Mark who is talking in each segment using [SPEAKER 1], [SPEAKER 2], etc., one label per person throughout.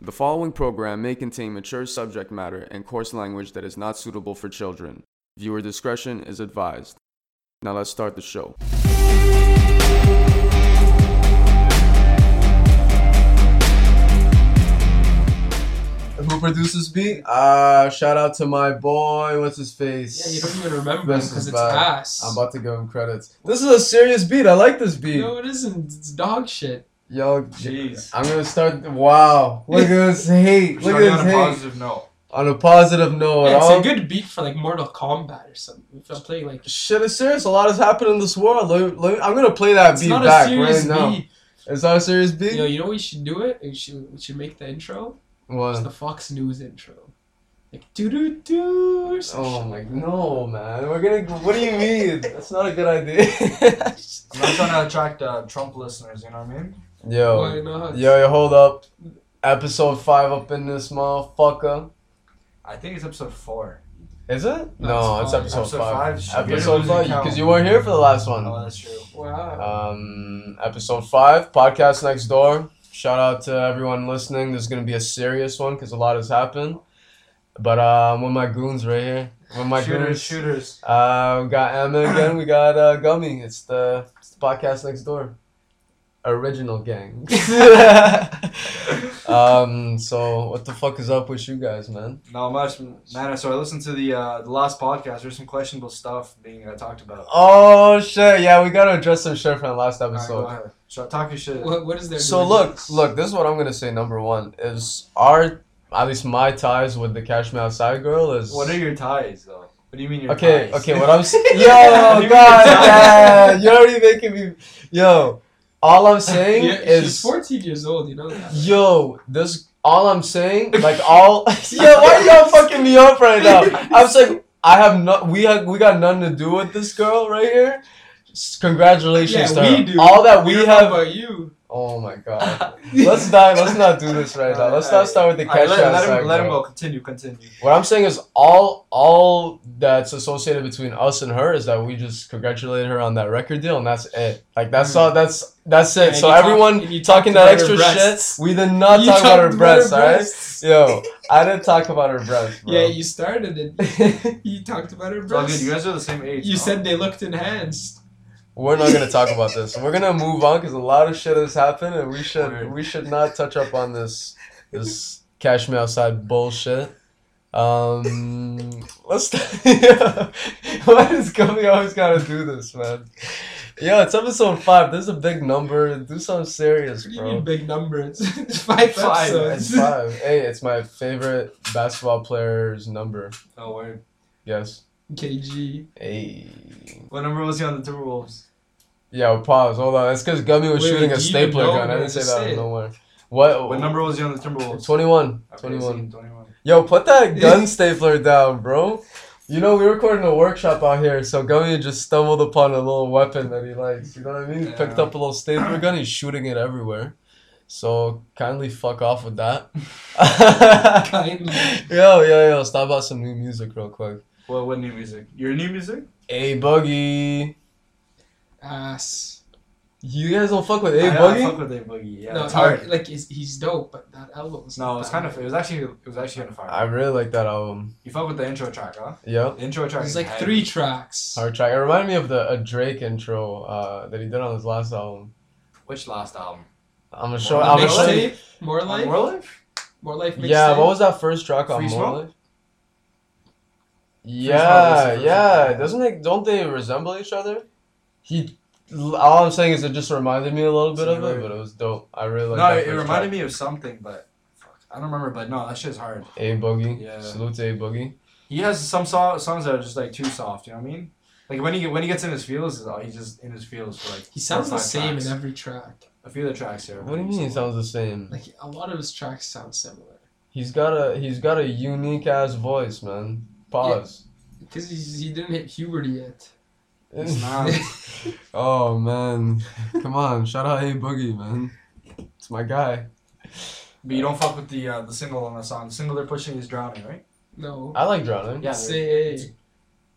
[SPEAKER 1] The following program may contain mature subject matter and coarse language that is not suitable for children. Viewer discretion is advised. Now let's start the show. Who produces beat? Ah, shout out to my boy. What's his face?
[SPEAKER 2] Yeah, you don't even remember
[SPEAKER 1] This is
[SPEAKER 2] because it's
[SPEAKER 1] bad.
[SPEAKER 2] ass.
[SPEAKER 1] I'm about to give him credits. This is a serious beat. I like this beat.
[SPEAKER 2] no, it isn't. It's dog shit.
[SPEAKER 1] Yo,
[SPEAKER 3] Jeez.
[SPEAKER 1] I'm gonna start. Wow, look at this hate. Look
[SPEAKER 3] Starting
[SPEAKER 1] at
[SPEAKER 3] on a
[SPEAKER 1] this hate.
[SPEAKER 3] positive note.
[SPEAKER 1] On a positive note,
[SPEAKER 2] Yeah, it's
[SPEAKER 1] all-
[SPEAKER 2] a good beat for like Mortal Kombat or something. If I'm playing like
[SPEAKER 1] Shit is serious. A lot has happened in this world. Let, let, I'm gonna play that
[SPEAKER 2] it's
[SPEAKER 1] beat
[SPEAKER 2] not
[SPEAKER 1] back
[SPEAKER 2] a serious
[SPEAKER 1] right now.
[SPEAKER 2] beat.
[SPEAKER 1] It's not a serious beat.
[SPEAKER 2] Yo, you know we should do it. We should we should make the intro. It's
[SPEAKER 1] what?
[SPEAKER 2] the Fox News intro. Like doo doo doo or some
[SPEAKER 1] Oh
[SPEAKER 2] shit.
[SPEAKER 1] my no, man. We're gonna. What do you mean? That's not a good idea.
[SPEAKER 3] I'm not trying to attract uh, Trump listeners, you know what I mean?
[SPEAKER 2] Why
[SPEAKER 1] yo,
[SPEAKER 2] not?
[SPEAKER 1] yo, yo, hold up. Episode five up in this motherfucker.
[SPEAKER 3] I think it's episode four.
[SPEAKER 1] Is it? No,
[SPEAKER 2] No,
[SPEAKER 1] it's
[SPEAKER 2] it's
[SPEAKER 1] episode,
[SPEAKER 3] Episode
[SPEAKER 1] five.
[SPEAKER 3] five, shit, you're
[SPEAKER 1] Episode
[SPEAKER 3] losing
[SPEAKER 1] five,
[SPEAKER 3] count.
[SPEAKER 1] because you weren't here for the last one.
[SPEAKER 3] Oh, that's true.
[SPEAKER 2] Wow.
[SPEAKER 1] um, episode five, podcast next door. Shout out to everyone listening. This is gonna be a serious one because a lot has happened. But um, with my goons right here, with my
[SPEAKER 3] shooters,
[SPEAKER 1] goons,
[SPEAKER 3] shooters.
[SPEAKER 1] uh, we got Emma again. We got uh, Gummy. It's the, it's the podcast next door, original gang. um, so what the fuck is up with you guys, man?
[SPEAKER 3] Not much, man. So I listened to the uh, the last podcast. There's some questionable stuff being uh, talked about.
[SPEAKER 1] Oh shit! Yeah, we gotta address some shit from the last
[SPEAKER 3] Alright,
[SPEAKER 1] episode.
[SPEAKER 3] go ahead. So talk your shit.
[SPEAKER 2] What, what is there?
[SPEAKER 1] Uh, So
[SPEAKER 2] doing
[SPEAKER 1] look,
[SPEAKER 2] this?
[SPEAKER 1] look. This is what I'm gonna say. Number one is our, at least my ties with the Cash Me Outside girl is.
[SPEAKER 3] What are your ties, though? What do you mean your
[SPEAKER 1] Okay,
[SPEAKER 3] ties?
[SPEAKER 1] okay. What I'm. s- Yo,
[SPEAKER 3] What do you mean
[SPEAKER 1] God,
[SPEAKER 3] your ties?
[SPEAKER 1] yeah, you're already making me. Yo, all I'm saying
[SPEAKER 2] Yeah, she's
[SPEAKER 1] is,
[SPEAKER 2] 14 years old. You know that. right?
[SPEAKER 1] yo, this. All I'm saying, like all. yo, why y'all fucking me up right now? I was like, I have no. We have. We got nothing to do with this girl right here. S- Congratulations, to
[SPEAKER 2] yeah,
[SPEAKER 1] her.
[SPEAKER 2] we do.
[SPEAKER 1] All that we
[SPEAKER 2] don't know
[SPEAKER 1] have.
[SPEAKER 2] about you.
[SPEAKER 1] Oh my god. let's not let's not do this right now. Let's not start with the
[SPEAKER 3] Alright,
[SPEAKER 1] cash
[SPEAKER 3] let,
[SPEAKER 1] out
[SPEAKER 3] let,
[SPEAKER 1] side.
[SPEAKER 3] him, let him
[SPEAKER 1] bro.
[SPEAKER 3] go. Continue, continue.
[SPEAKER 1] What I'm saying is all all that's associated between us and her is that we just congratulated her on that record deal and that's it. Like that's all that's that's it.
[SPEAKER 2] Hmm. And
[SPEAKER 1] so
[SPEAKER 2] you talked-
[SPEAKER 1] everyone
[SPEAKER 2] and you
[SPEAKER 1] talking that
[SPEAKER 2] talked about her
[SPEAKER 1] extra
[SPEAKER 2] breasts.
[SPEAKER 1] shit, we did not
[SPEAKER 2] You
[SPEAKER 1] talk about her
[SPEAKER 2] talked
[SPEAKER 1] breasts, alright?
[SPEAKER 2] breasts.
[SPEAKER 1] Yo, I didn't talk about her breasts, bro.
[SPEAKER 2] Yeah, you started it. You talked about her
[SPEAKER 3] It's all good.
[SPEAKER 2] breasts.
[SPEAKER 3] You guys are the same age.
[SPEAKER 2] You
[SPEAKER 3] no?
[SPEAKER 2] said they looked enhanced.
[SPEAKER 1] We're not gonna talk about this. We're gonna move on because a lot of shit has happened and we should
[SPEAKER 3] Word.
[SPEAKER 1] we should not touch up on this this cash me outside bullshit. Um, let's. Why does Gummy always gotta do this, man? Yo, it's episode five. This is a big number. Do something serious,
[SPEAKER 2] What do you
[SPEAKER 1] bro.
[SPEAKER 2] mean big numbers? It's five,
[SPEAKER 3] Five,
[SPEAKER 2] episodes.
[SPEAKER 1] It's five. Hey, it's my favorite basketball player's number.
[SPEAKER 3] No word.
[SPEAKER 1] Yes.
[SPEAKER 2] KG.
[SPEAKER 1] Hey.
[SPEAKER 3] What number was he on the Timberwolves?
[SPEAKER 1] Yeah, pause. Hold on. That's because Gummy was
[SPEAKER 2] Wait,
[SPEAKER 1] shooting
[SPEAKER 2] do
[SPEAKER 1] a
[SPEAKER 2] you even
[SPEAKER 1] stapler
[SPEAKER 2] know
[SPEAKER 1] gun. I
[SPEAKER 2] what
[SPEAKER 1] didn't say
[SPEAKER 2] to
[SPEAKER 1] that out
[SPEAKER 2] say?
[SPEAKER 1] of nowhere. What?
[SPEAKER 3] What number was he on the Timberwolves?
[SPEAKER 1] 21.
[SPEAKER 3] Okay, so
[SPEAKER 1] 21.
[SPEAKER 3] he's 21.
[SPEAKER 1] Yo, put that gun stapler down, bro. You know, we were recording a workshop out here, so Gummy just stumbled upon a little weapon that he likes. You know what I mean? He Picked
[SPEAKER 3] Yeah.
[SPEAKER 1] up a little stapler gun, he's shooting it everywhere. So, kindly fuck off with that.
[SPEAKER 2] Kindly.
[SPEAKER 1] yo, yo, yo, stop about some new music real quick.
[SPEAKER 3] What, what new music? Your new music?
[SPEAKER 1] A Boogie.
[SPEAKER 2] Ass.
[SPEAKER 1] You guys don't fuck with A
[SPEAKER 3] I- I
[SPEAKER 1] Boogie?
[SPEAKER 3] fuck with A Boogie. Yeah,
[SPEAKER 2] no,
[SPEAKER 3] it's hard.
[SPEAKER 2] Like he's, he's dope, but that album was.
[SPEAKER 3] No, it was kind of. It
[SPEAKER 2] It
[SPEAKER 3] was actually. It was actually on fire.
[SPEAKER 1] I really like that album.
[SPEAKER 3] you fuck with the intro track, huh?
[SPEAKER 1] Yep.
[SPEAKER 3] The intro track.
[SPEAKER 2] was
[SPEAKER 3] is
[SPEAKER 2] like
[SPEAKER 3] heavy.
[SPEAKER 2] three tracks.
[SPEAKER 1] Hard track. It reminded me of the a Drake intro uh, that he did on his last album.
[SPEAKER 3] Which last album?
[SPEAKER 1] I'm gonna show.
[SPEAKER 3] More
[SPEAKER 1] I'm
[SPEAKER 3] Life?
[SPEAKER 1] gonna show you.
[SPEAKER 2] Mixtape. More life.
[SPEAKER 3] More life.
[SPEAKER 2] More life. Mixtape.
[SPEAKER 1] Yeah, what was that first track on
[SPEAKER 3] Free
[SPEAKER 1] More
[SPEAKER 3] Smoke?
[SPEAKER 1] Life? Yeah,
[SPEAKER 3] Smoke was the first
[SPEAKER 1] yeah.
[SPEAKER 3] one.
[SPEAKER 1] Doesn't it? Don't they resemble each other? He. All I'm saying is it just reminded me a little bit of it,
[SPEAKER 3] Similar.
[SPEAKER 1] but it was dope. I really like.
[SPEAKER 3] no,
[SPEAKER 1] that
[SPEAKER 3] it, it reminded me of something, but fuck, I don't remember. But no, that shit's hard.
[SPEAKER 1] me. A Boogie.
[SPEAKER 3] Yeah.
[SPEAKER 1] Salute to A Boogie.
[SPEAKER 3] He has some so- songs that are just like too soft. You know what I mean? Like when he get- when he gets in his feels, is all- he's just in his feels for like.
[SPEAKER 2] He sounds
[SPEAKER 3] four
[SPEAKER 2] the
[SPEAKER 3] or five
[SPEAKER 2] same
[SPEAKER 3] tracks.
[SPEAKER 2] in every track.
[SPEAKER 3] a few of the tracks here.
[SPEAKER 1] What do you mean? He sounds the same.
[SPEAKER 2] Like a lot of his tracks sound similar.
[SPEAKER 1] He's got a he's got a unique ass voice, man. Pause.
[SPEAKER 2] Because he didn't hit puberty yet.
[SPEAKER 3] It's not.
[SPEAKER 1] oh man, come on! Shout out A Boogie, man. It's my guy.
[SPEAKER 3] But you don't fuck with the uh, the single on the song. The single they're pushing is drowning, right?
[SPEAKER 2] no.
[SPEAKER 1] I like drowning.
[SPEAKER 3] Yeah.
[SPEAKER 2] Say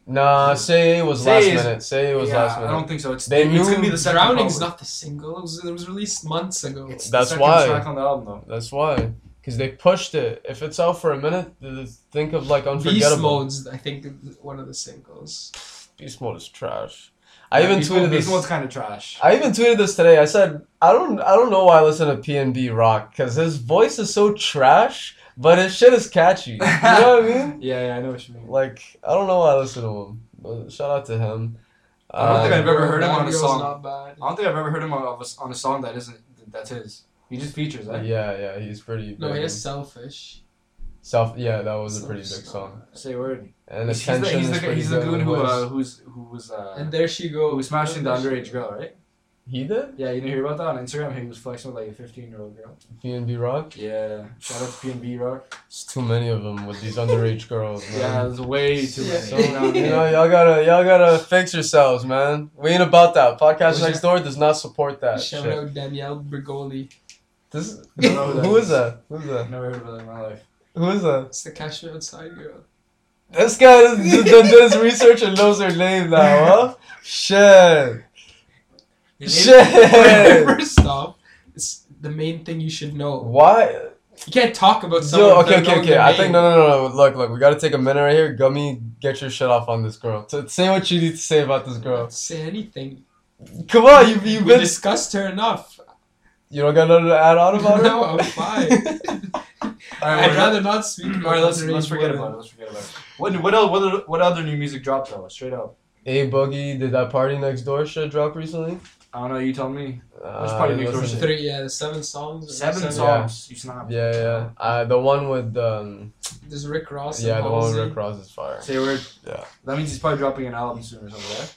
[SPEAKER 1] Nah, say it was
[SPEAKER 3] Say
[SPEAKER 1] last
[SPEAKER 3] is-
[SPEAKER 1] minute. Say it was
[SPEAKER 3] yeah,
[SPEAKER 1] last minute.
[SPEAKER 3] I don't think so. It's,
[SPEAKER 1] They
[SPEAKER 3] it's
[SPEAKER 1] knew
[SPEAKER 3] gonna be the second.
[SPEAKER 2] Drowning's
[SPEAKER 3] probably.
[SPEAKER 2] not the single. It was, it was released months ago.
[SPEAKER 3] It's
[SPEAKER 1] That's
[SPEAKER 3] the second
[SPEAKER 1] why.
[SPEAKER 3] track on the album though.
[SPEAKER 1] That's why. because they pushed it. If it's out for a minute, th- think of like
[SPEAKER 2] Beast
[SPEAKER 1] unforgettable.
[SPEAKER 2] Mode's, I think, one of the singles.
[SPEAKER 1] Beast mode is trash. I even
[SPEAKER 3] Beast
[SPEAKER 1] tweeted
[SPEAKER 3] Mode-
[SPEAKER 1] this.
[SPEAKER 3] Beast Mode's kind of trash.
[SPEAKER 1] I even tweeted this today. I said I don't I don't know why I listen to PNB Rock because his voice is so trash, but his shit is catchy. You know what I mean?
[SPEAKER 3] Yeah, yeah, I know what you mean.
[SPEAKER 1] Like I don't know why I listen to him. But shout out to him.
[SPEAKER 3] I don't think I've
[SPEAKER 1] Um,
[SPEAKER 3] ever heard him on a
[SPEAKER 2] Radio's
[SPEAKER 3] song.
[SPEAKER 2] Not bad.
[SPEAKER 3] I don't think I've ever heard him on a, on a song that isn't that's his. He just features eh? that.
[SPEAKER 1] yeah, yeah, he's pretty.
[SPEAKER 2] No,
[SPEAKER 1] big.
[SPEAKER 2] he is selfish.
[SPEAKER 1] South. Yeah, that was a
[SPEAKER 2] So
[SPEAKER 1] pretty
[SPEAKER 2] it's
[SPEAKER 1] big
[SPEAKER 2] not-
[SPEAKER 1] song.
[SPEAKER 3] Say a word.
[SPEAKER 1] And
[SPEAKER 3] he's, he's the
[SPEAKER 1] attention
[SPEAKER 3] he's
[SPEAKER 1] is
[SPEAKER 3] the,
[SPEAKER 1] pretty
[SPEAKER 3] he's the
[SPEAKER 1] good
[SPEAKER 3] goon who
[SPEAKER 1] voice.
[SPEAKER 3] uh, who's who was uh
[SPEAKER 2] And there she
[SPEAKER 3] who
[SPEAKER 2] goes.
[SPEAKER 3] was smashing the
[SPEAKER 2] There she
[SPEAKER 3] underage
[SPEAKER 2] goes.
[SPEAKER 3] girl, right?
[SPEAKER 1] He did
[SPEAKER 3] Yeah, you didn't hear about that on Instagram. He was flexing with like a 15 year old girl.
[SPEAKER 1] PNB Rock.
[SPEAKER 3] Yeah, shout out to PNB Rock.
[SPEAKER 1] It's too many of them with these underage girls. Man.
[SPEAKER 3] Yeah, there's way too
[SPEAKER 2] Yeah.
[SPEAKER 3] many.
[SPEAKER 1] So,
[SPEAKER 3] You know,
[SPEAKER 1] you know, y'all gotta y'all gotta fix yourselves, man. We ain't about that. Podcast
[SPEAKER 2] Who's
[SPEAKER 1] next
[SPEAKER 2] that?
[SPEAKER 1] door does not support that.
[SPEAKER 2] Shout
[SPEAKER 1] shit.
[SPEAKER 2] out Danielle Brigoli.
[SPEAKER 1] This
[SPEAKER 3] I don't know who
[SPEAKER 1] who
[SPEAKER 3] that
[SPEAKER 1] is that? Who's that?
[SPEAKER 3] Never heard of that in my life.
[SPEAKER 1] Who is that?
[SPEAKER 2] It's the cashier outside girl.
[SPEAKER 1] This guy has d- done his research and knows her name now, huh? Shit. Shit.
[SPEAKER 2] First off, it's the main thing you should know.
[SPEAKER 1] Why?
[SPEAKER 2] You can't talk about someone.
[SPEAKER 1] Yo, okay,
[SPEAKER 2] without
[SPEAKER 1] okay,
[SPEAKER 2] knowing
[SPEAKER 1] okay.
[SPEAKER 2] their
[SPEAKER 1] I think
[SPEAKER 2] name.
[SPEAKER 1] no, no, no, no. Look, look. We gotta take a minute right here. Gummy, get your shit off on this girl. T- say what you need to say about this girl.
[SPEAKER 2] Don't Say anything.
[SPEAKER 1] Come on, you you
[SPEAKER 2] we
[SPEAKER 1] been
[SPEAKER 2] discussed her enough.
[SPEAKER 1] you don't got nothing to add on about her.
[SPEAKER 2] No, I'm fine.
[SPEAKER 3] All right,
[SPEAKER 2] I'd
[SPEAKER 3] well,
[SPEAKER 2] rather not speak.
[SPEAKER 3] all right, let's let's forget about it. Let's forget about it. What what else, what other- what other new music dropped though? Straight up.
[SPEAKER 1] A Boogie, did that party next door shit drop recently?
[SPEAKER 3] I don't know. You tell me.
[SPEAKER 1] Uh,
[SPEAKER 3] Party
[SPEAKER 1] I
[SPEAKER 3] Next Door
[SPEAKER 1] listened-
[SPEAKER 3] shit?
[SPEAKER 2] Three, yeah, the seven songs. or
[SPEAKER 3] Seven
[SPEAKER 1] Yeah.
[SPEAKER 3] songs. You snap.
[SPEAKER 1] Yeah, yeah. Uh, the one with um,
[SPEAKER 2] There's Rick Ross.
[SPEAKER 1] yeah,
[SPEAKER 2] and
[SPEAKER 1] the one with
[SPEAKER 2] Halsey.
[SPEAKER 1] Rick Ross is fire.
[SPEAKER 3] Say a word.
[SPEAKER 1] Yeah.
[SPEAKER 3] That means he's probably dropping an album soon or something. Right?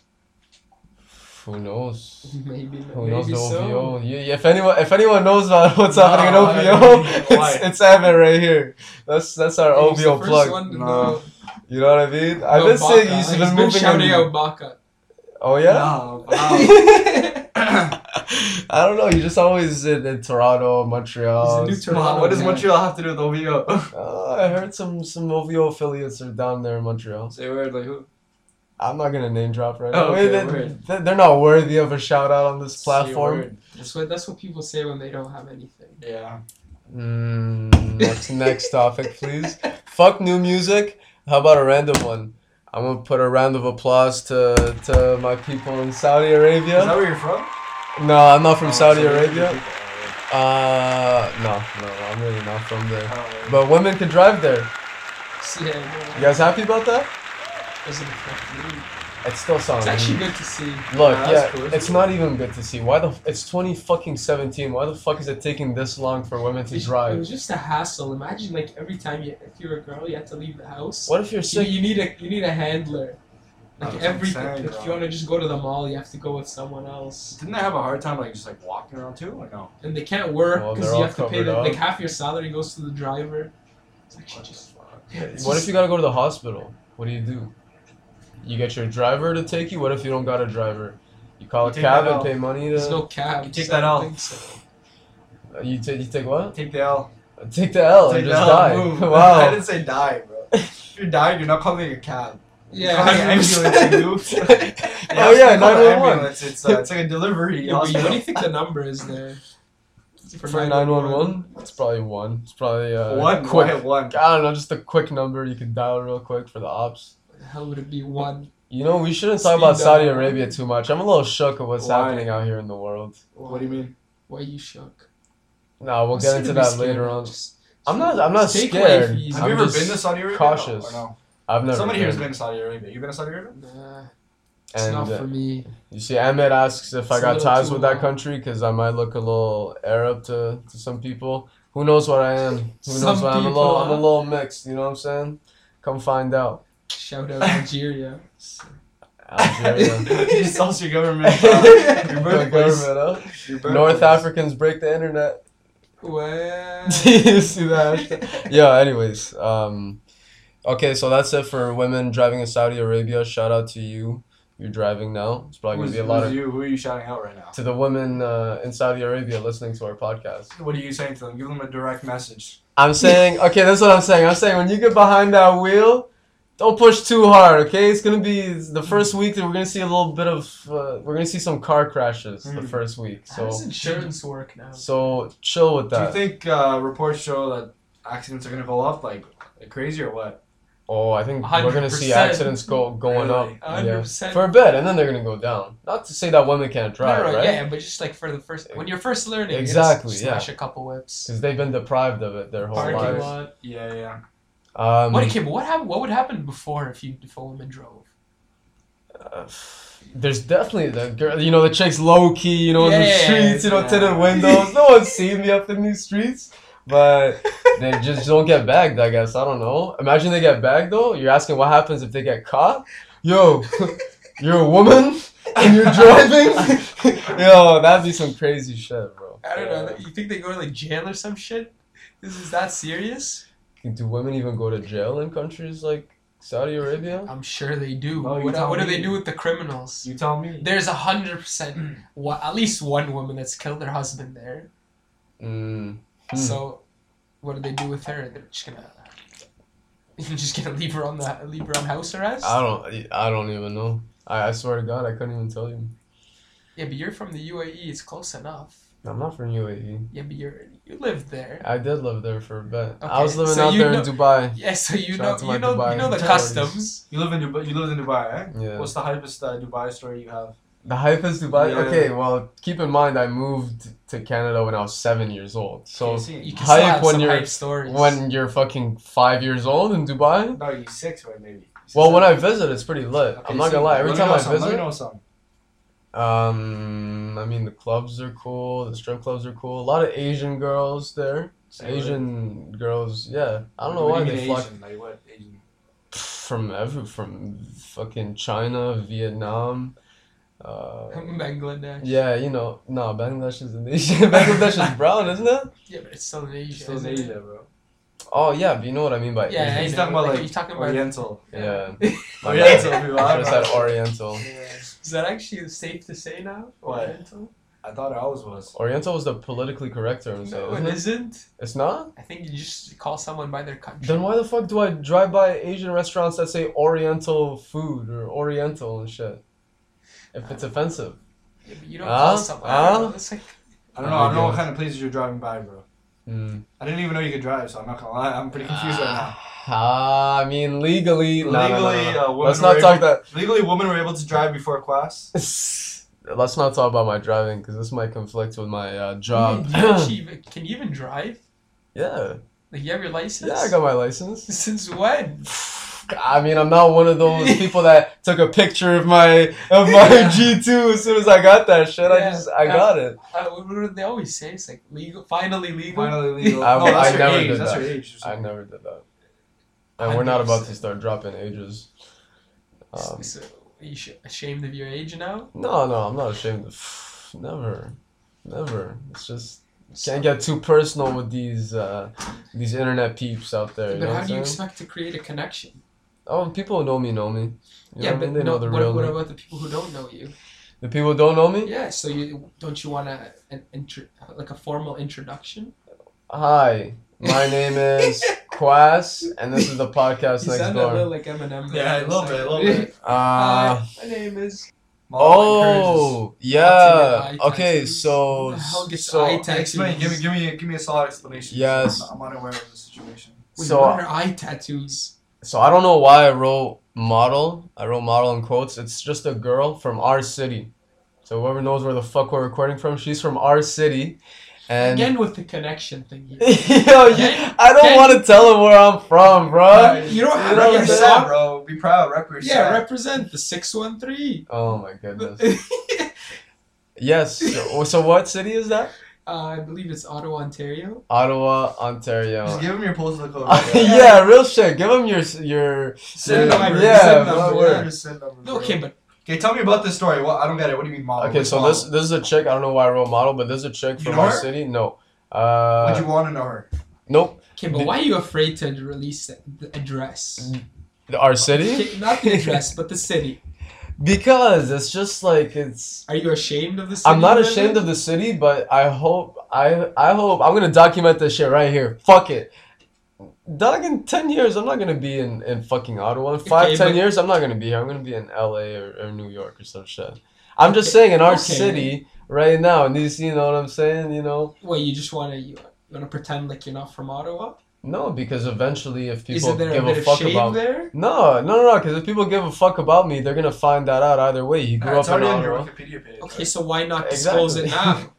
[SPEAKER 1] Who knows?
[SPEAKER 2] Maybe,
[SPEAKER 1] Who knows
[SPEAKER 2] maybe
[SPEAKER 1] Oh, the
[SPEAKER 2] so.
[SPEAKER 1] OVO? Yeah, yeah, if anyone, if anyone knows about what's
[SPEAKER 3] No,
[SPEAKER 1] happening in
[SPEAKER 3] I
[SPEAKER 1] OVO,
[SPEAKER 3] don't know why.
[SPEAKER 1] it's, it's Evan right here. That's that's our
[SPEAKER 2] He was the
[SPEAKER 1] OVO
[SPEAKER 2] first
[SPEAKER 1] plug.
[SPEAKER 2] one to
[SPEAKER 3] No.
[SPEAKER 2] know
[SPEAKER 1] You know what I mean? I've been
[SPEAKER 2] about
[SPEAKER 1] saying
[SPEAKER 2] Baka.
[SPEAKER 1] he's
[SPEAKER 2] He's
[SPEAKER 1] been moving.
[SPEAKER 2] shouting
[SPEAKER 1] in-
[SPEAKER 2] out Baka.
[SPEAKER 1] Oh yeah.
[SPEAKER 3] Wow, wow.
[SPEAKER 1] I don't know. You just always in, in Toronto, Montreal.
[SPEAKER 2] He's a new Toronto
[SPEAKER 3] what does
[SPEAKER 2] guy.
[SPEAKER 3] Montreal have to do with OVO?
[SPEAKER 1] Uh, I heard some some OVO affiliates are down there in Montreal.
[SPEAKER 3] Say a word, like who?
[SPEAKER 1] I'm not gonna name drop right
[SPEAKER 3] Oh,
[SPEAKER 1] now.
[SPEAKER 3] okay,
[SPEAKER 1] Wait,
[SPEAKER 3] word.
[SPEAKER 1] they, they're not worthy of a shout out on this
[SPEAKER 3] Say a
[SPEAKER 1] platform.
[SPEAKER 3] word.
[SPEAKER 2] That's what that's what people say when they don't have anything.
[SPEAKER 3] Yeah.
[SPEAKER 1] Mm, next, next topic, please. Fuck new music. How about a random one? I'm gonna put a round of applause to to my people in Saudi
[SPEAKER 3] Is that
[SPEAKER 1] Arabia.
[SPEAKER 3] where you're from?
[SPEAKER 1] No, I'm not from
[SPEAKER 3] Oh,
[SPEAKER 1] Saudi
[SPEAKER 3] so you're-
[SPEAKER 1] Arabia. Uh, no, no, I'm really not from there.
[SPEAKER 3] Oh,
[SPEAKER 1] But women can drive there.
[SPEAKER 2] So, yeah, no,
[SPEAKER 1] You guys happy about that?
[SPEAKER 2] doesn't affect me.
[SPEAKER 1] It still sounds.
[SPEAKER 2] It's actually good to see.
[SPEAKER 1] Look,
[SPEAKER 3] Yeah,
[SPEAKER 1] yeah,
[SPEAKER 3] that's cool.
[SPEAKER 1] it's not even good to see. Why the? f- It's twenty fucking seventeen. Why the fuck is it taking this long for women to
[SPEAKER 2] It's- It
[SPEAKER 1] drive?
[SPEAKER 2] was just a hassle. Imagine like every time you, if you're a girl, you have to leave the house.
[SPEAKER 1] What if you're
[SPEAKER 2] So
[SPEAKER 1] sick?
[SPEAKER 2] you need a you need a handler. Like
[SPEAKER 3] That's
[SPEAKER 2] everything.
[SPEAKER 3] insane,
[SPEAKER 2] if
[SPEAKER 3] bro.
[SPEAKER 2] you want to just go to the mall, you have to go with someone else,
[SPEAKER 3] Didn't they have a hard time like just like walking around too or no?
[SPEAKER 2] and they can't work
[SPEAKER 1] Well,
[SPEAKER 2] because
[SPEAKER 1] they're
[SPEAKER 2] you
[SPEAKER 1] all
[SPEAKER 2] have to pay
[SPEAKER 1] covered
[SPEAKER 2] them.
[SPEAKER 1] up.
[SPEAKER 2] Like half your salary goes to the driver. It's actually just. It's
[SPEAKER 1] What
[SPEAKER 2] just-
[SPEAKER 1] if you gotta go to the hospital? What do you do? You get your driver to take you. What if you don't got a driver? You call
[SPEAKER 3] You
[SPEAKER 1] a
[SPEAKER 3] take
[SPEAKER 1] cab
[SPEAKER 3] that
[SPEAKER 1] and
[SPEAKER 3] out.
[SPEAKER 1] pay money
[SPEAKER 2] There's
[SPEAKER 1] to. Uh,
[SPEAKER 2] no cab.
[SPEAKER 3] You take
[SPEAKER 2] so I
[SPEAKER 3] that
[SPEAKER 2] don't think
[SPEAKER 3] out.
[SPEAKER 2] so.
[SPEAKER 1] you take you take what?
[SPEAKER 3] Take the L.
[SPEAKER 1] Take the L
[SPEAKER 3] Take
[SPEAKER 1] and Oh,
[SPEAKER 3] the
[SPEAKER 1] just
[SPEAKER 3] L,
[SPEAKER 1] die.
[SPEAKER 3] move. I
[SPEAKER 1] Wow.
[SPEAKER 3] didn't say die, bro. If you die, you're not calling a cab.
[SPEAKER 2] Yeah.
[SPEAKER 3] Calling an ambulance, you.
[SPEAKER 1] oh yeah,
[SPEAKER 3] it's not an
[SPEAKER 1] 911.
[SPEAKER 3] ambulance, It's, uh, it's like a delivery.
[SPEAKER 2] Yeah, but
[SPEAKER 3] hospital.
[SPEAKER 2] what do you think the number is there?
[SPEAKER 1] For 911, it's probably one. It's probably uh,
[SPEAKER 3] one
[SPEAKER 1] quick.
[SPEAKER 3] quick one.
[SPEAKER 1] I don't know, just a quick number you can dial real quick for the ops.
[SPEAKER 2] What the hell would it be? One.
[SPEAKER 1] You know, we shouldn't talk
[SPEAKER 2] Speed
[SPEAKER 1] about Saudi
[SPEAKER 2] dial.
[SPEAKER 1] Arabia too much. I'm a little shook at what's
[SPEAKER 3] Why?
[SPEAKER 1] happening out here in the world.
[SPEAKER 3] What do you mean?
[SPEAKER 2] Why you shook?
[SPEAKER 1] No, we'll
[SPEAKER 2] You
[SPEAKER 1] get
[SPEAKER 2] seem
[SPEAKER 1] into
[SPEAKER 2] to be
[SPEAKER 1] that
[SPEAKER 2] scared.
[SPEAKER 1] later on.
[SPEAKER 2] Just-
[SPEAKER 1] I'm not. I'm not
[SPEAKER 2] Take away
[SPEAKER 1] scared.
[SPEAKER 2] fees.
[SPEAKER 1] I'm
[SPEAKER 3] Have you ever
[SPEAKER 1] just-
[SPEAKER 3] been to Saudi Arabia?
[SPEAKER 1] cautious.
[SPEAKER 3] No, or no?
[SPEAKER 1] I've never.
[SPEAKER 3] Somebody
[SPEAKER 1] been.
[SPEAKER 3] here has been to Saudi Arabia. You been to Saudi Arabia?
[SPEAKER 2] Nah, it's
[SPEAKER 1] And
[SPEAKER 2] not
[SPEAKER 1] uh,
[SPEAKER 2] for me.
[SPEAKER 1] you see, Ahmed asks if
[SPEAKER 2] It's
[SPEAKER 1] I
[SPEAKER 2] a
[SPEAKER 1] got
[SPEAKER 2] little
[SPEAKER 1] ties
[SPEAKER 2] too
[SPEAKER 1] with that
[SPEAKER 2] long.
[SPEAKER 1] country because I might look a little Arab to, to some people. Who knows what I am? Who
[SPEAKER 2] Some
[SPEAKER 1] knows what I'm a
[SPEAKER 2] people,
[SPEAKER 1] little. I'm a
[SPEAKER 2] huh?
[SPEAKER 1] little mixed. You know what I'm saying? Come find out.
[SPEAKER 2] Shout out Nigeria.
[SPEAKER 1] Algeria.
[SPEAKER 3] you just lost your government. Uh, your
[SPEAKER 1] Good
[SPEAKER 3] birthplace.
[SPEAKER 1] government, huh?
[SPEAKER 3] Your birthplace.
[SPEAKER 1] North Africans break the internet.
[SPEAKER 2] Well,
[SPEAKER 1] you see that? hashtag? yeah. Anyways, um, okay, so that's it for women driving in Saudi Arabia. Shout out to you. You're driving now. It's probably gonna
[SPEAKER 3] Who's,
[SPEAKER 1] be a lot
[SPEAKER 3] who's
[SPEAKER 1] of
[SPEAKER 3] you? Who are you shouting out right now?
[SPEAKER 1] to the women uh, in Saudi Arabia listening to our podcast.
[SPEAKER 3] What are you saying to them? Give them a direct message.
[SPEAKER 1] I'm saying, okay, that's what I'm saying. I'm saying when you get behind that wheel, don't push too hard. Okay, it's gonna be the first week that we're gonna see a little bit of uh, we're gonna see some car crashes the
[SPEAKER 2] Hmm.
[SPEAKER 3] Mm.
[SPEAKER 1] first week.
[SPEAKER 2] how does
[SPEAKER 1] So
[SPEAKER 2] insurance work now?
[SPEAKER 1] so chill with
[SPEAKER 3] Do you
[SPEAKER 1] that.
[SPEAKER 3] think uh, reports show that accidents are gonna go up like crazy or what?
[SPEAKER 1] Oh, I think we are gonna see
[SPEAKER 2] 100%.
[SPEAKER 1] accidents go going
[SPEAKER 3] Really?
[SPEAKER 1] up. Yeah.
[SPEAKER 2] 100%.
[SPEAKER 1] For a bit, and then they're gonna go down. Not to say that women can't drive,
[SPEAKER 2] no, no,
[SPEAKER 1] right?
[SPEAKER 2] yeah, but just like for the first when you're first learning, you just
[SPEAKER 1] Exactly, yeah.
[SPEAKER 2] smash a couple whips.
[SPEAKER 1] Because they've been deprived of it their whole
[SPEAKER 2] Parking
[SPEAKER 1] lives.
[SPEAKER 2] lot.
[SPEAKER 3] Yeah, yeah.
[SPEAKER 1] Um,
[SPEAKER 2] what okay, but what happened? What would happen before if you if a woman drove?
[SPEAKER 1] uh, there's definitely the girl, you know, the chicks low key, you know, in the
[SPEAKER 2] Yeah,
[SPEAKER 1] streets, you know,
[SPEAKER 3] yeah.
[SPEAKER 1] tinted windows. No one's seen me up in these streets, but they just don't get bagged. I guess I don't know. Imagine they get bagged though. You're asking what happens if they get caught? Yo, you're a woman and you're driving. Yo, that'd be some crazy shit, bro.
[SPEAKER 2] I don't know.
[SPEAKER 3] Yeah.
[SPEAKER 2] You think they go to like jail or some shit? This is that serious?
[SPEAKER 1] Do women even go to jail in countries like Saudi Arabia?
[SPEAKER 2] I'm sure they do.
[SPEAKER 1] Oh,
[SPEAKER 3] No, you
[SPEAKER 2] what
[SPEAKER 3] tell
[SPEAKER 2] what do
[SPEAKER 3] me.
[SPEAKER 2] they do with the criminals?
[SPEAKER 3] You tell me.
[SPEAKER 2] There's a hundred percent, wa- at least one woman that's killed her husband there.
[SPEAKER 1] Mm. Hmm.
[SPEAKER 2] So, what do they do with her? They're just gonna, you're just gonna leave her on the leave her on house arrest.
[SPEAKER 1] I don't. I don't even know. I, I swear to God, I couldn't even tell you.
[SPEAKER 2] yeah, but you're from the UAE. It's close enough.
[SPEAKER 1] I'm not from E. UAE.
[SPEAKER 2] Yeah, but you're you live there.
[SPEAKER 1] I did live there for a bit. I was
[SPEAKER 2] Okay,
[SPEAKER 1] living
[SPEAKER 2] so
[SPEAKER 1] out
[SPEAKER 2] you
[SPEAKER 1] there
[SPEAKER 2] know-
[SPEAKER 1] in Dubai.
[SPEAKER 2] Yeah, so you
[SPEAKER 1] Shout out to
[SPEAKER 2] know
[SPEAKER 1] my
[SPEAKER 2] you know
[SPEAKER 1] Dubai
[SPEAKER 2] you know the
[SPEAKER 1] employees.
[SPEAKER 2] customs.
[SPEAKER 3] You live in Dubai. You live in Dubai, eh?
[SPEAKER 1] Yeah.
[SPEAKER 3] What's the hypest uh, Dubai story you have?
[SPEAKER 1] The hype is Dubai.
[SPEAKER 3] Yeah.
[SPEAKER 1] Okay, well, keep in mind I moved to Canada when I was seven years old. So
[SPEAKER 3] you see,
[SPEAKER 2] You can still
[SPEAKER 1] Hype
[SPEAKER 2] have
[SPEAKER 1] when
[SPEAKER 2] some
[SPEAKER 1] you're-
[SPEAKER 2] hype stories.
[SPEAKER 1] when you're fucking five years old in Dubai,
[SPEAKER 3] no, you six, right? Maybe.
[SPEAKER 1] well, when I visit, it's pretty lit.
[SPEAKER 3] Okay,
[SPEAKER 1] I'm not
[SPEAKER 3] see,
[SPEAKER 1] gonna lie. Every
[SPEAKER 3] let me
[SPEAKER 1] time
[SPEAKER 3] know
[SPEAKER 1] I
[SPEAKER 3] some, Let me
[SPEAKER 1] visit,
[SPEAKER 3] know some.
[SPEAKER 1] um, I mean the clubs are cool. The strip clubs are cool. A lot of Asian girls there.
[SPEAKER 3] Say what?
[SPEAKER 1] Asian girls, yeah. I don't know
[SPEAKER 3] What
[SPEAKER 1] why
[SPEAKER 3] do you
[SPEAKER 1] they
[SPEAKER 3] mean
[SPEAKER 1] flock
[SPEAKER 3] Asian? Like what? Asian?
[SPEAKER 1] from every from fucking China, Vietnam. Uh,
[SPEAKER 2] Bangladesh.
[SPEAKER 1] yeah, you know, no, Bangladesh is an Asian. Bangladesh is brown, isn't it?
[SPEAKER 2] Yeah, but it's still in Asia.
[SPEAKER 3] Still in
[SPEAKER 2] isn't it?
[SPEAKER 3] Asia, bro.
[SPEAKER 1] Oh yeah, but you know what I mean by
[SPEAKER 2] Yeah,
[SPEAKER 1] Asian.
[SPEAKER 3] He's
[SPEAKER 2] know,
[SPEAKER 3] talking about
[SPEAKER 2] like,
[SPEAKER 3] like
[SPEAKER 2] you're talking about-
[SPEAKER 3] Oriental.
[SPEAKER 1] oh, Yeah, my bad.
[SPEAKER 3] Oriental. people,
[SPEAKER 1] I
[SPEAKER 3] I
[SPEAKER 1] should
[SPEAKER 3] don't
[SPEAKER 1] have
[SPEAKER 3] know.
[SPEAKER 1] said Oriental.
[SPEAKER 2] Is that actually safe to say now?
[SPEAKER 3] What?
[SPEAKER 2] Oriental?
[SPEAKER 3] I thought it always was.
[SPEAKER 1] Oriental is the politically correct term, so
[SPEAKER 2] No, it
[SPEAKER 1] isn't it?
[SPEAKER 2] isn't.
[SPEAKER 1] It's not.
[SPEAKER 2] I think you just call someone by their country.
[SPEAKER 1] Then why the fuck do I drive by Asian restaurants that say Oriental food or Oriental and shit? If it's offensive,
[SPEAKER 2] Yeah, but you don't
[SPEAKER 1] Huh?
[SPEAKER 2] call someone. I don't
[SPEAKER 1] Huh?
[SPEAKER 2] know, It's like
[SPEAKER 3] I don't know. I don't know what
[SPEAKER 1] Yeah.
[SPEAKER 3] kind of places you're driving by, bro.
[SPEAKER 1] mm.
[SPEAKER 3] I didn't even know you could drive, so I'm not gonna lie. I'm pretty confused right now.
[SPEAKER 1] ah, I mean legally, no, no, no, no,
[SPEAKER 3] Legally,
[SPEAKER 1] no.
[SPEAKER 3] uh, women
[SPEAKER 1] Let's
[SPEAKER 3] were
[SPEAKER 1] not talk
[SPEAKER 3] able-
[SPEAKER 1] that.
[SPEAKER 3] Legally, women were able to drive before class.
[SPEAKER 1] Let's not talk about my driving because this might conflict with my uh, job.
[SPEAKER 2] do you actually even- can you even drive?
[SPEAKER 1] yeah,
[SPEAKER 2] Like you have your license?
[SPEAKER 1] yeah, I got my license.
[SPEAKER 2] Since when?
[SPEAKER 1] I mean, I'm not one of those people that took a picture of my of my
[SPEAKER 2] Yeah.
[SPEAKER 1] G2 as soon as I got that shit. I
[SPEAKER 2] Yeah,
[SPEAKER 1] just I
[SPEAKER 2] yeah.
[SPEAKER 1] got it.
[SPEAKER 2] Uh, what what do they always say? It's like legal, finally legal.
[SPEAKER 3] Finally legal.
[SPEAKER 1] I-
[SPEAKER 3] no, that's
[SPEAKER 1] I
[SPEAKER 3] your
[SPEAKER 1] never
[SPEAKER 3] age.
[SPEAKER 1] did
[SPEAKER 3] that's
[SPEAKER 1] that.
[SPEAKER 3] your age. or
[SPEAKER 1] I
[SPEAKER 3] something.
[SPEAKER 1] never did that, and we're not about to
[SPEAKER 2] 100%.
[SPEAKER 1] start dropping ages.
[SPEAKER 2] S-
[SPEAKER 1] Um,
[SPEAKER 2] so, are you sh- ashamed of your age now?
[SPEAKER 1] no, no, I'm not ashamed. of Never, never. It's just can't get too personal with these uh, these internet peeps out there. You know
[SPEAKER 2] but
[SPEAKER 1] what
[SPEAKER 2] how
[SPEAKER 1] I'm
[SPEAKER 2] do you
[SPEAKER 1] saying?
[SPEAKER 2] expect to create a connection?
[SPEAKER 1] Oh, people who know me know me. You know what
[SPEAKER 2] yeah,
[SPEAKER 1] I
[SPEAKER 2] but
[SPEAKER 1] mean? They
[SPEAKER 2] no,
[SPEAKER 1] know the
[SPEAKER 2] what,
[SPEAKER 1] real
[SPEAKER 2] what
[SPEAKER 1] me.
[SPEAKER 2] about the people who don't know you?
[SPEAKER 1] The people who don't know me?
[SPEAKER 2] Yeah, so you don't you want a an intro, like a formal introduction?
[SPEAKER 1] Hi, my name is Quas, and this is the podcast
[SPEAKER 2] You
[SPEAKER 1] next
[SPEAKER 2] sound a little
[SPEAKER 1] door.
[SPEAKER 2] like Eminem.
[SPEAKER 3] Yeah,
[SPEAKER 2] there
[SPEAKER 3] a
[SPEAKER 2] for
[SPEAKER 3] little bit,
[SPEAKER 2] second.
[SPEAKER 3] a little bit.
[SPEAKER 1] Uh,
[SPEAKER 2] Hi, my name is.
[SPEAKER 3] Mom encourages-
[SPEAKER 1] oh, yeah.
[SPEAKER 2] Alternate eye
[SPEAKER 1] Okay,
[SPEAKER 2] taxis.
[SPEAKER 1] so
[SPEAKER 2] What the hell gets
[SPEAKER 1] so
[SPEAKER 2] eye
[SPEAKER 3] Okay, explain. Give me,
[SPEAKER 2] tattoos?
[SPEAKER 3] give me, give me a solid explanation.
[SPEAKER 1] Yes.
[SPEAKER 3] I'm, I'm unaware of the situation.
[SPEAKER 2] Wait,
[SPEAKER 1] So-
[SPEAKER 2] what are eye tattoos?
[SPEAKER 1] so I don't know why I wrote model. I wrote model in quotes. It's just a girl from our city. So whoever knows where the fuck we're recording from, she's from our city, and.
[SPEAKER 2] Again with the connection thing. Here.
[SPEAKER 1] Yo, you- I don't
[SPEAKER 2] Again.
[SPEAKER 1] want to tell them where I'm from, bro.
[SPEAKER 3] Alright,
[SPEAKER 2] you don't-
[SPEAKER 3] rep
[SPEAKER 1] you don't
[SPEAKER 3] your
[SPEAKER 1] understand.
[SPEAKER 3] set, bro. Be proud. Rep your
[SPEAKER 2] yeah,
[SPEAKER 3] set.
[SPEAKER 2] represent the six one three.
[SPEAKER 1] Oh my goodness. Yes. So, so what city is that?
[SPEAKER 2] Uh, I believe it's Ottawa, Ontario.
[SPEAKER 1] Ottawa, Ontario.
[SPEAKER 3] Just give him your postal code.
[SPEAKER 1] yeah. real shit. Give them your your.
[SPEAKER 3] Send number.
[SPEAKER 1] Yeah,
[SPEAKER 3] send
[SPEAKER 1] my
[SPEAKER 3] number.
[SPEAKER 1] word.
[SPEAKER 3] Just send number,
[SPEAKER 2] No, okay,
[SPEAKER 3] bro.
[SPEAKER 2] but
[SPEAKER 3] Okay, tell me about this story. What I don't get it. What do you mean model?
[SPEAKER 1] Okay,
[SPEAKER 3] Which
[SPEAKER 1] so
[SPEAKER 3] model?
[SPEAKER 1] this this is a chick. I don't know why I wrote model, but this is a chick
[SPEAKER 3] You
[SPEAKER 1] from
[SPEAKER 3] know
[SPEAKER 1] our
[SPEAKER 3] her?
[SPEAKER 1] city. No.
[SPEAKER 3] Would
[SPEAKER 1] Uh,
[SPEAKER 3] you want to know her?
[SPEAKER 1] nope.
[SPEAKER 2] okay, but why are you afraid to release the the address?
[SPEAKER 1] Our city?
[SPEAKER 2] Okay, not the address, but the city.
[SPEAKER 1] Because it's just like it's.
[SPEAKER 2] Are you ashamed of the city?
[SPEAKER 1] I'm not
[SPEAKER 2] you live
[SPEAKER 1] ashamed
[SPEAKER 2] in?
[SPEAKER 1] of the city, but I hope I I hope I'm gonna document this shit right here. Fuck it. Dog, in ten years, I'm not gonna be in, in fucking Ottawa. In five,
[SPEAKER 2] Okay,
[SPEAKER 1] ten
[SPEAKER 2] but-
[SPEAKER 1] years, I'm not gonna be here. I'm gonna be in L.A. or, or New York or some shit. I'm just saying, in our
[SPEAKER 2] Okay.
[SPEAKER 1] city right now, and these, you know what I'm saying, you know.
[SPEAKER 2] Well, you just want to you want to pretend like you're not from Ottawa.
[SPEAKER 1] No, because eventually, if people
[SPEAKER 2] Isn't there
[SPEAKER 1] give
[SPEAKER 2] a bit
[SPEAKER 1] a
[SPEAKER 2] of
[SPEAKER 1] fuck
[SPEAKER 2] shade
[SPEAKER 1] about
[SPEAKER 2] there?
[SPEAKER 1] no, no, no, because if people give a fuck about me, they're gonna find that out either way. You grew
[SPEAKER 3] Nah,
[SPEAKER 1] up
[SPEAKER 3] it's
[SPEAKER 1] in
[SPEAKER 3] already on your
[SPEAKER 1] Ottawa.
[SPEAKER 3] Wikipedia page.
[SPEAKER 2] Okay, so why not disclose it
[SPEAKER 1] Exactly.
[SPEAKER 2] now?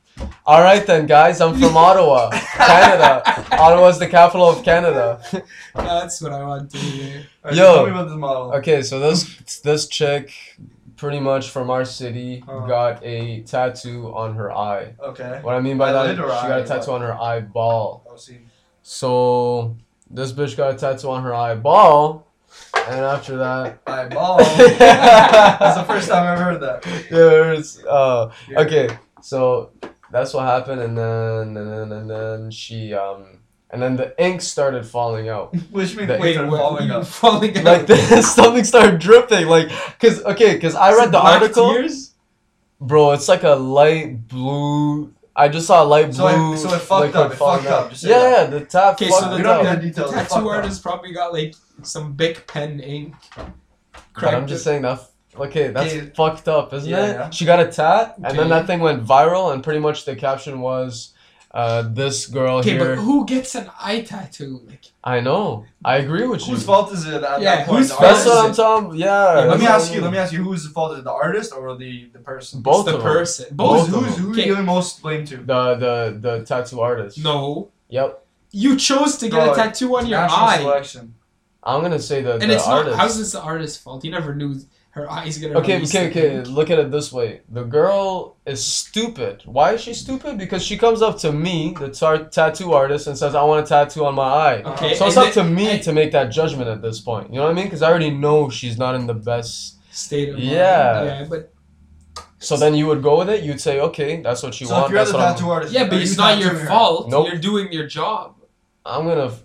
[SPEAKER 1] All right then, guys. I'm from Ottawa, Canada. Ottawa's the capital of Canada.
[SPEAKER 2] That's what I want to hear.
[SPEAKER 3] Alright,
[SPEAKER 1] Yo.
[SPEAKER 3] Tell me about this model.
[SPEAKER 1] Okay, so this this chick, pretty much from our city,
[SPEAKER 3] Uh.
[SPEAKER 1] got a tattoo on her eye.
[SPEAKER 3] Okay.
[SPEAKER 1] What I mean by that,
[SPEAKER 3] Eyelid
[SPEAKER 1] she
[SPEAKER 3] or
[SPEAKER 1] got a
[SPEAKER 3] eye?
[SPEAKER 1] tattoo on her eyeball.
[SPEAKER 3] I'll see.
[SPEAKER 1] So this bitch got a tattoo on her eyeball, and after that,
[SPEAKER 3] Eyeball. Oh. That's the first time I've heard that.
[SPEAKER 1] yeah, it's, uh, okay. So that's what happened, and then and then and then she um and then the ink started falling out.
[SPEAKER 3] Which means
[SPEAKER 1] Wait,
[SPEAKER 2] Wait,
[SPEAKER 3] wait, are
[SPEAKER 2] what-
[SPEAKER 3] following up.
[SPEAKER 2] Falling out.
[SPEAKER 1] Like something started dripping. Like, cause okay, cause I read the
[SPEAKER 2] Black
[SPEAKER 1] article,
[SPEAKER 2] tears?
[SPEAKER 1] bro. It's like a light blue. I just saw a light
[SPEAKER 3] So it-
[SPEAKER 1] blue.
[SPEAKER 3] so it fucked
[SPEAKER 1] liquid
[SPEAKER 3] up, it
[SPEAKER 1] falling
[SPEAKER 3] fucked up,
[SPEAKER 1] out.
[SPEAKER 3] just say
[SPEAKER 1] Yeah, yeah,
[SPEAKER 3] that.
[SPEAKER 1] the tap.
[SPEAKER 2] Okay,
[SPEAKER 1] fucked
[SPEAKER 2] so the-
[SPEAKER 1] it
[SPEAKER 3] we don't
[SPEAKER 1] up.
[SPEAKER 3] need
[SPEAKER 2] The
[SPEAKER 3] the details. it's fucked
[SPEAKER 2] tattoo
[SPEAKER 3] up.
[SPEAKER 2] artist probably got like some big pen ink.
[SPEAKER 1] But
[SPEAKER 2] Cracked
[SPEAKER 1] I'm just
[SPEAKER 2] it.
[SPEAKER 1] saying that. Okay, that's
[SPEAKER 3] Okay.
[SPEAKER 1] fucked up, isn't
[SPEAKER 3] Yeah,
[SPEAKER 1] it?
[SPEAKER 3] yeah.
[SPEAKER 1] She got a tat, and then
[SPEAKER 2] Okay.
[SPEAKER 1] that thing went viral, and pretty much the caption was, uh, "This girl
[SPEAKER 2] Okay,
[SPEAKER 1] here."
[SPEAKER 2] but who gets an eye tattoo? Like,
[SPEAKER 1] I know. I agree with you.
[SPEAKER 3] Whose fault is it at
[SPEAKER 2] Yeah,
[SPEAKER 3] that point?
[SPEAKER 2] whose
[SPEAKER 3] The
[SPEAKER 2] fault
[SPEAKER 1] That's
[SPEAKER 3] artist?
[SPEAKER 2] is
[SPEAKER 1] what I'm
[SPEAKER 2] it?
[SPEAKER 1] talking. Yeah.
[SPEAKER 2] Yeah,
[SPEAKER 1] that's
[SPEAKER 3] Let me
[SPEAKER 1] what
[SPEAKER 3] ask
[SPEAKER 1] I
[SPEAKER 3] you. Let
[SPEAKER 1] mean.
[SPEAKER 3] me ask you. Whose fault is it? The artist or the the person?
[SPEAKER 1] Both
[SPEAKER 2] it's
[SPEAKER 1] of
[SPEAKER 2] the
[SPEAKER 1] them.
[SPEAKER 2] person.
[SPEAKER 1] Both
[SPEAKER 2] Both.
[SPEAKER 1] of
[SPEAKER 3] Who's
[SPEAKER 1] them.
[SPEAKER 3] who are
[SPEAKER 2] Okay.
[SPEAKER 3] you giving most blame to?
[SPEAKER 1] The the the tattoo artist.
[SPEAKER 2] No,
[SPEAKER 1] Yep.
[SPEAKER 2] you chose to get
[SPEAKER 3] No,
[SPEAKER 2] a tattoo on your
[SPEAKER 3] National
[SPEAKER 2] eye,
[SPEAKER 3] selection.
[SPEAKER 1] I'm gonna say the,
[SPEAKER 2] and
[SPEAKER 1] the
[SPEAKER 2] it's
[SPEAKER 1] artist.
[SPEAKER 2] not. How's this the artist's fault? You never knew her eyes gonna.
[SPEAKER 1] Okay,
[SPEAKER 2] release
[SPEAKER 1] okay,
[SPEAKER 2] it.
[SPEAKER 1] okay. Look at it this way. The girl is stupid. Why is she stupid? Because she comes up to me, the tar- tattoo artist, and says, "I want a tattoo on my eye."
[SPEAKER 2] Okay,
[SPEAKER 1] So it's
[SPEAKER 2] and
[SPEAKER 1] up to
[SPEAKER 2] then-
[SPEAKER 1] me
[SPEAKER 2] and
[SPEAKER 1] to make that judgment at this point. You know what I mean? Because I already know she's not in the best.
[SPEAKER 2] state of mind.
[SPEAKER 1] Yeah.
[SPEAKER 2] yeah, but
[SPEAKER 1] So then you would go with it. You'd say, "Okay, that's what you
[SPEAKER 3] so
[SPEAKER 1] want."
[SPEAKER 3] if you're
[SPEAKER 1] that's
[SPEAKER 3] the
[SPEAKER 1] what I'm-
[SPEAKER 3] tattoo artist,
[SPEAKER 2] yeah, but
[SPEAKER 3] are
[SPEAKER 2] it's
[SPEAKER 3] you
[SPEAKER 2] not your
[SPEAKER 3] tattooing her?
[SPEAKER 2] fault.
[SPEAKER 1] Nope.
[SPEAKER 2] You're doing your job.
[SPEAKER 1] I'm gonna. F-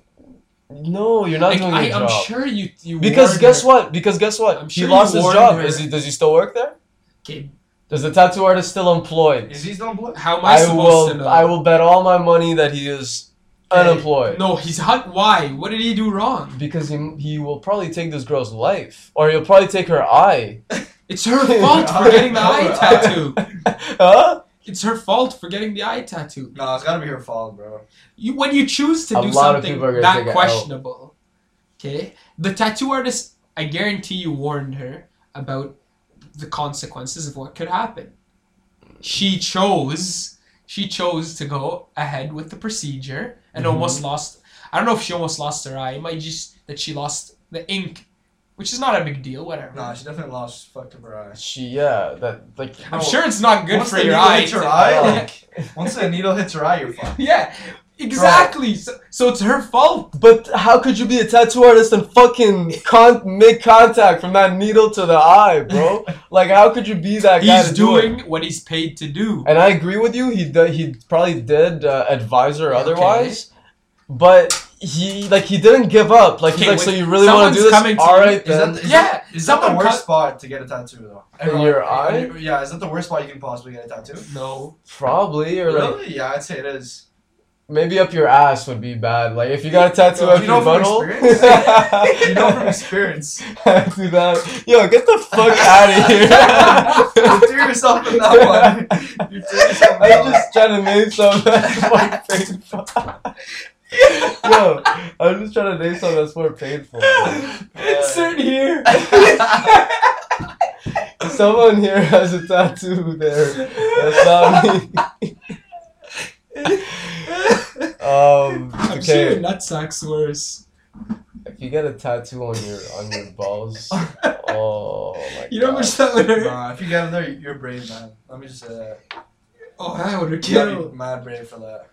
[SPEAKER 1] no, you're not
[SPEAKER 2] like,
[SPEAKER 1] doing
[SPEAKER 2] I,
[SPEAKER 1] your job.
[SPEAKER 2] I'm sure you you.
[SPEAKER 1] Because
[SPEAKER 2] warned
[SPEAKER 1] guess
[SPEAKER 2] her.
[SPEAKER 1] what? Because guess what?
[SPEAKER 2] I'm
[SPEAKER 1] he
[SPEAKER 2] sure
[SPEAKER 1] lost
[SPEAKER 2] you
[SPEAKER 1] his
[SPEAKER 2] warned
[SPEAKER 1] job.
[SPEAKER 2] her.
[SPEAKER 1] Is he? Does he still work there?
[SPEAKER 2] Okay,
[SPEAKER 1] Does the tattoo artist still employed?
[SPEAKER 3] Is he still employed?
[SPEAKER 2] how am I,
[SPEAKER 1] I
[SPEAKER 2] supposed
[SPEAKER 1] will.
[SPEAKER 2] to know?
[SPEAKER 1] I will bet all my money that he is
[SPEAKER 2] Okay.
[SPEAKER 1] unemployed.
[SPEAKER 2] No, he's hot. Why? What did he do wrong?
[SPEAKER 1] Because he, he will probably take this girl's life, or he'll probably take her eye.
[SPEAKER 2] It's her fault for getting the eye tattoo.
[SPEAKER 1] huh?
[SPEAKER 2] It's her fault for getting the eye tattoo.
[SPEAKER 3] No, it's gotta be her fault, bro.
[SPEAKER 2] You when you choose to
[SPEAKER 1] A
[SPEAKER 2] do
[SPEAKER 1] lot of
[SPEAKER 2] something
[SPEAKER 1] people are gonna
[SPEAKER 2] that
[SPEAKER 1] take it out.
[SPEAKER 2] questionable, okay? The tattoo artist, I guarantee you, warned her about the consequences of what could happen. She chose. She chose to go ahead with the procedure and
[SPEAKER 1] Mhm.
[SPEAKER 2] almost lost. I don't know if she almost lost her eye. It might just that she lost the ink, which is not a big deal. Whatever.
[SPEAKER 3] No, she definitely lost fucked up her eye.
[SPEAKER 1] She yeah. That like.
[SPEAKER 2] I'm
[SPEAKER 3] No,
[SPEAKER 2] sure it's not good
[SPEAKER 3] once
[SPEAKER 2] for
[SPEAKER 3] the
[SPEAKER 2] your
[SPEAKER 3] needle
[SPEAKER 2] eye.
[SPEAKER 3] hits your
[SPEAKER 2] to-
[SPEAKER 3] eye, like- Once the needle hits her eye, you're fucked.
[SPEAKER 2] yeah, exactly. So, so it's her fault.
[SPEAKER 1] But how could you be a tattoo artist and fucking con- make contact from that needle to the eye, bro? Like, how could you be that guy?
[SPEAKER 2] He's
[SPEAKER 1] to do it?
[SPEAKER 2] doing what he's paid to do.
[SPEAKER 1] And I agree with you. He d- he probably did uh, advise her otherwise, but he like he didn't give up. Like he's
[SPEAKER 2] Okay,
[SPEAKER 1] like, so
[SPEAKER 2] when
[SPEAKER 1] you really want
[SPEAKER 2] someone's
[SPEAKER 1] to do this?
[SPEAKER 2] coming to
[SPEAKER 1] All
[SPEAKER 2] you-
[SPEAKER 1] right
[SPEAKER 3] Is
[SPEAKER 1] then.
[SPEAKER 3] that, is
[SPEAKER 2] Yeah,
[SPEAKER 3] that, is that the
[SPEAKER 2] someone
[SPEAKER 3] worst
[SPEAKER 2] cut-
[SPEAKER 3] spot to get a tattoo though?
[SPEAKER 1] In your
[SPEAKER 3] on
[SPEAKER 1] eye?
[SPEAKER 3] your- yeah, is that the worst spot you can possibly get a tattoo?
[SPEAKER 2] No.
[SPEAKER 1] Probably or like
[SPEAKER 3] Really? Yeah, I'd say it is.
[SPEAKER 1] maybe up your ass would be bad. Like if you got a tattoo
[SPEAKER 3] You
[SPEAKER 1] up
[SPEAKER 3] know
[SPEAKER 1] your
[SPEAKER 3] from
[SPEAKER 1] butthole.
[SPEAKER 3] You know from experience.
[SPEAKER 1] do that. Yo, get the fuck out of
[SPEAKER 3] you
[SPEAKER 1] here.
[SPEAKER 3] threw yourself in that one. You threw yourself in that
[SPEAKER 1] I'm
[SPEAKER 3] one.
[SPEAKER 1] just trying to name something that's more painful. Yo, I'm just trying to name something that's more painful.
[SPEAKER 2] Insert here.
[SPEAKER 1] Someone here has a tattoo there. That's not me. um,
[SPEAKER 2] I'm sure
[SPEAKER 1] okay.
[SPEAKER 2] your nut sucks worse.
[SPEAKER 1] If you get a tattoo on your on your balls, oh my
[SPEAKER 2] You know how
[SPEAKER 1] god.
[SPEAKER 2] much that would hurt?
[SPEAKER 3] Nah, if you get him there, you're brave, man. Let me just say that.
[SPEAKER 2] Oh, that would
[SPEAKER 3] You gotta
[SPEAKER 2] kill.
[SPEAKER 3] be mad brave for that.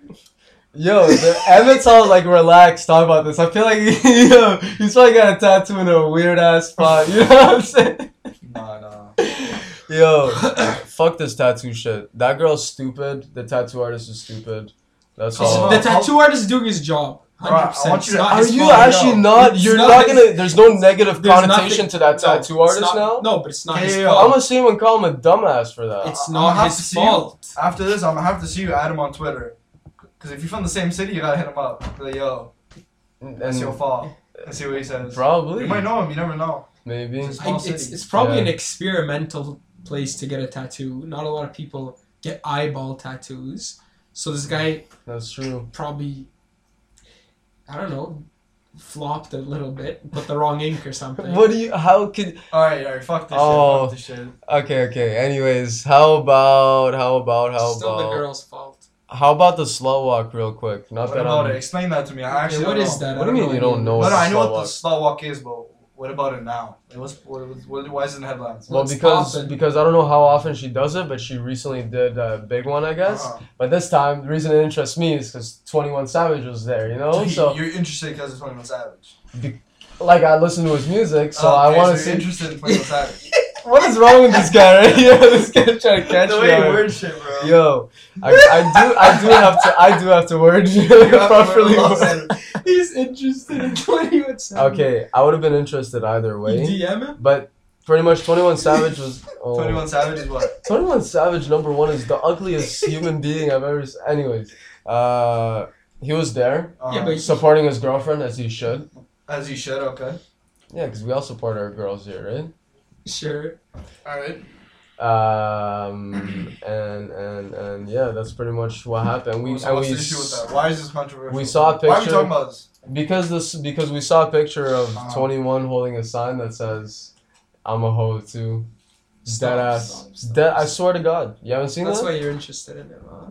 [SPEAKER 1] Yo, the, Emmett's all like relaxed talking about this. I feel like yo, he's probably got a tattoo in a weird ass spot. You know what I'm saying?
[SPEAKER 3] Nah, nah.
[SPEAKER 1] Yo, fuck this tattoo shit. That girl's stupid. The tattoo artist is stupid. That's
[SPEAKER 3] Come
[SPEAKER 1] all.
[SPEAKER 3] on.
[SPEAKER 2] The tattoo artist is doing his job.
[SPEAKER 3] Bro, I
[SPEAKER 2] 100%.
[SPEAKER 3] want you
[SPEAKER 2] It's
[SPEAKER 3] to-
[SPEAKER 2] not
[SPEAKER 1] Are
[SPEAKER 2] his
[SPEAKER 1] you
[SPEAKER 2] fault.
[SPEAKER 1] actually not?
[SPEAKER 2] It's
[SPEAKER 1] You're
[SPEAKER 2] not
[SPEAKER 1] not
[SPEAKER 2] his-
[SPEAKER 1] gonna. There's no negative
[SPEAKER 2] There's
[SPEAKER 1] connotation
[SPEAKER 2] nothing-
[SPEAKER 1] to that
[SPEAKER 2] No,
[SPEAKER 1] tattoo
[SPEAKER 2] it's
[SPEAKER 1] artist
[SPEAKER 2] not-
[SPEAKER 1] now.
[SPEAKER 2] No, but it's not his
[SPEAKER 3] Hey,
[SPEAKER 1] I'm
[SPEAKER 2] fault.
[SPEAKER 1] gonna see him and call him a dumbass for that.
[SPEAKER 2] It's
[SPEAKER 3] I'm
[SPEAKER 2] not
[SPEAKER 3] gonna have to
[SPEAKER 2] his
[SPEAKER 3] see you.
[SPEAKER 2] fault.
[SPEAKER 3] After this, I'm gonna have to see you add him on Twitter. Cause if you're from the same city, you gotta hit him up. Be Like, yo, that's your
[SPEAKER 1] and
[SPEAKER 3] fault. And see what he says.
[SPEAKER 1] Mm. probably,
[SPEAKER 3] You might know him. You never know.
[SPEAKER 1] maybe.
[SPEAKER 3] Just-
[SPEAKER 2] I,
[SPEAKER 3] Small
[SPEAKER 2] it's,
[SPEAKER 3] city.
[SPEAKER 2] it's probably
[SPEAKER 1] Yeah.
[SPEAKER 2] an experimental place to get a tattoo. Not a lot of people get eyeball tattoos. So this guy
[SPEAKER 1] That's true.
[SPEAKER 2] probably I don't know, flopped a little bit, put the wrong ink or something.
[SPEAKER 1] What do you? How could?
[SPEAKER 3] All right, all right. Fuck this
[SPEAKER 1] Oh.
[SPEAKER 3] shit. Fuck this shit.
[SPEAKER 1] Okay, okay. Anyways, how about how about
[SPEAKER 3] Oh,
[SPEAKER 1] how
[SPEAKER 2] Still
[SPEAKER 1] about
[SPEAKER 2] the girl's fault.
[SPEAKER 1] how about the slow walk real quick? Not
[SPEAKER 3] What
[SPEAKER 1] that
[SPEAKER 3] about
[SPEAKER 1] I'm- Oh,
[SPEAKER 3] it? Explain that to me. I
[SPEAKER 2] Okay,
[SPEAKER 3] actually.
[SPEAKER 2] what
[SPEAKER 3] don't
[SPEAKER 2] is
[SPEAKER 3] know.
[SPEAKER 2] that?
[SPEAKER 1] What do
[SPEAKER 2] I
[SPEAKER 1] you mean
[SPEAKER 2] know
[SPEAKER 1] you don't know
[SPEAKER 3] No,
[SPEAKER 1] What
[SPEAKER 3] no,
[SPEAKER 1] is
[SPEAKER 3] I know what
[SPEAKER 1] Slovak?
[SPEAKER 3] the Slow Walk is, but what about it now? Like, what's, what, what, why is it in the headlines?
[SPEAKER 1] Well,
[SPEAKER 2] What's
[SPEAKER 1] because
[SPEAKER 2] poppin'?
[SPEAKER 1] because I don't know how often she does it, but she recently did a big one, I guess.
[SPEAKER 3] Uh-uh.
[SPEAKER 1] But this time, the reason it interests me is because Twenty One Savage was there, you know. Oh, So
[SPEAKER 3] you're interested because of 21 Savage.
[SPEAKER 1] like I listen to his music, so
[SPEAKER 3] Oh,
[SPEAKER 1] I
[SPEAKER 3] okay,
[SPEAKER 1] want to
[SPEAKER 3] so
[SPEAKER 1] see.
[SPEAKER 3] you're interested in 21 Savage.
[SPEAKER 1] what is wrong with this guy right here? this guy trying to catch
[SPEAKER 3] no,
[SPEAKER 1] me.
[SPEAKER 3] wait,
[SPEAKER 1] out.
[SPEAKER 3] weird shit, bro.
[SPEAKER 1] Yo, I, I do I do have to I do have to word you properly. word.
[SPEAKER 2] He's interested in 21 Savage.
[SPEAKER 1] Okay, I would have been interested either
[SPEAKER 2] You
[SPEAKER 1] way,
[SPEAKER 2] DM him?
[SPEAKER 1] but pretty much Twenty One Savage was. Oh.
[SPEAKER 3] 21 Savage is what?
[SPEAKER 1] 21 Savage number one is the ugliest human being I've ever. s Anyways, uh, he was there
[SPEAKER 3] Uh,
[SPEAKER 2] Yeah, but-
[SPEAKER 1] supporting his girlfriend as he should.
[SPEAKER 3] As you should, okay.
[SPEAKER 1] Yeah, because we all support our girls here, right?
[SPEAKER 2] Sure.
[SPEAKER 3] Alright.
[SPEAKER 1] Um, and and and yeah, that's pretty much what happened. We
[SPEAKER 3] so
[SPEAKER 1] and
[SPEAKER 3] what's
[SPEAKER 1] we
[SPEAKER 3] the issue with
[SPEAKER 1] s-
[SPEAKER 3] that? Why is this controversial?
[SPEAKER 1] we saw a
[SPEAKER 3] Why are we
[SPEAKER 1] picture-
[SPEAKER 3] talking about this?
[SPEAKER 1] because this because we saw a picture of
[SPEAKER 3] Uh-huh.
[SPEAKER 1] 21 holding a sign that says, "I'm a hoe too."
[SPEAKER 2] Stop,
[SPEAKER 1] Dead ass.
[SPEAKER 2] stop, stop,
[SPEAKER 1] Dead. I
[SPEAKER 2] stop.
[SPEAKER 1] swear to God, you haven't seen
[SPEAKER 2] That's
[SPEAKER 1] that.
[SPEAKER 2] why you're interested in him, huh?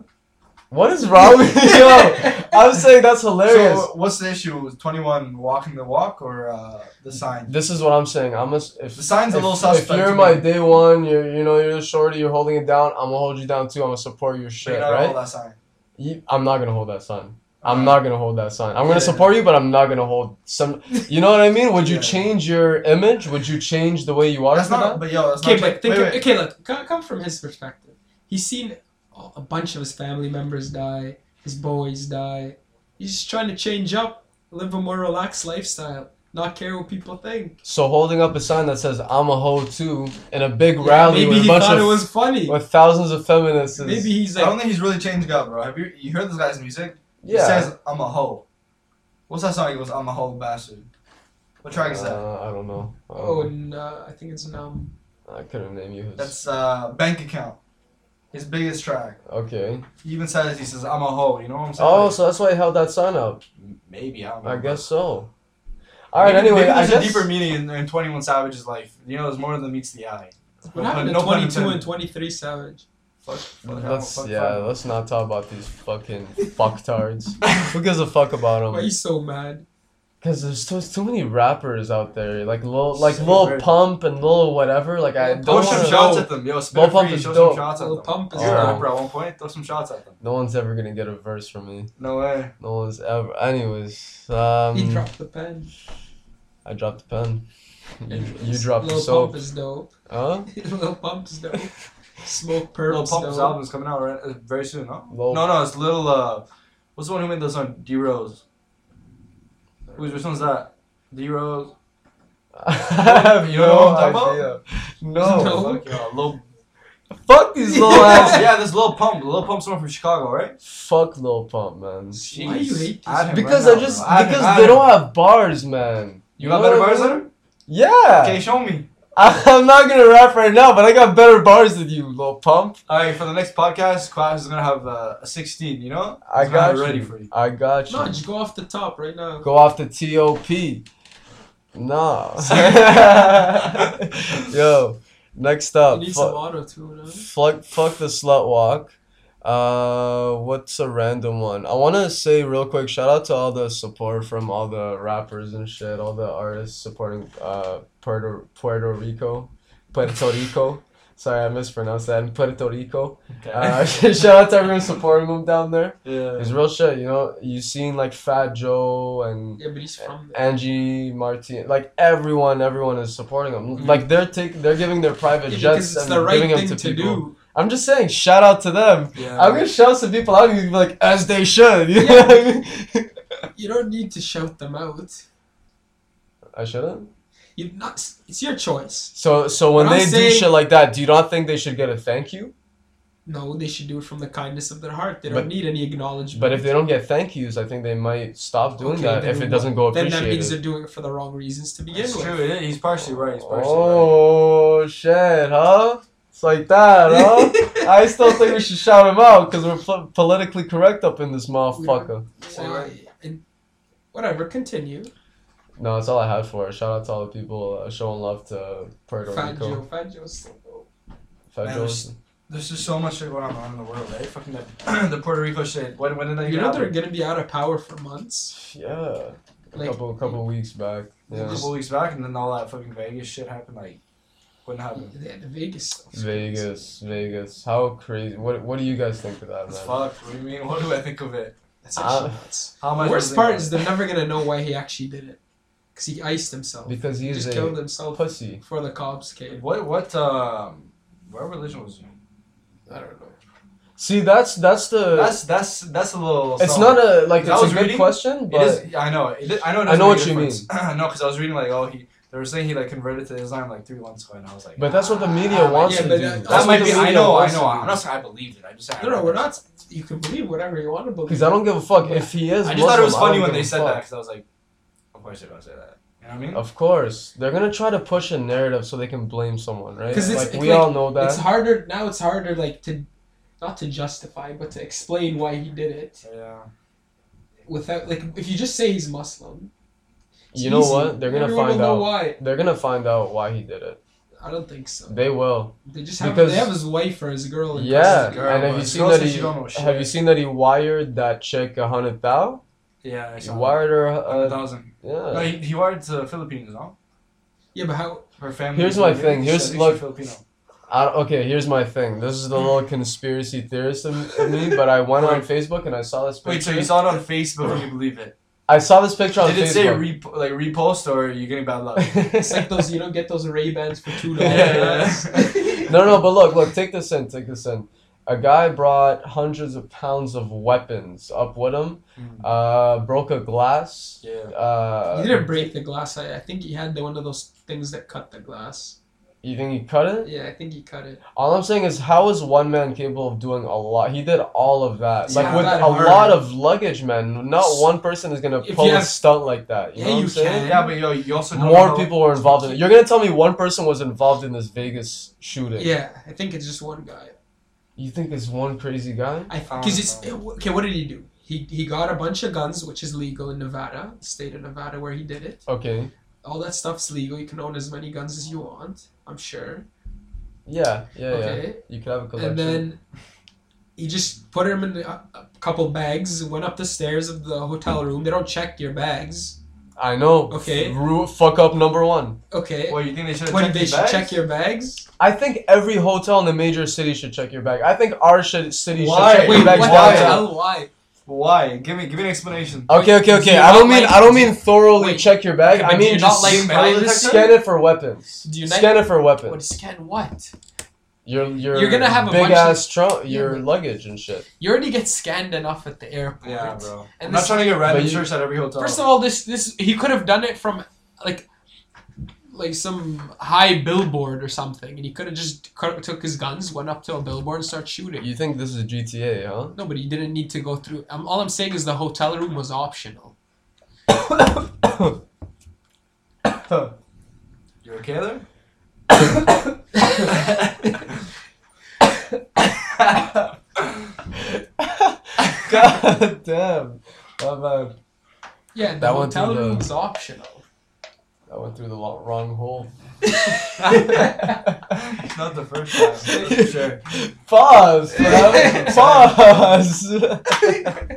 [SPEAKER 1] What is wrong with you? Yo, I'm saying that's hilarious.
[SPEAKER 3] So, what's the issue with 21 walking the walk or uh, the sign?
[SPEAKER 1] This is what I'm saying. I'm a, s- if,
[SPEAKER 3] The sign's a
[SPEAKER 1] if-
[SPEAKER 3] little suspect.
[SPEAKER 1] If you're
[SPEAKER 3] to
[SPEAKER 1] my
[SPEAKER 3] me.
[SPEAKER 1] day one, you're you know you're a shorty, you're holding it down. I'm gonna hold you down too. I'm gonna support your
[SPEAKER 3] But
[SPEAKER 1] shit,
[SPEAKER 3] you're not all
[SPEAKER 1] right?
[SPEAKER 3] that sign.
[SPEAKER 1] You, I'm not gonna hold that sign. I'm
[SPEAKER 3] Uh,
[SPEAKER 1] not gonna hold that sign. I'm
[SPEAKER 3] Yeah.
[SPEAKER 1] gonna support you, but I'm not gonna hold some. You know what I mean? Would you
[SPEAKER 3] Yeah.
[SPEAKER 1] change your image? Would you change the way you are?
[SPEAKER 3] That's
[SPEAKER 1] for
[SPEAKER 3] not.
[SPEAKER 1] that?
[SPEAKER 3] But yo, that's
[SPEAKER 2] Okay,
[SPEAKER 3] not.
[SPEAKER 2] but think.
[SPEAKER 3] wait, wait.
[SPEAKER 2] Okay, look, come, come from his perspective. He's seen a a bunch of his family members die, his boys die. He's just trying to change up, live a more relaxed lifestyle, not care what people think.
[SPEAKER 1] So holding up a sign that says "I'm a hoe too" in a big
[SPEAKER 2] Yeah,
[SPEAKER 1] rally
[SPEAKER 2] maybe
[SPEAKER 1] with a
[SPEAKER 2] he
[SPEAKER 1] bunch
[SPEAKER 2] thought
[SPEAKER 1] of
[SPEAKER 2] it was funny.
[SPEAKER 1] with thousands of feminists. is-
[SPEAKER 2] Maybe he's
[SPEAKER 3] I don't
[SPEAKER 2] like,
[SPEAKER 3] think he's really changed up, bro. Have you you heard this guy's music? He
[SPEAKER 1] yeah. Uh,
[SPEAKER 3] says I'm a hoe. What's that song? He goes I'm a hoe bastard. What track is that?
[SPEAKER 1] Uh, I don't know. I, don't
[SPEAKER 2] oh,
[SPEAKER 1] know.
[SPEAKER 2] and, uh, I think it's numb.
[SPEAKER 1] I couldn't name you. His.
[SPEAKER 3] That's uh, Bank Account. His biggest track.
[SPEAKER 1] okay.
[SPEAKER 3] He even says he says I'm a hoe. You know what I'm saying?
[SPEAKER 1] Oh,
[SPEAKER 3] Like,
[SPEAKER 1] so that's why he held that sign up.
[SPEAKER 3] maybe I don't know.
[SPEAKER 1] I guess so. All right.
[SPEAKER 3] Maybe-
[SPEAKER 1] anyway,
[SPEAKER 3] maybe
[SPEAKER 1] I
[SPEAKER 3] there's
[SPEAKER 1] guess
[SPEAKER 3] a deeper meaning in, in 21 Savage's life. You know, there's more than meets the eye.
[SPEAKER 2] What happened to
[SPEAKER 3] No pun
[SPEAKER 2] 22
[SPEAKER 3] intended.
[SPEAKER 2] and 23 Savage?
[SPEAKER 3] Fuck. fuck, I don't-
[SPEAKER 1] let's
[SPEAKER 3] fuck,
[SPEAKER 1] yeah,
[SPEAKER 3] fuck.
[SPEAKER 1] let's not talk about these fucking fucktards. Who gives a fuck about
[SPEAKER 2] Why are you
[SPEAKER 1] them?
[SPEAKER 2] so mad?
[SPEAKER 1] Because there's too, too many rappers out there, like Lil, like
[SPEAKER 3] So
[SPEAKER 1] Lil
[SPEAKER 3] weird.
[SPEAKER 1] Pump and Lil whatever. Like I
[SPEAKER 2] Lil
[SPEAKER 3] Throw
[SPEAKER 1] don't.
[SPEAKER 2] Pump wanna-
[SPEAKER 3] some
[SPEAKER 1] Wanna,
[SPEAKER 3] shots at them, yo. Spit
[SPEAKER 1] Lil Pump
[SPEAKER 3] free,
[SPEAKER 1] is
[SPEAKER 3] throw
[SPEAKER 1] dope.
[SPEAKER 3] some shots at
[SPEAKER 2] Lil
[SPEAKER 3] them.
[SPEAKER 2] Pump is
[SPEAKER 3] You're
[SPEAKER 1] dope.
[SPEAKER 3] a rapper at one point. Throw some shots at them.
[SPEAKER 1] no one's ever gonna get a verse from me.
[SPEAKER 3] No way.
[SPEAKER 1] No one's ever. Anyways,
[SPEAKER 2] he
[SPEAKER 1] um,
[SPEAKER 2] dropped the pen.
[SPEAKER 1] I dropped the pen. You,
[SPEAKER 2] Anyways,
[SPEAKER 1] you dropped the
[SPEAKER 2] Lil
[SPEAKER 1] soap.
[SPEAKER 2] Pump is dope.
[SPEAKER 1] Huh?
[SPEAKER 2] Lil Pump's dope. Smoke
[SPEAKER 3] Lil
[SPEAKER 2] Purp's
[SPEAKER 3] Pump's
[SPEAKER 2] dope.
[SPEAKER 3] album is coming out right, uh, very soon, huh?
[SPEAKER 1] Lil-
[SPEAKER 3] No, no, it's Lil. Uh, what's the one who made those on D Rose? Who's which one's that? D Rose.
[SPEAKER 1] I have
[SPEAKER 3] You know
[SPEAKER 1] no
[SPEAKER 3] what I'm talking
[SPEAKER 1] idea.
[SPEAKER 3] about?
[SPEAKER 1] No.
[SPEAKER 2] No.
[SPEAKER 3] Oh, Fuck y'all. Lil.
[SPEAKER 1] Fuck these little
[SPEAKER 2] Yeah.
[SPEAKER 1] ass.
[SPEAKER 3] yeah, this Lil Pump. Lil Pump's one from Chicago, right?
[SPEAKER 1] Fuck Lil Pump, man.
[SPEAKER 2] Why do you hate
[SPEAKER 3] Add
[SPEAKER 2] this?
[SPEAKER 3] him
[SPEAKER 1] Because
[SPEAKER 3] right
[SPEAKER 1] I
[SPEAKER 3] now,
[SPEAKER 1] just
[SPEAKER 3] bro. Add him,
[SPEAKER 1] because
[SPEAKER 3] add
[SPEAKER 1] they
[SPEAKER 3] him.
[SPEAKER 1] don't have bars, man.
[SPEAKER 3] You got
[SPEAKER 1] know
[SPEAKER 3] better
[SPEAKER 1] what I
[SPEAKER 3] bars
[SPEAKER 1] mean?
[SPEAKER 3] than him?
[SPEAKER 1] Yeah.
[SPEAKER 3] Okay, show me.
[SPEAKER 1] I'm not gonna rap right now, but I got better bars than you, little pump.
[SPEAKER 3] All right, for the next podcast, class is gonna have uh, a 16. You know,
[SPEAKER 1] I
[SPEAKER 3] He's gonna have
[SPEAKER 1] got
[SPEAKER 3] it
[SPEAKER 1] you.
[SPEAKER 3] ready for you.
[SPEAKER 1] I got you.
[SPEAKER 2] No, just go off the top right now.
[SPEAKER 1] Go off the top. Nah. Yo, next
[SPEAKER 2] You
[SPEAKER 1] up,
[SPEAKER 2] need some
[SPEAKER 1] fu-
[SPEAKER 2] auto tune. Huh?
[SPEAKER 1] fuck, fuck the slut walk. Uh, what's a random one? I wanna say real quick, shout out to all the support from all the rappers and shit, all the artists supporting uh Puerto Puerto Rico, Puerto Rico. Sorry, I mispronounced that. In Puerto Rico.
[SPEAKER 3] Okay.
[SPEAKER 1] Uh, shout out to everyone supporting them down there.
[SPEAKER 3] yeah.
[SPEAKER 1] It's real shit, you know. You seen like Fat Joe and
[SPEAKER 2] Yeah, but he's from there.
[SPEAKER 1] Angie Martin, like everyone, everyone is supporting them. Like they're taking, they're giving their private
[SPEAKER 2] Mm-hmm. Yeah,
[SPEAKER 1] jets
[SPEAKER 2] because it's
[SPEAKER 1] and
[SPEAKER 2] the right
[SPEAKER 1] giving them
[SPEAKER 2] thing
[SPEAKER 1] to,
[SPEAKER 2] to,
[SPEAKER 1] people.
[SPEAKER 2] do.
[SPEAKER 1] I'm just saying, shout out to them.
[SPEAKER 3] Yeah.
[SPEAKER 1] I'm gonna shout some people out and be like, as they should. You
[SPEAKER 2] Yeah.
[SPEAKER 1] know what I mean?
[SPEAKER 2] You don't need to shout them out.
[SPEAKER 1] I shouldn't.
[SPEAKER 2] You not. It's your choice.
[SPEAKER 1] So, so when
[SPEAKER 2] But I'm
[SPEAKER 1] they do
[SPEAKER 2] saying-
[SPEAKER 1] shit like that, do you not think they should get a thank you?
[SPEAKER 2] No, they should do it from the kindness of their heart. They don't
[SPEAKER 1] But-
[SPEAKER 2] need any acknowledgement.
[SPEAKER 1] But if they don't get thank yous, I think they might stop doing
[SPEAKER 2] Okay,
[SPEAKER 1] that
[SPEAKER 2] then
[SPEAKER 1] if it
[SPEAKER 2] what?
[SPEAKER 1] doesn't go
[SPEAKER 2] then
[SPEAKER 1] appreciated.
[SPEAKER 2] that means they're doing it for the wrong reasons to begin
[SPEAKER 3] It's
[SPEAKER 2] with.
[SPEAKER 3] true. it is. He's partially right. He's partially
[SPEAKER 1] Oh
[SPEAKER 3] right.
[SPEAKER 1] shit, huh? It's like that, huh? I still think we should shout him out because we're pol- politically correct up in this motherfucker.
[SPEAKER 3] Say
[SPEAKER 2] Why?
[SPEAKER 3] what?
[SPEAKER 2] And Whatever, continue.
[SPEAKER 1] No, that's all I had for it. Shout out to all the people uh, showing love to Puerto
[SPEAKER 2] Fat Joe,
[SPEAKER 1] Rico.
[SPEAKER 2] Fat Joe's so dope.
[SPEAKER 1] Fat
[SPEAKER 3] Man,
[SPEAKER 1] Joe's-
[SPEAKER 3] There's just so much shit going on around the world, eh? Fucking the, the Puerto Rico shit. When, when did that
[SPEAKER 2] You
[SPEAKER 3] even
[SPEAKER 2] know they're
[SPEAKER 3] happen?
[SPEAKER 2] gonna be out of power for months.
[SPEAKER 1] Yeah. A
[SPEAKER 2] Like-
[SPEAKER 1] couple couple weeks back.
[SPEAKER 3] A
[SPEAKER 1] Yeah.
[SPEAKER 3] couple weeks back, and then all that fucking Vegas shit happened. Like, wouldn't happen.
[SPEAKER 2] Yeah, the Vegas stuff.
[SPEAKER 1] Vegas, Vegas. How crazy. What what do you guys think of that,
[SPEAKER 3] It's
[SPEAKER 1] man?
[SPEAKER 3] fucked. What do you mean? What do I think of it?
[SPEAKER 2] That's actually
[SPEAKER 1] Uh,
[SPEAKER 2] nuts.
[SPEAKER 3] How much?
[SPEAKER 2] Worst part is they're never gonna know why he actually did it, cause he iced himself.
[SPEAKER 1] Because
[SPEAKER 2] He
[SPEAKER 1] he's
[SPEAKER 2] just
[SPEAKER 1] a
[SPEAKER 2] killed himself
[SPEAKER 1] pussy.
[SPEAKER 2] before the cops came.
[SPEAKER 3] what? What? Um, what religion was you?
[SPEAKER 2] I don't know.
[SPEAKER 1] See, that's that's the
[SPEAKER 3] That's that's that's a little.
[SPEAKER 1] Uh, it's
[SPEAKER 3] something.
[SPEAKER 1] not a like
[SPEAKER 3] I
[SPEAKER 1] it's a
[SPEAKER 3] was
[SPEAKER 1] good
[SPEAKER 3] reading,
[SPEAKER 1] question,
[SPEAKER 3] It
[SPEAKER 1] but
[SPEAKER 3] is. I know. It is, I know. It
[SPEAKER 1] I know
[SPEAKER 3] doesn't
[SPEAKER 1] what
[SPEAKER 3] make a
[SPEAKER 1] you
[SPEAKER 3] difference. no, because I was reading like, oh, he. They were saying he like converted to Islam like three months ago, and I was like,
[SPEAKER 1] but that's what the media
[SPEAKER 2] Ah,
[SPEAKER 1] wants
[SPEAKER 2] yeah,
[SPEAKER 1] to
[SPEAKER 2] but
[SPEAKER 1] do.
[SPEAKER 2] that-
[SPEAKER 1] That's
[SPEAKER 2] that
[SPEAKER 1] what
[SPEAKER 3] that might
[SPEAKER 1] the
[SPEAKER 3] be. I
[SPEAKER 1] media
[SPEAKER 3] know. I
[SPEAKER 1] wants
[SPEAKER 3] know.
[SPEAKER 1] to
[SPEAKER 3] I'm
[SPEAKER 1] do.
[SPEAKER 3] not saying I believed it. I just.
[SPEAKER 2] No, no, we're not. You can believe whatever you want to believe.
[SPEAKER 1] Because I don't give a fuck if he is.
[SPEAKER 3] I just thought it was
[SPEAKER 1] Muslim, I
[SPEAKER 3] funny
[SPEAKER 1] don't
[SPEAKER 3] when
[SPEAKER 1] give
[SPEAKER 3] they
[SPEAKER 1] a
[SPEAKER 3] said that
[SPEAKER 1] fuck.
[SPEAKER 3] because I was like, of course they're gonna say that. You know what I mean?
[SPEAKER 1] Of course, they're gonna try to push a narrative so they can blame someone, right?
[SPEAKER 2] 'Cause it's-
[SPEAKER 1] like
[SPEAKER 2] it's
[SPEAKER 1] we
[SPEAKER 2] like-
[SPEAKER 1] all know
[SPEAKER 2] It's
[SPEAKER 1] that.
[SPEAKER 2] harder now. It's harder, like to, not to justify, but to explain why he did it
[SPEAKER 3] Yeah.
[SPEAKER 2] without, like, if you just say he's Muslim. it's
[SPEAKER 1] You know
[SPEAKER 2] easy.
[SPEAKER 1] what? They're gonna
[SPEAKER 2] Everyone
[SPEAKER 1] find
[SPEAKER 2] will know
[SPEAKER 1] out.
[SPEAKER 2] why.
[SPEAKER 1] They're gonna find out why he did it.
[SPEAKER 2] I don't think so.
[SPEAKER 1] They will.
[SPEAKER 2] They just have
[SPEAKER 1] Because-
[SPEAKER 2] they have his wife or his girl. in
[SPEAKER 1] Yeah,
[SPEAKER 2] custody.
[SPEAKER 3] girl,
[SPEAKER 1] and have
[SPEAKER 3] but
[SPEAKER 1] you
[SPEAKER 3] she
[SPEAKER 1] seen
[SPEAKER 3] also-
[SPEAKER 1] that
[SPEAKER 3] she don't know
[SPEAKER 1] he
[SPEAKER 3] shit.
[SPEAKER 1] have you seen that he wired that chick a hundred thou?
[SPEAKER 3] Yeah. I
[SPEAKER 1] He
[SPEAKER 3] saw
[SPEAKER 1] wired her.
[SPEAKER 3] that. Hundred
[SPEAKER 1] Uh,
[SPEAKER 3] thousand. No,
[SPEAKER 1] yeah.
[SPEAKER 3] he, he wired to the Philippines, no?
[SPEAKER 2] Yeah, but how?
[SPEAKER 3] Her family.
[SPEAKER 1] Here's
[SPEAKER 3] is
[SPEAKER 1] my
[SPEAKER 3] Filipino.
[SPEAKER 1] thing,
[SPEAKER 3] She-
[SPEAKER 1] here's-
[SPEAKER 3] I think
[SPEAKER 1] look.
[SPEAKER 3] she's Filipino.
[SPEAKER 1] I, okay, here's my thing. This is the little conspiracy theorist in in me, but I went on
[SPEAKER 3] Wait.
[SPEAKER 1] Facebook and I saw this picture.
[SPEAKER 3] Wait, so you saw it on Facebook and you believe it?
[SPEAKER 1] I saw this picture on
[SPEAKER 3] Did it say
[SPEAKER 1] Facebook.
[SPEAKER 3] re- like repost or are you getting bad luck?
[SPEAKER 2] It's like those you don't get those Ray Bans for two dollars.
[SPEAKER 3] Yeah,
[SPEAKER 1] no, no, but look, look, take this in, take this in. A guy brought hundreds of pounds of weapons up with him,
[SPEAKER 3] Mm.
[SPEAKER 1] uh, broke a glass.
[SPEAKER 3] yeah.
[SPEAKER 1] Uh,
[SPEAKER 2] Hmm. he didn't break the glass. I, I think he had the, one of those things that cut the glass.
[SPEAKER 1] you think he cut it?
[SPEAKER 2] Yeah, I think he cut it.
[SPEAKER 1] All I'm saying is, how is one man capable of doing a lot? He did all of that,
[SPEAKER 2] It's
[SPEAKER 1] like
[SPEAKER 2] not
[SPEAKER 1] with a
[SPEAKER 2] that hard.
[SPEAKER 1] lot of luggage, man. Not
[SPEAKER 2] S-
[SPEAKER 1] one person is gonna
[SPEAKER 2] If
[SPEAKER 1] pull
[SPEAKER 2] you
[SPEAKER 1] a
[SPEAKER 2] have-
[SPEAKER 1] stunt like that. You know
[SPEAKER 2] Yeah,
[SPEAKER 1] what
[SPEAKER 2] you
[SPEAKER 1] I'm saying?
[SPEAKER 2] can.
[SPEAKER 3] Yeah, but yo, you also don't
[SPEAKER 1] More
[SPEAKER 3] know-
[SPEAKER 1] people were involved in it. You're gonna tell me one person was involved in this Vegas shooting?
[SPEAKER 2] Yeah, I think it's just one guy.
[SPEAKER 1] You think it's one crazy guy?
[SPEAKER 2] I
[SPEAKER 3] I
[SPEAKER 2] because
[SPEAKER 3] don't
[SPEAKER 2] it's it, okay. What did he do? He he got a bunch of guns, which is legal in Nevada, the state of Nevada, where he did it.
[SPEAKER 1] Okay.
[SPEAKER 2] All that stuff's legal. You can own as many guns as you want. I'm sure.
[SPEAKER 1] Yeah. Yeah. Yeah.
[SPEAKER 2] okay.
[SPEAKER 1] You could have a collection.
[SPEAKER 2] And then he just put him in a, a couple bags. Went up the stairs of the hotel room. They don't check your bags.
[SPEAKER 1] I know.
[SPEAKER 2] Okay.
[SPEAKER 1] Ru- fuck up number one.
[SPEAKER 2] Okay.
[SPEAKER 3] Well, you think they should have
[SPEAKER 2] What
[SPEAKER 3] checked
[SPEAKER 2] they
[SPEAKER 3] his
[SPEAKER 2] should
[SPEAKER 3] bags?
[SPEAKER 2] check your bags?
[SPEAKER 1] I think every hotel in the major city should check your bag. I think our should, city
[SPEAKER 3] Why?
[SPEAKER 1] should check
[SPEAKER 2] Wait,
[SPEAKER 1] your
[SPEAKER 2] what
[SPEAKER 1] bags.
[SPEAKER 2] the
[SPEAKER 1] down.
[SPEAKER 3] why?
[SPEAKER 2] hell? Why?
[SPEAKER 3] Why? Give me give me an explanation.
[SPEAKER 1] Okay, okay,
[SPEAKER 2] Do
[SPEAKER 1] okay.
[SPEAKER 2] you
[SPEAKER 1] I don't
[SPEAKER 2] not
[SPEAKER 1] mean
[SPEAKER 2] like-
[SPEAKER 1] I don't mean thoroughly
[SPEAKER 2] Wait.
[SPEAKER 1] check your bag.
[SPEAKER 2] Okay,
[SPEAKER 1] I
[SPEAKER 2] but do
[SPEAKER 1] mean
[SPEAKER 2] you
[SPEAKER 1] just
[SPEAKER 2] not like
[SPEAKER 1] scan-
[SPEAKER 2] metal
[SPEAKER 1] just
[SPEAKER 3] detector?
[SPEAKER 1] scan it for weapons.
[SPEAKER 2] Do you not-
[SPEAKER 1] scan it for
[SPEAKER 2] What
[SPEAKER 1] weapons.
[SPEAKER 2] scan what?
[SPEAKER 1] Your your
[SPEAKER 2] You're gonna have a
[SPEAKER 1] big
[SPEAKER 2] bunch of-
[SPEAKER 1] ass trunk, your
[SPEAKER 2] Yeah, but-
[SPEAKER 1] luggage and shit.
[SPEAKER 2] You already get scanned enough at the airport.
[SPEAKER 3] Yeah, bro.
[SPEAKER 2] And
[SPEAKER 3] I'm not
[SPEAKER 2] this-
[SPEAKER 3] trying to get
[SPEAKER 1] But
[SPEAKER 3] random
[SPEAKER 1] you-
[SPEAKER 3] shirts at every hotel.
[SPEAKER 2] First of all, this this he could have done it from like like some high billboard or something, and he could have just cut- took his guns, went up to a billboard, and started shooting.
[SPEAKER 1] You think this is GTA, huh?
[SPEAKER 2] No, but he didn't need to go through. Um, all I'm saying is the hotel room was optional.
[SPEAKER 3] you okay there?
[SPEAKER 1] God damn. My bad.
[SPEAKER 2] Yeah, the
[SPEAKER 1] That went
[SPEAKER 2] hotel
[SPEAKER 1] through the-
[SPEAKER 2] room was optional.
[SPEAKER 1] I went through the lo- wrong hole.
[SPEAKER 3] not the first time. That's for sure.
[SPEAKER 1] Pause. man.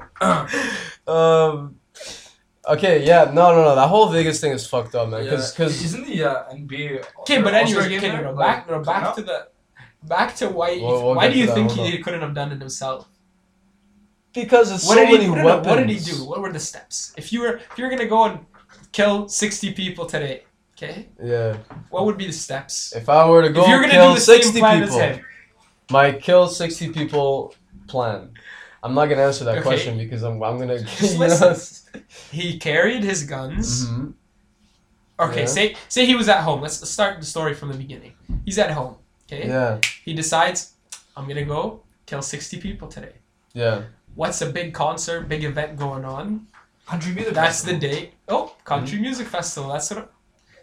[SPEAKER 1] Pause. um. Okay. Yeah. No. No. No. That whole Vegas thing is fucked up, man. Because.
[SPEAKER 3] Yeah. isn't the uh, NBA
[SPEAKER 2] Okay, but
[SPEAKER 3] All-Star
[SPEAKER 2] anyways,
[SPEAKER 3] game
[SPEAKER 2] okay, no,
[SPEAKER 3] there?
[SPEAKER 2] no,
[SPEAKER 3] Like,
[SPEAKER 2] back,
[SPEAKER 3] "Oh,
[SPEAKER 2] no, back to the, back to why. he-
[SPEAKER 1] We'll- we'll
[SPEAKER 2] why
[SPEAKER 1] get
[SPEAKER 2] do you
[SPEAKER 1] to that,
[SPEAKER 2] think
[SPEAKER 1] hold
[SPEAKER 2] he
[SPEAKER 1] on.
[SPEAKER 2] could have done it himself?
[SPEAKER 1] Because it's
[SPEAKER 2] What
[SPEAKER 1] so
[SPEAKER 2] did he?
[SPEAKER 1] many
[SPEAKER 2] what did-
[SPEAKER 1] weapons.
[SPEAKER 2] what did he do? What were the steps? If you were, if you were gonna go and kill sixty people today, okay,
[SPEAKER 1] Yeah.
[SPEAKER 2] what would be the steps?
[SPEAKER 1] If I were to go
[SPEAKER 2] if you're gonna
[SPEAKER 1] kill
[SPEAKER 2] do the same
[SPEAKER 1] 60
[SPEAKER 2] plan
[SPEAKER 1] people,
[SPEAKER 2] as him,
[SPEAKER 1] my kill 60 people plan. I'm not gonna answer that
[SPEAKER 2] Okay.
[SPEAKER 1] question because I'm I'm gonna.
[SPEAKER 2] Just
[SPEAKER 1] you know,
[SPEAKER 2] listen. he carried his guns.
[SPEAKER 1] Mhm.
[SPEAKER 2] Okay,
[SPEAKER 1] Mm-hmm. Yeah.
[SPEAKER 2] say say he was at home. Let's, let's start the story from the beginning. He's at home. Okay,
[SPEAKER 1] Yeah.
[SPEAKER 2] he decides I'm gonna go kill sixty people today.
[SPEAKER 1] Yeah.
[SPEAKER 2] What's a big concert, big event going on?
[SPEAKER 3] country music.
[SPEAKER 2] That's the
[SPEAKER 3] festival.
[SPEAKER 2] date. Oh, country
[SPEAKER 3] Mm-hmm.
[SPEAKER 2] music festival. That's what,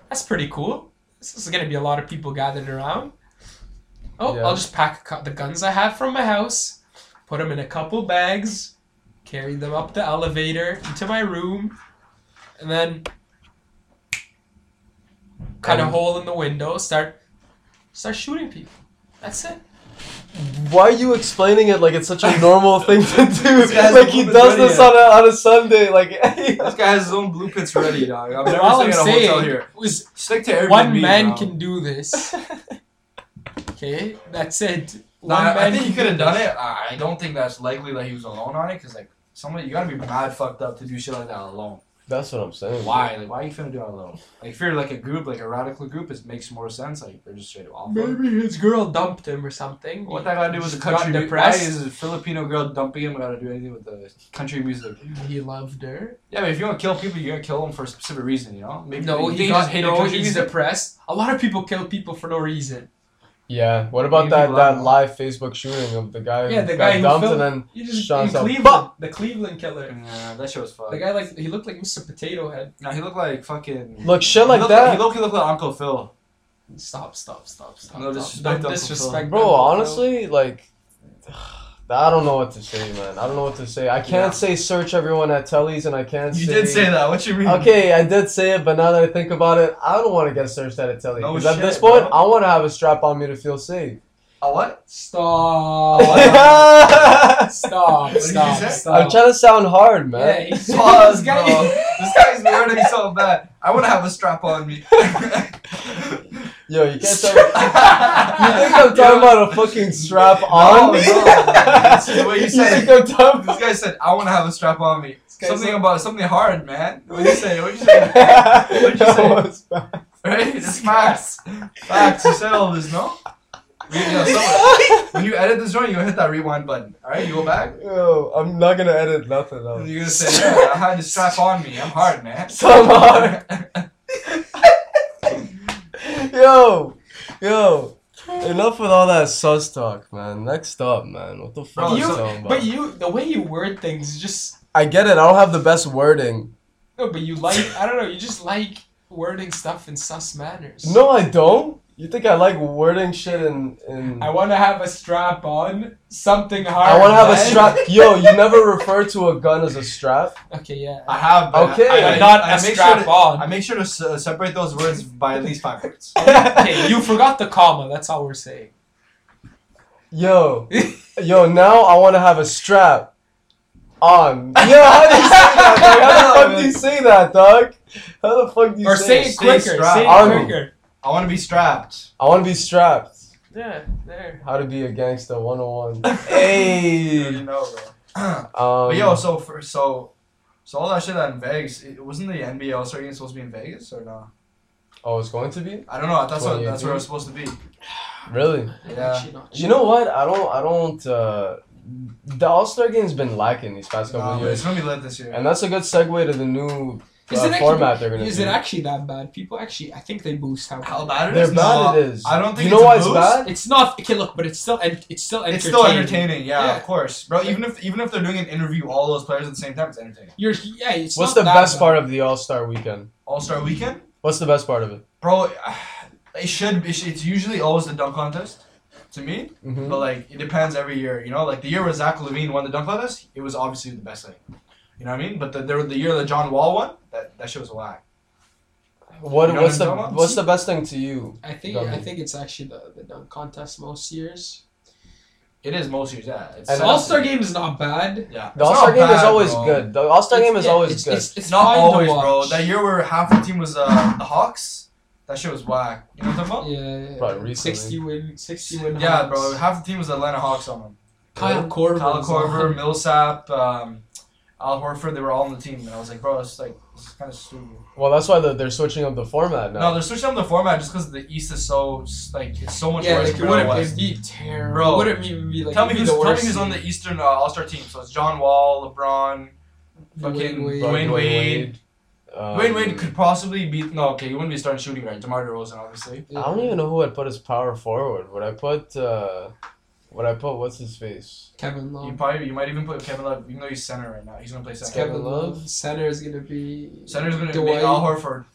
[SPEAKER 2] that's pretty cool. This is gonna be a lot of people gathered around. Oh,
[SPEAKER 1] Yeah.
[SPEAKER 2] I'll just pack a cou- the guns I have from my house, put them in a couple bags, carry them up the elevator into my room, and then cut a
[SPEAKER 1] And-
[SPEAKER 2] hole in the window, start start shooting people. That's it.
[SPEAKER 1] Why are you explaining it like it's such a normal thing to do?
[SPEAKER 3] This guy's
[SPEAKER 1] Like he
[SPEAKER 3] moving
[SPEAKER 1] does
[SPEAKER 3] ready
[SPEAKER 1] this
[SPEAKER 3] yet.
[SPEAKER 1] on a, on a Sunday. Like
[SPEAKER 3] This guy has his own blueprints ready, dog. I'm never
[SPEAKER 2] All
[SPEAKER 3] staying
[SPEAKER 2] I'm
[SPEAKER 3] at a hotel
[SPEAKER 2] saying
[SPEAKER 3] here.
[SPEAKER 2] was
[SPEAKER 3] Stick to Airbnb.
[SPEAKER 2] one man
[SPEAKER 3] bro.
[SPEAKER 2] can do this. Okay, that's it.
[SPEAKER 3] Nah,
[SPEAKER 2] one
[SPEAKER 3] I
[SPEAKER 2] man
[SPEAKER 3] think he
[SPEAKER 2] can
[SPEAKER 3] could have
[SPEAKER 2] do
[SPEAKER 3] done
[SPEAKER 2] this.
[SPEAKER 3] it. I I don't think that's likely that he was alone on it, cause like someone you gotta be mad fucked up to do shit like that alone.
[SPEAKER 1] that's what I'm saying.
[SPEAKER 3] Why? Like why you finna do it alone? Like if you're like a group, like a radical group, it makes more sense. Like they're just straight off. it.
[SPEAKER 2] Maybe his girl dumped him or something.
[SPEAKER 3] What that gotta do with the
[SPEAKER 2] She
[SPEAKER 3] country?
[SPEAKER 2] Got
[SPEAKER 3] mu- Why
[SPEAKER 2] depressed.
[SPEAKER 3] is a Filipino girl dumping him gotta do anything with the country music?
[SPEAKER 2] He loved her.
[SPEAKER 3] Yeah, but if you wanna kill people, you're gonna kill them for a specific reason, you know? Maybe
[SPEAKER 2] No,
[SPEAKER 3] you
[SPEAKER 2] he
[SPEAKER 3] just
[SPEAKER 2] got
[SPEAKER 3] hated
[SPEAKER 2] no.
[SPEAKER 3] country
[SPEAKER 2] He's
[SPEAKER 3] music.
[SPEAKER 2] depressed. A lot of people kill people for no reason.
[SPEAKER 1] Yeah. What about that,
[SPEAKER 3] Maybe
[SPEAKER 1] that
[SPEAKER 3] Lionel.
[SPEAKER 1] live Facebook shooting of the guy
[SPEAKER 2] Yeah,
[SPEAKER 1] who
[SPEAKER 2] the
[SPEAKER 1] got
[SPEAKER 2] guy who
[SPEAKER 1] dumped
[SPEAKER 2] filmed-
[SPEAKER 1] and
[SPEAKER 2] You
[SPEAKER 1] then
[SPEAKER 2] just
[SPEAKER 1] shot
[SPEAKER 2] in
[SPEAKER 1] himself?
[SPEAKER 2] Cleveland,
[SPEAKER 1] Bah!
[SPEAKER 2] the Cleveland killer.
[SPEAKER 3] Nah, that shit was fun.
[SPEAKER 2] The guy like he looked like Mr. Potato Head.
[SPEAKER 3] Nah, he looked like fucking.
[SPEAKER 1] Look, shit
[SPEAKER 3] he
[SPEAKER 1] like
[SPEAKER 3] looked
[SPEAKER 1] that.
[SPEAKER 3] he looked, he looked like Uncle Phil.
[SPEAKER 2] Stop! Stop! Stop! Stop!
[SPEAKER 3] No
[SPEAKER 2] stop.
[SPEAKER 3] disrespect,
[SPEAKER 2] Don't
[SPEAKER 3] Uncle
[SPEAKER 2] disrespect
[SPEAKER 1] Bro,
[SPEAKER 2] Uncle Phil.
[SPEAKER 1] honestly, like, I don't know what to say, man. I don't know what to say. I can't
[SPEAKER 3] Yeah.
[SPEAKER 1] say search everyone at Telly's, and I can't. say,
[SPEAKER 3] that. What you mean?
[SPEAKER 1] Okay, I did say it, but now that I think about it, I don't want to get searched at a Telly's.
[SPEAKER 3] No
[SPEAKER 1] 'Cause at
[SPEAKER 3] shit,
[SPEAKER 1] this point,
[SPEAKER 3] bro.
[SPEAKER 1] I want to have a strap on me to feel safe.
[SPEAKER 3] A Uh, what? Oh,
[SPEAKER 2] Stop!
[SPEAKER 1] I'm
[SPEAKER 2] stop!
[SPEAKER 3] did you
[SPEAKER 2] Stop!
[SPEAKER 3] say?
[SPEAKER 2] Stop!
[SPEAKER 1] trying to sound hard,
[SPEAKER 2] yeah,
[SPEAKER 1] man.
[SPEAKER 2] he's
[SPEAKER 3] Pause,
[SPEAKER 2] this guy-
[SPEAKER 3] bro. This guy's learning so bad. I want to have a strap on me.
[SPEAKER 1] Yo, you can't tell me. You think I'm
[SPEAKER 3] Yo.
[SPEAKER 1] talking about a fucking strap
[SPEAKER 3] No,
[SPEAKER 1] on?
[SPEAKER 3] no, that's the way you said
[SPEAKER 1] think I'm talking
[SPEAKER 3] This guy said, "I want to have a strap on me."
[SPEAKER 2] This guy's
[SPEAKER 3] Something
[SPEAKER 2] like-
[SPEAKER 3] about something hard, man. What you say? What you say? What'd you
[SPEAKER 1] That
[SPEAKER 3] say?
[SPEAKER 1] was bad.
[SPEAKER 3] Right? It's facts. Facts. You said all this, no? We- yo, someone- when you edit this joint, you gonna hit that rewind button. All right, you go back.
[SPEAKER 1] Yo, I'm not gonna edit nothing
[SPEAKER 3] And
[SPEAKER 1] out.
[SPEAKER 3] you're gonna say, "Yeah, I had a strap on me. I'm hard, man."
[SPEAKER 1] So I'm hard. Yo, yo. Enough with all that sus talk, man. Next up, man. What the fuck
[SPEAKER 3] Bro,
[SPEAKER 1] are you
[SPEAKER 2] you-
[SPEAKER 1] talking about?
[SPEAKER 2] But you, the way you word things, is just
[SPEAKER 1] I get it. I don't have the best wording.
[SPEAKER 2] no. But you like, I don't know. You just like wording stuff in sus manners.
[SPEAKER 1] No, I don't. You think I like wording shit in in?
[SPEAKER 2] I want to have a strap on something hard.
[SPEAKER 1] I want to have a
[SPEAKER 2] man.
[SPEAKER 1] strap. Yo, you never refer to a gun as a strap.
[SPEAKER 2] Okay, yeah.
[SPEAKER 3] I have. But
[SPEAKER 1] Okay.
[SPEAKER 3] I, I,
[SPEAKER 1] But
[SPEAKER 2] not
[SPEAKER 3] I
[SPEAKER 2] a
[SPEAKER 3] make
[SPEAKER 2] strap
[SPEAKER 3] sure to,
[SPEAKER 2] on.
[SPEAKER 3] I make sure to se- separate those words by at least five words.
[SPEAKER 2] Okay, you forgot the comma. That's all we're saying.
[SPEAKER 1] Yo, yo. Now I want to have a strap on. Yo, how do you say that? Dog? How the fuck do you say that, dog? How the fuck do you
[SPEAKER 2] Or
[SPEAKER 1] say?
[SPEAKER 2] say
[SPEAKER 1] that?
[SPEAKER 2] it
[SPEAKER 3] stay
[SPEAKER 2] quicker.
[SPEAKER 3] strapped.
[SPEAKER 2] Say
[SPEAKER 1] Army.
[SPEAKER 2] it quicker.
[SPEAKER 3] I want to be strapped.
[SPEAKER 1] I want to be strapped.
[SPEAKER 2] Yeah, there.
[SPEAKER 1] How to be a gangster 101. hey.
[SPEAKER 3] You know, bro.
[SPEAKER 1] Um,
[SPEAKER 3] but yo, so for so, so all that shit that in Vegas, it wasn't the NBA All Star game supposed to be in Vegas or no?
[SPEAKER 1] oh, it's going to be
[SPEAKER 3] I don't know. That's what that's where
[SPEAKER 1] 2018?
[SPEAKER 3] it was supposed to be.
[SPEAKER 1] really.
[SPEAKER 3] Yeah.
[SPEAKER 2] Actually not.
[SPEAKER 1] You know what? I don't. I don't. Uh, the All Star game's been lacking these past couple
[SPEAKER 3] Nah,
[SPEAKER 1] of
[SPEAKER 3] but it's
[SPEAKER 1] years,
[SPEAKER 3] gonna be lit this year.
[SPEAKER 1] and that's a good segue to the new
[SPEAKER 2] Is
[SPEAKER 1] uh,
[SPEAKER 2] it actually-
[SPEAKER 1] format they're gonna
[SPEAKER 2] Is
[SPEAKER 1] do.
[SPEAKER 2] it actually that bad? People actually, I think they boost how.
[SPEAKER 3] How bad it
[SPEAKER 1] They're
[SPEAKER 3] is?
[SPEAKER 1] bad.
[SPEAKER 3] No,
[SPEAKER 1] It is.
[SPEAKER 3] I don't think
[SPEAKER 1] you
[SPEAKER 3] it's
[SPEAKER 1] know
[SPEAKER 3] a
[SPEAKER 1] why it's
[SPEAKER 3] boost.
[SPEAKER 1] bad.
[SPEAKER 2] It's not okay. Look, but it's still en- it's still entertaining.
[SPEAKER 3] It's still entertaining, yeah,
[SPEAKER 2] Yeah.
[SPEAKER 3] of course, bro. Even if even if they're doing an interview, all those players at the same time, it's entertaining.
[SPEAKER 2] You're yeah. It's
[SPEAKER 1] What's
[SPEAKER 2] not
[SPEAKER 1] the
[SPEAKER 2] that
[SPEAKER 1] best
[SPEAKER 2] bad.
[SPEAKER 1] part of the All Star weekend?
[SPEAKER 3] All Star Weekend,
[SPEAKER 1] What's the best part of it?
[SPEAKER 3] bro. It should. be- It's usually always the dunk contest, to me.
[SPEAKER 2] Mm-hmm.
[SPEAKER 1] Mm-hmm.
[SPEAKER 3] But like, it depends every year. You know, like the year where Zach Levine won the dunk contest, it was obviously the best thing. You know what I mean? But the the, the year that John Wall won, that that shit was whack.
[SPEAKER 1] What
[SPEAKER 3] You know
[SPEAKER 1] what's
[SPEAKER 3] what
[SPEAKER 1] the
[SPEAKER 3] I'm talking about?
[SPEAKER 1] what's the best thing to you?
[SPEAKER 2] I think
[SPEAKER 1] Dummy.
[SPEAKER 2] I think it's actually the the dunk contest most years.
[SPEAKER 3] It is most years, yeah. It's
[SPEAKER 1] And
[SPEAKER 2] All Star game is not bad.
[SPEAKER 3] yeah.
[SPEAKER 1] The All Star game is always good. The All Star
[SPEAKER 2] It's-
[SPEAKER 1] game is
[SPEAKER 2] yeah,
[SPEAKER 1] always
[SPEAKER 2] it's,
[SPEAKER 1] good.
[SPEAKER 2] It's, it's,
[SPEAKER 3] It's not
[SPEAKER 2] fine
[SPEAKER 3] always,
[SPEAKER 2] to watch.
[SPEAKER 3] bro. That year where half the team was uh, the Hawks, that shit was whack. You know what I'm talking about?
[SPEAKER 2] Yeah, yeah,
[SPEAKER 1] Probably
[SPEAKER 2] yeah.
[SPEAKER 1] recently.
[SPEAKER 2] sixty win, sixty win.
[SPEAKER 3] Yeah,
[SPEAKER 2] Hawks.
[SPEAKER 3] bro. Half the team was Atlanta Hawks on them.
[SPEAKER 2] Kyle Korver.
[SPEAKER 3] Kyle
[SPEAKER 2] was
[SPEAKER 3] Korver,
[SPEAKER 2] on.
[SPEAKER 3] Millsap, um, Al Horford, they were all on the team. And I was like, bro, it's like, this is kind of stupid.
[SPEAKER 1] well, that's why they're, they're switching up the format
[SPEAKER 3] No,
[SPEAKER 1] now.
[SPEAKER 3] they're switching up the format just because the East is so, like, it's so much
[SPEAKER 2] Yeah,
[SPEAKER 3] worse
[SPEAKER 2] like, it
[SPEAKER 3] than the
[SPEAKER 2] wouldn't it'd
[SPEAKER 3] West.
[SPEAKER 2] be terrible.
[SPEAKER 3] Bro,
[SPEAKER 2] It wouldn't even be like.
[SPEAKER 3] tell me
[SPEAKER 2] it'd
[SPEAKER 3] who's,
[SPEAKER 2] be the
[SPEAKER 3] tell me
[SPEAKER 2] worst
[SPEAKER 3] who's on
[SPEAKER 2] seed.
[SPEAKER 3] the Eastern uh, All Star team. So it's John Wall, LeBron, fucking
[SPEAKER 2] Wade.
[SPEAKER 1] But
[SPEAKER 3] Dwayne Wade.
[SPEAKER 1] um,
[SPEAKER 3] Dwayne Wade could possibly be. No, okay, he wouldn't be starting shooting guard. DeMar DeRozan, obviously.
[SPEAKER 1] I don't even know who I'd put as power forward. Would I put uh, would I put what's his face?
[SPEAKER 2] Kevin
[SPEAKER 3] You
[SPEAKER 2] Love.
[SPEAKER 3] probably you might even put Kevin Love, even though he's center right now. He's gonna play center.
[SPEAKER 1] Kevin
[SPEAKER 2] Um, Kevin
[SPEAKER 1] Love.
[SPEAKER 2] Love. Center is gonna be.
[SPEAKER 3] Center's gonna be
[SPEAKER 2] Dwight.
[SPEAKER 3] Al Horford.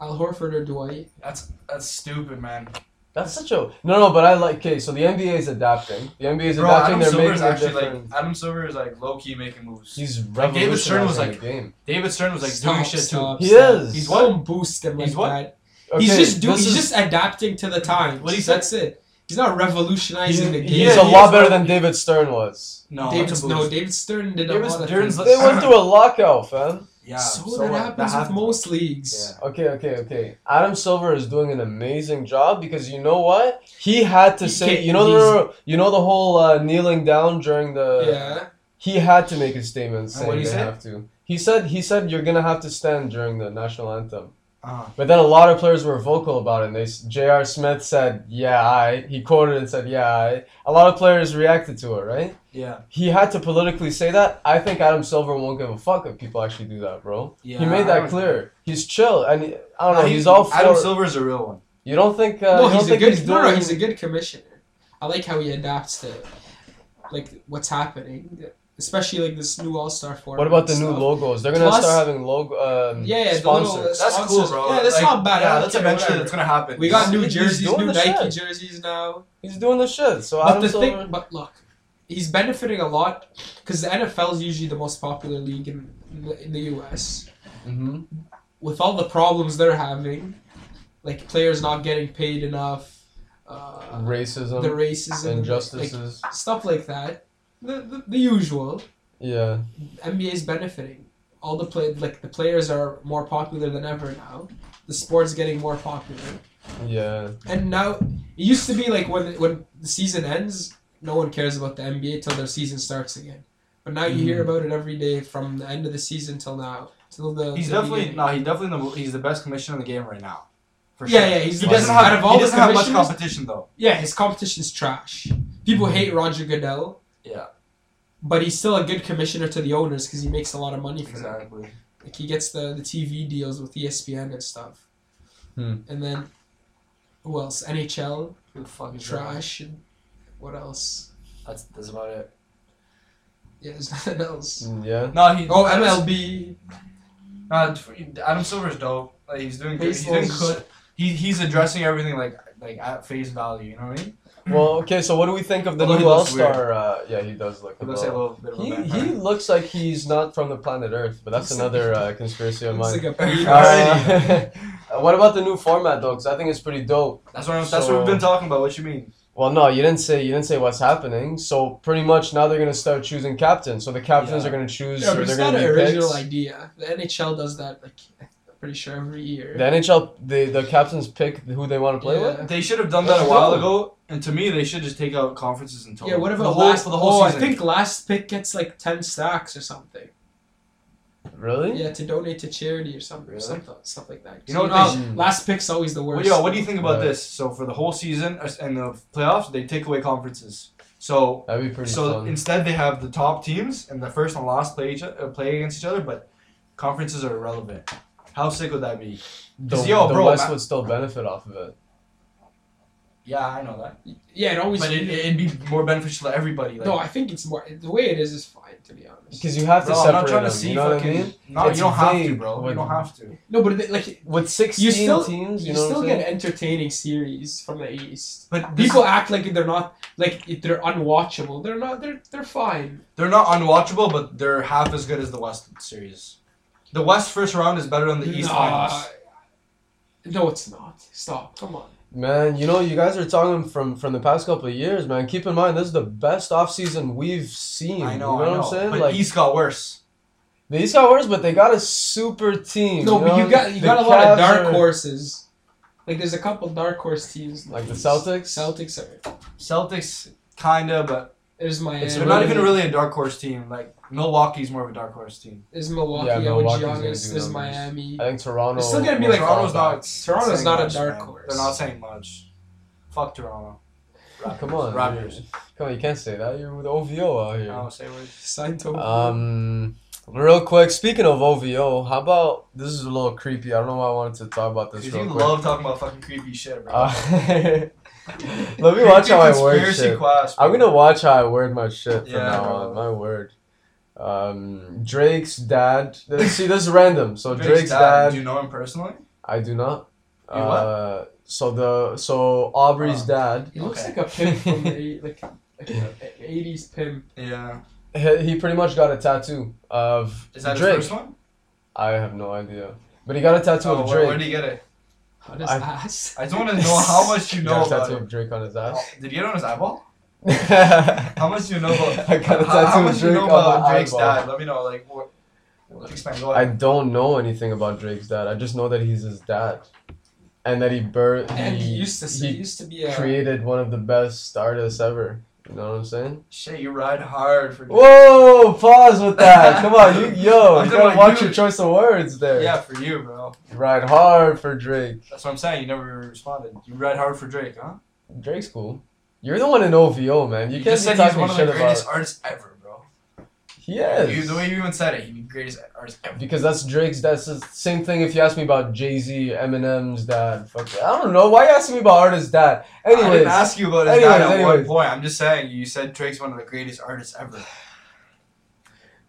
[SPEAKER 2] Al Horford or Dwight.
[SPEAKER 3] That's that's stupid, man.
[SPEAKER 1] That's such a no, no. But I like. Okay, so the NBA is adapting. The NBA is
[SPEAKER 3] Bro,
[SPEAKER 1] adapting.
[SPEAKER 3] Adam
[SPEAKER 1] They're
[SPEAKER 3] Silver is
[SPEAKER 1] making a
[SPEAKER 3] actually
[SPEAKER 1] different.
[SPEAKER 3] like Adam Silver is like low key making moves.
[SPEAKER 1] he's
[SPEAKER 3] like, David Stern
[SPEAKER 1] revolutionizing
[SPEAKER 3] was
[SPEAKER 1] the
[SPEAKER 3] like-
[SPEAKER 1] game.
[SPEAKER 3] David Stern was like doing shit too.
[SPEAKER 2] stop,
[SPEAKER 1] He
[SPEAKER 2] stop.
[SPEAKER 1] is.
[SPEAKER 2] He's
[SPEAKER 1] What?
[SPEAKER 2] Don't boost him like
[SPEAKER 3] He's what?
[SPEAKER 2] that. he's just doing.
[SPEAKER 1] this
[SPEAKER 2] He's
[SPEAKER 1] is-
[SPEAKER 2] just adapting to the times.
[SPEAKER 3] What he said?
[SPEAKER 2] That's it. He's not revolutionizing the game.
[SPEAKER 1] he's
[SPEAKER 3] Yeah,
[SPEAKER 1] a
[SPEAKER 3] he
[SPEAKER 1] lot
[SPEAKER 3] is,
[SPEAKER 1] better
[SPEAKER 3] but-
[SPEAKER 1] than David Stern was.
[SPEAKER 3] No, that's
[SPEAKER 2] David,
[SPEAKER 3] a
[SPEAKER 2] no,
[SPEAKER 3] boost.
[SPEAKER 2] David Stern did
[SPEAKER 3] David
[SPEAKER 2] a lot of
[SPEAKER 3] Stern's
[SPEAKER 2] things.
[SPEAKER 3] like-
[SPEAKER 1] They went through a lockout, fam.
[SPEAKER 3] yeah,
[SPEAKER 2] so,
[SPEAKER 3] so
[SPEAKER 2] that
[SPEAKER 3] what?
[SPEAKER 2] happens with
[SPEAKER 3] happened.
[SPEAKER 2] most leagues.
[SPEAKER 3] Yeah.
[SPEAKER 1] Okay, okay, okay. Adam Silver is doing an amazing job because you know what? He had to
[SPEAKER 2] He
[SPEAKER 1] say,
[SPEAKER 2] can't-
[SPEAKER 1] you know,
[SPEAKER 2] he's-
[SPEAKER 1] the, you know the whole uh, kneeling down during the.
[SPEAKER 2] yeah.
[SPEAKER 1] He had to make a statement
[SPEAKER 3] And what
[SPEAKER 1] saying
[SPEAKER 3] he
[SPEAKER 1] they
[SPEAKER 3] said?
[SPEAKER 1] have to. He said he said you're gonna have to stand during the national anthem.
[SPEAKER 3] Uh-huh.
[SPEAKER 1] But then a lot of players were vocal about it. And they J.R. Smith said, "Yeah, I." He quoted and said, "Yeah, I." A lot of players reacted to it, right?
[SPEAKER 3] Yeah,
[SPEAKER 1] He had to politically say that. I think Adam Silver won't give a fuck if people actually do that, bro.
[SPEAKER 3] yeah.
[SPEAKER 1] he made
[SPEAKER 3] I
[SPEAKER 1] that
[SPEAKER 3] don't-
[SPEAKER 1] clear. He's chill, and he- I don't know.
[SPEAKER 3] Nah,
[SPEAKER 1] he's, all for.
[SPEAKER 3] Adam Silver's a real one.
[SPEAKER 1] you don't think? Uh,
[SPEAKER 2] no,
[SPEAKER 1] you don't
[SPEAKER 2] he's a
[SPEAKER 1] think
[SPEAKER 2] good.
[SPEAKER 1] he's
[SPEAKER 2] no,
[SPEAKER 1] doing?
[SPEAKER 2] no, he's a good commissioner. I like how he adapts to, like what's happening, especially like this new All Star format.
[SPEAKER 1] what about the
[SPEAKER 2] and
[SPEAKER 1] new
[SPEAKER 2] stuff.
[SPEAKER 1] logos? They're gonna
[SPEAKER 2] Plus-
[SPEAKER 1] start having logo. Um,
[SPEAKER 2] Yeah, yeah, the little-
[SPEAKER 1] sponsors.
[SPEAKER 3] That's cool,
[SPEAKER 2] Sponsors.
[SPEAKER 3] bro.
[SPEAKER 2] Yeah, that's
[SPEAKER 3] Like,
[SPEAKER 2] not bad. I
[SPEAKER 3] Yeah,
[SPEAKER 2] don't
[SPEAKER 3] that's
[SPEAKER 2] care,
[SPEAKER 3] eventually
[SPEAKER 2] whatever.
[SPEAKER 3] that's gonna happen.
[SPEAKER 2] We got
[SPEAKER 1] He's-
[SPEAKER 2] new
[SPEAKER 1] he's
[SPEAKER 2] jerseys,
[SPEAKER 1] doing
[SPEAKER 2] new
[SPEAKER 1] the
[SPEAKER 2] Nike
[SPEAKER 1] shit.
[SPEAKER 2] jerseys now.
[SPEAKER 1] he's doing the shit. So
[SPEAKER 2] But
[SPEAKER 1] Adam
[SPEAKER 2] the
[SPEAKER 1] Silver.
[SPEAKER 2] thing, but look, he's benefiting a lot because the NFL is usually the most popular league in, in the- in the U.S.
[SPEAKER 1] hmm
[SPEAKER 2] With all the problems they're having, like players not getting paid enough, uh,
[SPEAKER 1] Racism,
[SPEAKER 2] the racism, like,
[SPEAKER 1] injustices.
[SPEAKER 2] stuff like that. The, the, the usual.
[SPEAKER 1] yeah.
[SPEAKER 2] NBA is benefiting. All the play like the players are more popular than ever now. The sport's getting more popular,
[SPEAKER 1] Yeah.
[SPEAKER 2] and now it used to be like when when the season ends, no one cares about the NBA till their season starts again. But now you hear
[SPEAKER 3] Mm-hmm.
[SPEAKER 1] Mhm.
[SPEAKER 2] about it every day from the end of the season till now, till the.
[SPEAKER 3] He's
[SPEAKER 2] the
[SPEAKER 3] definitely
[SPEAKER 2] beginning.
[SPEAKER 3] no. He's definitely the, he's the best commissioner in the game right now. For
[SPEAKER 2] Yeah,
[SPEAKER 3] sure.
[SPEAKER 2] yeah, he's
[SPEAKER 3] he
[SPEAKER 2] the
[SPEAKER 3] doesn't
[SPEAKER 2] best.
[SPEAKER 3] have
[SPEAKER 2] Out of all
[SPEAKER 3] he
[SPEAKER 2] the
[SPEAKER 3] doesn't have much
[SPEAKER 2] commissioners-
[SPEAKER 3] competition though.
[SPEAKER 2] Yeah, his competition's trash. People hate Roger Goodell.
[SPEAKER 3] Mm-hmm. Yeah.
[SPEAKER 2] But he's still a good commissioner to the owners because he makes a lot of money for them.
[SPEAKER 3] Exactly.
[SPEAKER 2] Like he gets the, the TV deals with E ESPN and stuff.
[SPEAKER 1] Hmm.
[SPEAKER 2] And then, who else? NHL,
[SPEAKER 3] Who the fuck is that?
[SPEAKER 2] trash, and what else?
[SPEAKER 3] That's that's about it.
[SPEAKER 2] Yeah, there's nothing else.
[SPEAKER 1] mm, Yeah.
[SPEAKER 3] No, he.
[SPEAKER 2] Oh, MLB.
[SPEAKER 3] Nah, Uh, Adam Silver's dope. Like he's doing good. He's doing
[SPEAKER 2] Baseball's-
[SPEAKER 3] good. He, he's addressing everything like like at face value. You know what I mean?
[SPEAKER 1] Well, okay, so what do we think of the
[SPEAKER 3] Although he
[SPEAKER 1] new All
[SPEAKER 3] looks weird.
[SPEAKER 1] Star? Uh, yeah, he does look.
[SPEAKER 3] He
[SPEAKER 1] a
[SPEAKER 3] looks like a
[SPEAKER 1] little-
[SPEAKER 3] little bit of a
[SPEAKER 1] He,
[SPEAKER 3] vampire.
[SPEAKER 1] he looks like he's not from the planet Earth, but that's
[SPEAKER 2] Looks like-
[SPEAKER 1] another uh, conspiracy of
[SPEAKER 2] It's like
[SPEAKER 1] mine.
[SPEAKER 2] a
[SPEAKER 3] Alright.
[SPEAKER 2] penis.
[SPEAKER 1] Uh, what about the new format though? Because I think it's pretty dope.
[SPEAKER 3] That's what I'm, that's what
[SPEAKER 1] So-
[SPEAKER 3] we've been talking about. What you mean?
[SPEAKER 1] Well, no, you didn't say you didn't say what's happening. So pretty much now they're gonna start choosing captains. So the captains
[SPEAKER 3] Yeah.
[SPEAKER 1] are gonna choose.
[SPEAKER 2] Yeah,
[SPEAKER 1] who
[SPEAKER 2] but it's
[SPEAKER 1] they're
[SPEAKER 2] not
[SPEAKER 1] gonna
[SPEAKER 2] an
[SPEAKER 1] be picks.
[SPEAKER 2] original idea. The NHL does that, like, I'm pretty sure every year.
[SPEAKER 1] The NHL, the the captains pick who they want to play with.
[SPEAKER 2] Yeah.
[SPEAKER 3] They should have done that a
[SPEAKER 1] That's
[SPEAKER 3] while
[SPEAKER 1] dope.
[SPEAKER 3] ago. And to me, they should just take out conferences and total.
[SPEAKER 2] yeah, what about
[SPEAKER 3] the whole
[SPEAKER 2] last?
[SPEAKER 3] for the whole
[SPEAKER 2] oh,
[SPEAKER 3] season?
[SPEAKER 2] I think last pick gets like ten stacks or something.
[SPEAKER 1] Really?
[SPEAKER 2] Yeah, to donate to charity or something,
[SPEAKER 3] Really?
[SPEAKER 2] or something, stuff like that.
[SPEAKER 3] You
[SPEAKER 2] So
[SPEAKER 3] know what
[SPEAKER 1] they
[SPEAKER 2] how
[SPEAKER 1] should-
[SPEAKER 2] last pick's always the worst.
[SPEAKER 3] Well, yo, what do you think about
[SPEAKER 1] Right.
[SPEAKER 3] this? So for the whole season uh, and the playoffs, they take away conferences. So
[SPEAKER 1] That'd be pretty
[SPEAKER 3] so
[SPEAKER 1] fun.
[SPEAKER 3] instead, they have the top teams and the first and last play each, uh, play against each other, but conferences are irrelevant. How sick would that be?
[SPEAKER 1] the,
[SPEAKER 3] yo,
[SPEAKER 2] oh,
[SPEAKER 1] the
[SPEAKER 3] bro,
[SPEAKER 1] West
[SPEAKER 3] ma-
[SPEAKER 1] would still benefit off of it.
[SPEAKER 3] Yeah, I know that,
[SPEAKER 2] Yeah, it always.
[SPEAKER 3] but it, it'd be more beneficial to everybody. Like,
[SPEAKER 2] no, I think it's more the way it is is fine to be honest.
[SPEAKER 1] Because you have to
[SPEAKER 3] bro, I'm
[SPEAKER 1] separate
[SPEAKER 3] not trying to
[SPEAKER 1] them.
[SPEAKER 3] see
[SPEAKER 1] you know what I
[SPEAKER 3] fucking.
[SPEAKER 1] mean?
[SPEAKER 3] No,
[SPEAKER 1] It's
[SPEAKER 3] you don't have to,
[SPEAKER 1] vague
[SPEAKER 3] bro.
[SPEAKER 1] when-
[SPEAKER 3] you don't have to.
[SPEAKER 2] No, but it- like
[SPEAKER 1] With sixteen
[SPEAKER 2] you still
[SPEAKER 1] teams, you,
[SPEAKER 2] you,
[SPEAKER 1] know
[SPEAKER 2] still
[SPEAKER 1] what I'm
[SPEAKER 2] get
[SPEAKER 1] saying?
[SPEAKER 2] entertaining series from the East.
[SPEAKER 3] But this-
[SPEAKER 2] People act like they're not like if they're unwatchable. They're not. They're they're fine.
[SPEAKER 3] they're not unwatchable, but they're half as good as the West series. The West first round is better than the East
[SPEAKER 2] Nah.
[SPEAKER 3] finals.
[SPEAKER 2] No, it's not. Stop. Come on.
[SPEAKER 1] Man, you know, you guys are talking from from the past couple of years, man. Keep in mind, this is the best off season we've seen.
[SPEAKER 3] I
[SPEAKER 1] you know
[SPEAKER 3] know, I
[SPEAKER 1] what
[SPEAKER 3] know.
[SPEAKER 1] I'm saying?
[SPEAKER 3] But
[SPEAKER 1] like
[SPEAKER 3] East got worse.
[SPEAKER 1] they these got worse, but they got a super team.
[SPEAKER 2] No,
[SPEAKER 1] you
[SPEAKER 2] but
[SPEAKER 1] know?
[SPEAKER 2] you got you
[SPEAKER 1] The
[SPEAKER 2] got a lot
[SPEAKER 1] Cavs
[SPEAKER 2] of dark
[SPEAKER 1] are-
[SPEAKER 2] horses. Like there's a couple dark horse teams. in
[SPEAKER 1] Like the
[SPEAKER 2] East.
[SPEAKER 1] Celtics?
[SPEAKER 2] Celtics are.
[SPEAKER 3] Celtics kinda, but
[SPEAKER 2] There's Miami.
[SPEAKER 1] It's
[SPEAKER 3] They're not even
[SPEAKER 1] Really?
[SPEAKER 3] really a dark horse team. Like Milwaukee's more of a dark horse team.
[SPEAKER 2] There's Milwaukee.
[SPEAKER 1] Yeah,
[SPEAKER 2] Yeah,
[SPEAKER 1] Milwaukee's
[SPEAKER 2] with
[SPEAKER 1] gonna do
[SPEAKER 2] Giannis. There's
[SPEAKER 1] numbers.
[SPEAKER 2] Miami.
[SPEAKER 1] I think Toronto.
[SPEAKER 2] It's still gonna be
[SPEAKER 1] will
[SPEAKER 2] like-
[SPEAKER 1] fall
[SPEAKER 3] Toronto's
[SPEAKER 1] back.
[SPEAKER 3] not.
[SPEAKER 2] Toronto's
[SPEAKER 3] saying
[SPEAKER 2] not a
[SPEAKER 3] much,
[SPEAKER 2] dark
[SPEAKER 3] man.
[SPEAKER 2] horse.
[SPEAKER 3] They're not saying much. Fuck Toronto. Raptors.
[SPEAKER 1] Ah, Come on,
[SPEAKER 3] Raptors.
[SPEAKER 1] Come on, you can't say that. You're with OVO out here.
[SPEAKER 3] No, say words.
[SPEAKER 2] Signed to
[SPEAKER 1] Um, real quick. Speaking of OVO, how about this is a little creepy. I don't know why I wanted to talk about this.
[SPEAKER 3] Because
[SPEAKER 1] Real
[SPEAKER 3] you
[SPEAKER 1] quick.
[SPEAKER 3] love talking about fucking creepy shit, bro.
[SPEAKER 1] Uh, let me watch how I word shit.
[SPEAKER 3] Class,
[SPEAKER 1] I'm gonna watch how I word my shit from
[SPEAKER 3] Yeah,
[SPEAKER 1] now
[SPEAKER 3] bro.
[SPEAKER 1] on. My word. Um, Drake's dad. See, this is random. So Drake's, dad.
[SPEAKER 3] Do you know him personally?
[SPEAKER 1] I do not.
[SPEAKER 3] You what?
[SPEAKER 1] Uh, so the so Aubrey's dad,
[SPEAKER 2] He looks
[SPEAKER 3] Okay.
[SPEAKER 2] like a pimp from the eight- like, like a- a 80s pimp.
[SPEAKER 3] Yeah.
[SPEAKER 1] he, he pretty much got a tattoo of
[SPEAKER 3] Is that
[SPEAKER 1] Drake.
[SPEAKER 3] his first one?
[SPEAKER 1] I have no idea, but he got a tattoo
[SPEAKER 3] Oh,
[SPEAKER 1] of
[SPEAKER 3] where,
[SPEAKER 1] Drake.
[SPEAKER 3] where did he get it?
[SPEAKER 2] How does
[SPEAKER 1] I-
[SPEAKER 2] ass?
[SPEAKER 3] I just want to know how much you
[SPEAKER 1] He
[SPEAKER 3] know
[SPEAKER 1] got a
[SPEAKER 3] about
[SPEAKER 1] tattoo
[SPEAKER 3] it.
[SPEAKER 1] of Drake on his
[SPEAKER 3] Oh,
[SPEAKER 1] ass.
[SPEAKER 3] Did you get it on his eyeball? How
[SPEAKER 1] how
[SPEAKER 3] much do you know about?
[SPEAKER 1] I got a
[SPEAKER 3] how,
[SPEAKER 1] tattoo
[SPEAKER 3] how
[SPEAKER 1] of
[SPEAKER 3] much do you
[SPEAKER 1] Drake
[SPEAKER 3] know
[SPEAKER 1] on
[SPEAKER 3] about
[SPEAKER 1] my
[SPEAKER 3] Drake's
[SPEAKER 1] eyeball.
[SPEAKER 3] dad? Let me know. Like, what? Expand. Go
[SPEAKER 1] I
[SPEAKER 3] ahead.
[SPEAKER 1] don't know anything about Drake's dad. I just know that he's his dad, and that he birth.
[SPEAKER 2] And he used to he
[SPEAKER 1] he
[SPEAKER 2] used to be a
[SPEAKER 1] created one of the best artists ever. You know what I'm saying?
[SPEAKER 3] Shit, you ride hard for.
[SPEAKER 1] Whoa! Pause with that. Come on, you yo,
[SPEAKER 3] I'm
[SPEAKER 1] you
[SPEAKER 3] talking
[SPEAKER 1] gotta
[SPEAKER 3] about
[SPEAKER 1] watch
[SPEAKER 3] you.
[SPEAKER 1] your choice of words there.
[SPEAKER 3] Yeah, for you, bro.
[SPEAKER 1] Ride hard for Drake.
[SPEAKER 3] That's what I'm saying. You never responded. You ride hard for Drake, huh?
[SPEAKER 1] Drake's cool. You're the one in OVO, man. You,
[SPEAKER 3] You
[SPEAKER 1] can't
[SPEAKER 3] just
[SPEAKER 1] be
[SPEAKER 3] said he's
[SPEAKER 1] talking
[SPEAKER 3] one of the
[SPEAKER 1] shit about.
[SPEAKER 3] greatest artists ever, bro.
[SPEAKER 1] He is.
[SPEAKER 3] You, the way you even said it, he's the greatest artist ever.
[SPEAKER 1] because that's Drake's. That's the same thing. If you ask me about Jay Z, Eminem's dad, fuck, it. I don't know. Why you asking me about artists' dad?
[SPEAKER 3] I
[SPEAKER 1] Anyways,
[SPEAKER 3] didn't ask you about his
[SPEAKER 1] anyways,
[SPEAKER 3] dad at one
[SPEAKER 1] anyways.
[SPEAKER 3] point. I'm just saying you said Drake's one of the greatest artists ever.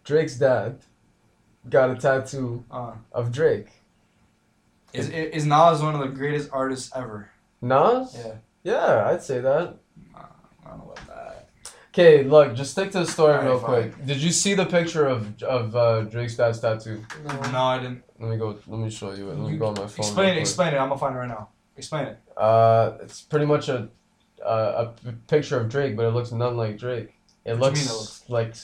[SPEAKER 1] Drake's dad got a tattoo
[SPEAKER 3] Uh,
[SPEAKER 1] of Drake.
[SPEAKER 3] is is Nas one of the greatest artists ever?
[SPEAKER 1] Nas?
[SPEAKER 3] Yeah.
[SPEAKER 1] Yeah, I'd say that.
[SPEAKER 3] I don't know about that.
[SPEAKER 1] Okay, look, just stick to the story
[SPEAKER 3] Alright,
[SPEAKER 1] real
[SPEAKER 3] fine.
[SPEAKER 1] quick. Did you see the picture of of uh, Drake's dad's tattoo?
[SPEAKER 2] no.
[SPEAKER 3] No, I didn't.
[SPEAKER 1] Let me go. Let me show you it. Let me
[SPEAKER 3] You-
[SPEAKER 1] go on my phone. real
[SPEAKER 3] Explain it.
[SPEAKER 1] quick.
[SPEAKER 3] Explain it. I'm gonna find it right now. Explain it.
[SPEAKER 1] Uh, it's pretty much a uh, a p- picture of Drake, but it looks none like Drake. It
[SPEAKER 3] What do
[SPEAKER 1] looks,
[SPEAKER 3] you mean it looks-
[SPEAKER 1] like.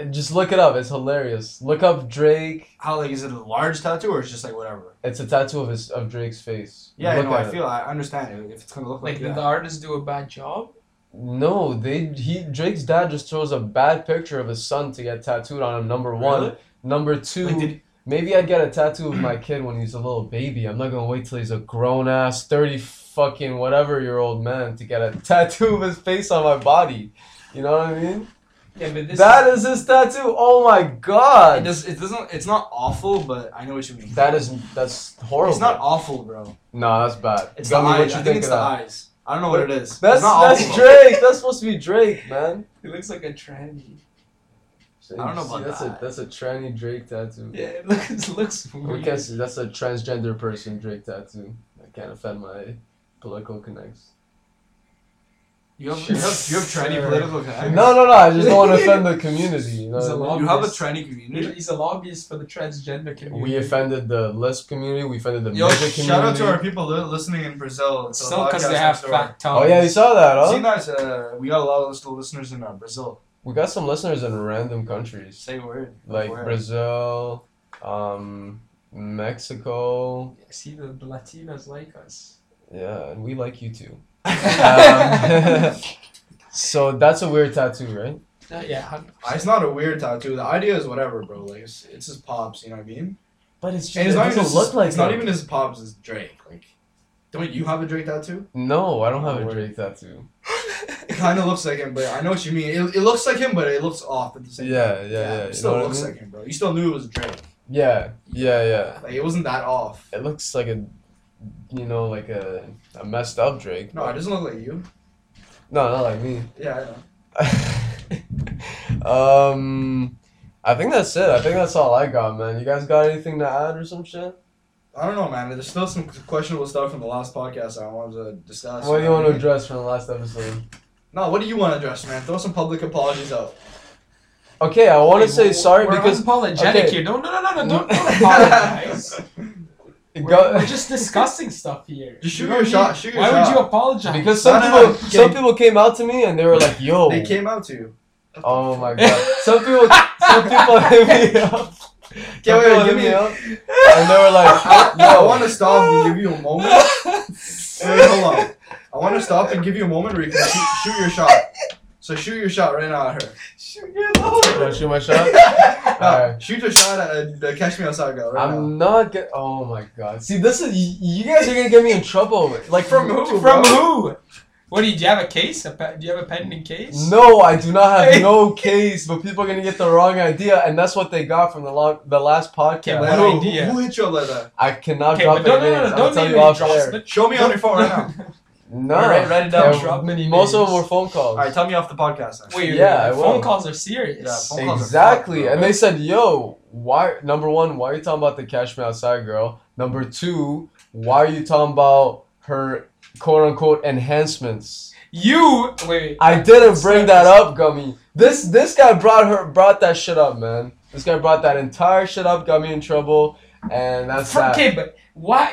[SPEAKER 1] eh, Just look it up. It's hilarious. Look up Drake.
[SPEAKER 3] How like is it a large tattoo or it's just like whatever?
[SPEAKER 1] It's a tattoo of his of Drake's face.
[SPEAKER 3] Yeah, I
[SPEAKER 1] look
[SPEAKER 3] know. I
[SPEAKER 1] at it.
[SPEAKER 3] feel. I understand it. If it's gonna look
[SPEAKER 2] Like
[SPEAKER 3] like,
[SPEAKER 2] did
[SPEAKER 3] that.
[SPEAKER 2] the artists do a bad job?
[SPEAKER 1] No, they he Drake's dad just chose a bad picture of his son to get tattooed on him. Number one.
[SPEAKER 3] Really?
[SPEAKER 1] Number two.
[SPEAKER 3] Like, did-
[SPEAKER 1] Maybe I'd get a tattoo of my kid when he's a little baby. I'm not gonna wait till he's a grown ass, thirty fucking whatever year old man to get a tattoo of his face on my body. You know what I mean?
[SPEAKER 2] Yeah, but this
[SPEAKER 1] That is his tattoo. Oh my
[SPEAKER 3] it,
[SPEAKER 1] god.
[SPEAKER 3] does, it doesn't. It's not awful, but I know what you mean.
[SPEAKER 1] That is that's horrible.
[SPEAKER 3] It's not awful, bro.
[SPEAKER 1] No, that's bad.
[SPEAKER 3] It's
[SPEAKER 1] Gummy,
[SPEAKER 3] the
[SPEAKER 1] what
[SPEAKER 3] eyes.
[SPEAKER 1] you
[SPEAKER 3] I
[SPEAKER 1] think
[SPEAKER 3] think it's
[SPEAKER 1] of
[SPEAKER 3] the
[SPEAKER 1] that?
[SPEAKER 3] eyes. I don't know what it is.
[SPEAKER 1] That's
[SPEAKER 3] it's not
[SPEAKER 1] that's
[SPEAKER 3] awful.
[SPEAKER 1] Drake. That's supposed to be Drake, man.
[SPEAKER 2] he looks like a tranny.
[SPEAKER 1] I
[SPEAKER 3] don't know about
[SPEAKER 1] that's A,
[SPEAKER 3] that.
[SPEAKER 1] that's a tranny Drake tattoo.
[SPEAKER 2] Yeah, it looks it looks
[SPEAKER 1] We
[SPEAKER 2] weird.
[SPEAKER 1] can't see. That's a transgender person Drake tattoo. I can't offend my political connects.
[SPEAKER 3] You have, you have, you have trendy
[SPEAKER 2] Sure.
[SPEAKER 3] political connects.
[SPEAKER 1] No, no, no. I just don't want to offend the community. You know
[SPEAKER 2] There's a
[SPEAKER 1] what I
[SPEAKER 2] lot-
[SPEAKER 3] You have a
[SPEAKER 2] Obvious.
[SPEAKER 3] trendy
[SPEAKER 2] He-
[SPEAKER 3] community.
[SPEAKER 2] He's a lobbyist for the transgender
[SPEAKER 1] mean?
[SPEAKER 2] community.
[SPEAKER 1] We offended the Lisp community. We offended the
[SPEAKER 3] Yo,
[SPEAKER 1] music community.
[SPEAKER 3] shout out to our people li- listening in Brazil. It's a
[SPEAKER 2] Still because
[SPEAKER 3] podcast
[SPEAKER 2] they have
[SPEAKER 3] next door.
[SPEAKER 2] fat tongues.
[SPEAKER 1] Oh yeah, you saw that, huh?
[SPEAKER 3] See, guys, uh, we got a lot of lis- listeners in uh, Brazil.
[SPEAKER 1] we got some listeners in random countries
[SPEAKER 3] Say a word.
[SPEAKER 1] like
[SPEAKER 3] Where?
[SPEAKER 1] Brazil, um, Mexico.
[SPEAKER 2] See the, the Latinas like us.
[SPEAKER 1] Yeah, and we like you too. Um, so that's a weird tattoo, right?
[SPEAKER 2] Uh, yeah, hun-
[SPEAKER 3] Uh, It's not a weird tattoo. The idea is whatever, bro. Like it's, it's his pops. You know what I mean?
[SPEAKER 1] But it's just
[SPEAKER 3] And it's
[SPEAKER 1] it
[SPEAKER 3] not even
[SPEAKER 1] doesn't
[SPEAKER 3] his,
[SPEAKER 1] look like
[SPEAKER 3] it's not
[SPEAKER 1] that.
[SPEAKER 3] even his pops. It's Drake. Like, don't you have a Drake tattoo?
[SPEAKER 1] No, I don't have
[SPEAKER 3] Oh,
[SPEAKER 1] a
[SPEAKER 3] word.
[SPEAKER 1] Drake tattoo.
[SPEAKER 3] It kind of looks like him, but I know what you mean. It, it looks like him, but it looks off at the
[SPEAKER 1] Yeah,
[SPEAKER 3] same. time.
[SPEAKER 1] yeah, yeah. you know
[SPEAKER 3] it still
[SPEAKER 1] what I
[SPEAKER 3] looks
[SPEAKER 1] mean?
[SPEAKER 3] like him, bro. You still knew it was Drake.
[SPEAKER 1] Yeah, yeah, yeah.
[SPEAKER 3] Like it wasn't that off.
[SPEAKER 1] It looks like a, you know, like a, a messed up Drake.
[SPEAKER 3] No, it doesn't look like you.
[SPEAKER 1] No, not like me.
[SPEAKER 3] Yeah, I know.
[SPEAKER 1] um, I think that's it. I think that's all I got, man. You guys got anything to add or some shit?
[SPEAKER 3] I don't know, man. There's still some questionable stuff from the last podcast that I wanted to discuss.
[SPEAKER 1] What do you
[SPEAKER 3] know
[SPEAKER 1] want to
[SPEAKER 3] mean?
[SPEAKER 1] address from the last episode?
[SPEAKER 3] No, what do you want to address, man? Throw some public apologies out.
[SPEAKER 1] Okay, I want to
[SPEAKER 2] Wait,
[SPEAKER 1] say
[SPEAKER 2] we're-
[SPEAKER 1] sorry
[SPEAKER 2] we're
[SPEAKER 1] because
[SPEAKER 2] apologetic
[SPEAKER 1] okay.
[SPEAKER 2] here. Don't no no no no don't, don't apologize.
[SPEAKER 1] it
[SPEAKER 2] We're,
[SPEAKER 1] got-
[SPEAKER 2] we're just discussing stuff here.
[SPEAKER 3] Just shoot
[SPEAKER 2] You
[SPEAKER 3] your
[SPEAKER 2] don't
[SPEAKER 3] shot,
[SPEAKER 2] need-
[SPEAKER 3] shoot your
[SPEAKER 2] Why would
[SPEAKER 3] shot.
[SPEAKER 2] you apologize?
[SPEAKER 1] because some
[SPEAKER 3] No, no, no,
[SPEAKER 1] people some
[SPEAKER 3] okay.
[SPEAKER 1] people came out to me and they were like, "Yo,
[SPEAKER 3] They came out to you.
[SPEAKER 1] oh my god." Some people some people hit me up.
[SPEAKER 3] Yeah,
[SPEAKER 1] Some
[SPEAKER 3] wait,
[SPEAKER 1] people
[SPEAKER 3] wait, give
[SPEAKER 1] hit
[SPEAKER 3] me.
[SPEAKER 1] me
[SPEAKER 3] I,
[SPEAKER 1] up and they were like,
[SPEAKER 3] I,
[SPEAKER 1] "Yo,
[SPEAKER 3] want to stop and give you a moment. Wait, wait, hold on. I want to stop and give you a moment where you can shoot, shoot your shot. So shoot your shot right now at her.
[SPEAKER 2] Shoot your load.
[SPEAKER 1] Should I shoot my shot?"
[SPEAKER 3] No,
[SPEAKER 1] Alright.
[SPEAKER 3] Ah, Shoot your shot at uh, the Catch Me Outside girl right now.
[SPEAKER 1] I'm not get. Oh my god! See, this is y- you guys are gonna get me in trouble. Like
[SPEAKER 3] From who?
[SPEAKER 2] From
[SPEAKER 3] bro?
[SPEAKER 2] who? What do you, do you have a case? A pe- do you have a pending case?
[SPEAKER 1] No, I do not have no case, but people are gonna get the wrong idea, and that's what they got from the long, the last podcast.
[SPEAKER 2] Okay,
[SPEAKER 3] Like,
[SPEAKER 2] What
[SPEAKER 3] who,
[SPEAKER 2] idea?
[SPEAKER 3] Who hit you up like that?
[SPEAKER 1] I cannot
[SPEAKER 2] Okay,
[SPEAKER 1] drop
[SPEAKER 2] but
[SPEAKER 1] any
[SPEAKER 2] no, no,
[SPEAKER 1] names.
[SPEAKER 2] no,
[SPEAKER 1] I'll
[SPEAKER 2] don't
[SPEAKER 1] tell
[SPEAKER 2] name
[SPEAKER 1] you
[SPEAKER 2] any
[SPEAKER 1] off
[SPEAKER 2] drops.
[SPEAKER 1] air.
[SPEAKER 2] but-
[SPEAKER 3] Show me on your phone right now.
[SPEAKER 1] No,
[SPEAKER 3] Write- write it down.
[SPEAKER 1] Yeah,
[SPEAKER 2] Drop many
[SPEAKER 1] most of them
[SPEAKER 2] names.
[SPEAKER 1] were phone calls.
[SPEAKER 3] Alright, tell me off the podcast. Then.
[SPEAKER 2] Wait, wait,
[SPEAKER 1] Yeah,
[SPEAKER 2] wait,
[SPEAKER 1] I
[SPEAKER 2] phone
[SPEAKER 1] will.
[SPEAKER 2] calls are serious.
[SPEAKER 3] Yeah, phone calls.
[SPEAKER 1] exactly,
[SPEAKER 3] fucked, bro.
[SPEAKER 1] and they said, "Yo, why? Number one, why are you talking about the Cash Me Outside girl? Number two, why are you talking about her quote unquote enhancements?
[SPEAKER 2] You wait. wait.
[SPEAKER 1] I didn't bring that up, Gummy. This this guy brought her brought that shit up, man. This guy brought that entire shit up, got me in trouble, and that's
[SPEAKER 2] For-
[SPEAKER 1] that.
[SPEAKER 2] okay, but why?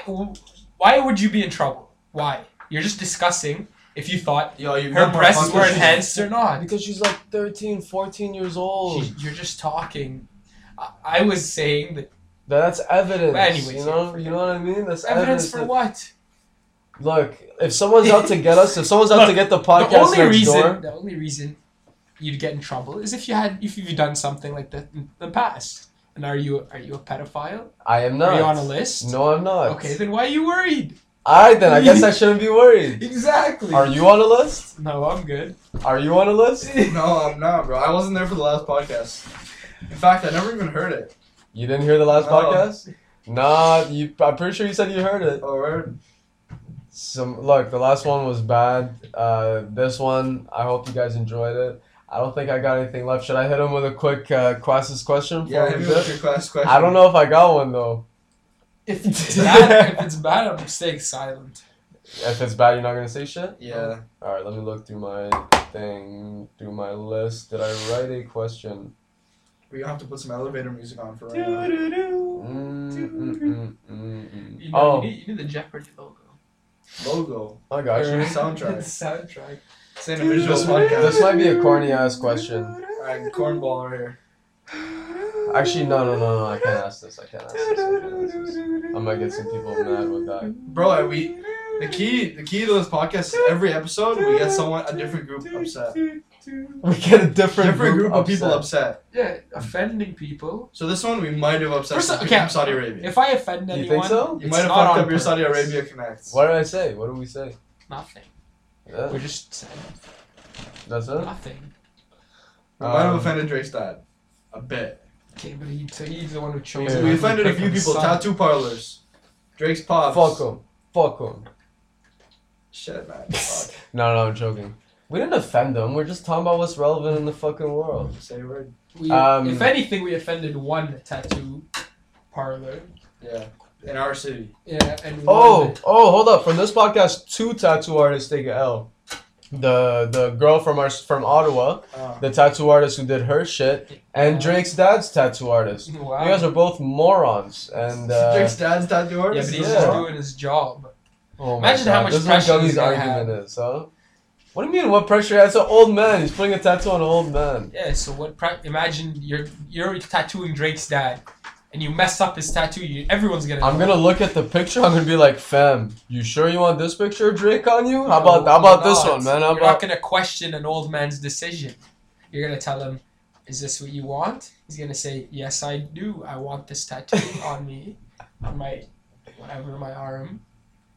[SPEAKER 2] Why would you be in trouble? Why? You're just discussing if you thought
[SPEAKER 3] Yo, you
[SPEAKER 2] her breasts were
[SPEAKER 1] fucking-
[SPEAKER 2] enhanced or not.
[SPEAKER 1] Because she's like 13, 14 years old.
[SPEAKER 2] She- you're just talking. I, I was saying that
[SPEAKER 1] That's evidence.
[SPEAKER 2] But anyways,
[SPEAKER 1] you
[SPEAKER 2] yeah,
[SPEAKER 1] know, you know what I mean. That's evidence.
[SPEAKER 2] evidence for
[SPEAKER 1] that-
[SPEAKER 2] what?
[SPEAKER 1] Look, if someone's out to get us, if someone's out to
[SPEAKER 2] Look,
[SPEAKER 1] get the
[SPEAKER 2] The
[SPEAKER 1] podcast
[SPEAKER 2] only
[SPEAKER 1] next
[SPEAKER 2] reason,
[SPEAKER 1] door,
[SPEAKER 2] the only reason you'd get in trouble is if you had, if you've done something like that in the past. And are you are you a pedophile?
[SPEAKER 1] I am not.
[SPEAKER 2] Are you on a list?
[SPEAKER 1] No, I'm not.
[SPEAKER 2] Okay, then why are you worried?
[SPEAKER 1] All right, then I guess I shouldn't be worried.
[SPEAKER 2] Exactly.
[SPEAKER 1] Are you on a list?
[SPEAKER 2] No, I'm good.
[SPEAKER 1] Are you on a list?
[SPEAKER 3] No, I'm not, bro. I wasn't there for the last podcast. In fact, I never even heard it.
[SPEAKER 1] You didn't hear the last
[SPEAKER 3] No.
[SPEAKER 1] podcast? Nah, you, I'm pretty sure you said you heard it.
[SPEAKER 3] Oh, word.
[SPEAKER 1] Some look, the last one was bad. Uh, this one, I hope you guys enjoyed it. I don't think I got anything left. Should I hit him with a quick uh, classes question? before
[SPEAKER 3] Yeah,
[SPEAKER 1] we
[SPEAKER 3] hit me
[SPEAKER 1] dip?
[SPEAKER 3] with your class question.
[SPEAKER 1] I don't know if I got one though.
[SPEAKER 2] If it's bad, if it's bad, I'm staying silent.
[SPEAKER 1] If it's bad, you're not gonna say shit.
[SPEAKER 3] Yeah.
[SPEAKER 1] All right, let me look through my thing, through my list. Did I write a question?
[SPEAKER 3] We're gonna have to put some elevator music on for right now.
[SPEAKER 2] You
[SPEAKER 1] Mm, mm, mm, mm, mm.
[SPEAKER 2] know,
[SPEAKER 1] Oh,
[SPEAKER 2] you, need, you need the Jeopardy logo.
[SPEAKER 3] Logo.
[SPEAKER 1] I got
[SPEAKER 3] Or
[SPEAKER 1] you.
[SPEAKER 3] soundtrack.
[SPEAKER 2] soundtrack.
[SPEAKER 3] It's in a visual podcast.
[SPEAKER 1] This might be a corny ass question.
[SPEAKER 3] Alright, cornball right here.
[SPEAKER 1] Actually, no, no, no, no. I can't ask this. I can't ask this. I, can't ask this. I might get some people mad with that.
[SPEAKER 3] Bro, are we the key the key to this podcast is every episode we get someone a different group upset.
[SPEAKER 1] We get a different,
[SPEAKER 3] Different group of people upset.
[SPEAKER 2] Yeah, offending people.
[SPEAKER 3] So this one we might have upset
[SPEAKER 2] First-
[SPEAKER 3] some people
[SPEAKER 2] okay.
[SPEAKER 3] from Saudi Arabia.
[SPEAKER 2] If I offend
[SPEAKER 1] You
[SPEAKER 2] anyone,
[SPEAKER 1] think so?
[SPEAKER 3] you
[SPEAKER 2] it's
[SPEAKER 3] might have
[SPEAKER 2] not
[SPEAKER 3] fucked up
[SPEAKER 2] on
[SPEAKER 3] your Saudi
[SPEAKER 2] purpose.
[SPEAKER 3] Arabia connects.
[SPEAKER 1] What did I say? What did we say?
[SPEAKER 2] Nothing.
[SPEAKER 1] Yeah,
[SPEAKER 2] We're just saying
[SPEAKER 1] that's it.
[SPEAKER 2] nothing.
[SPEAKER 3] We might have
[SPEAKER 1] Um,
[SPEAKER 3] offended Drake's dad. A bit.
[SPEAKER 2] Okay, but he, so he's the one who chose.
[SPEAKER 1] Yeah.
[SPEAKER 2] it.
[SPEAKER 3] We offended a
[SPEAKER 2] Pick
[SPEAKER 3] few
[SPEAKER 2] on the
[SPEAKER 3] people,
[SPEAKER 2] son.
[SPEAKER 3] tattoo parlors. Drake's pops.
[SPEAKER 1] Fuck 'em. Fuck 'em.
[SPEAKER 3] Shit, man. Fuck.
[SPEAKER 1] No, no, I'm joking. We didn't offend them. We're just talking about what's relevant in the fucking world.
[SPEAKER 3] Say a word.
[SPEAKER 2] We,
[SPEAKER 1] Um,
[SPEAKER 2] if anything, we offended one tattoo parlor.
[SPEAKER 3] Yeah. In our city.
[SPEAKER 2] Yeah, and
[SPEAKER 1] Oh,
[SPEAKER 2] one-
[SPEAKER 1] oh, hold up. From this podcast, two tattoo artists take a L. The the girl from our from Ottawa,
[SPEAKER 3] Uh,
[SPEAKER 1] the tattoo artist who did her shit, and Drake's dad's tattoo artist.
[SPEAKER 2] Wow.
[SPEAKER 1] You guys are both morons. And uh,
[SPEAKER 3] Drake's dad's tattoo
[SPEAKER 2] yeah, but
[SPEAKER 3] artist?
[SPEAKER 2] he's
[SPEAKER 3] as
[SPEAKER 1] Yeah.
[SPEAKER 2] just
[SPEAKER 3] well?
[SPEAKER 2] doing his job.
[SPEAKER 1] Oh my
[SPEAKER 2] Imagine how
[SPEAKER 1] God,
[SPEAKER 2] much
[SPEAKER 1] this is what
[SPEAKER 2] pressure
[SPEAKER 1] Gumby's
[SPEAKER 2] he's gonna
[SPEAKER 1] argument is, huh? What do you mean? What pressure? That's an old man. He's putting a tattoo on an old man.
[SPEAKER 2] Yeah. So what? Pra- imagine you're you're tattooing Drake's dad, and you mess up his tattoo. You, everyone's gonna.
[SPEAKER 1] I'm
[SPEAKER 2] know.
[SPEAKER 1] gonna look at the picture. I'm gonna be like, "Fam, you sure you want this picture of Drake on you? How
[SPEAKER 2] No,
[SPEAKER 1] about how about
[SPEAKER 2] you're
[SPEAKER 1] this
[SPEAKER 2] not.
[SPEAKER 1] one, man? How
[SPEAKER 2] You're not
[SPEAKER 1] about
[SPEAKER 2] gonna question an old man's decision. You're gonna tell him, "Is this what you want?" He's gonna say, "Yes, I do. I want this tattoo on me, on my whatever my arm."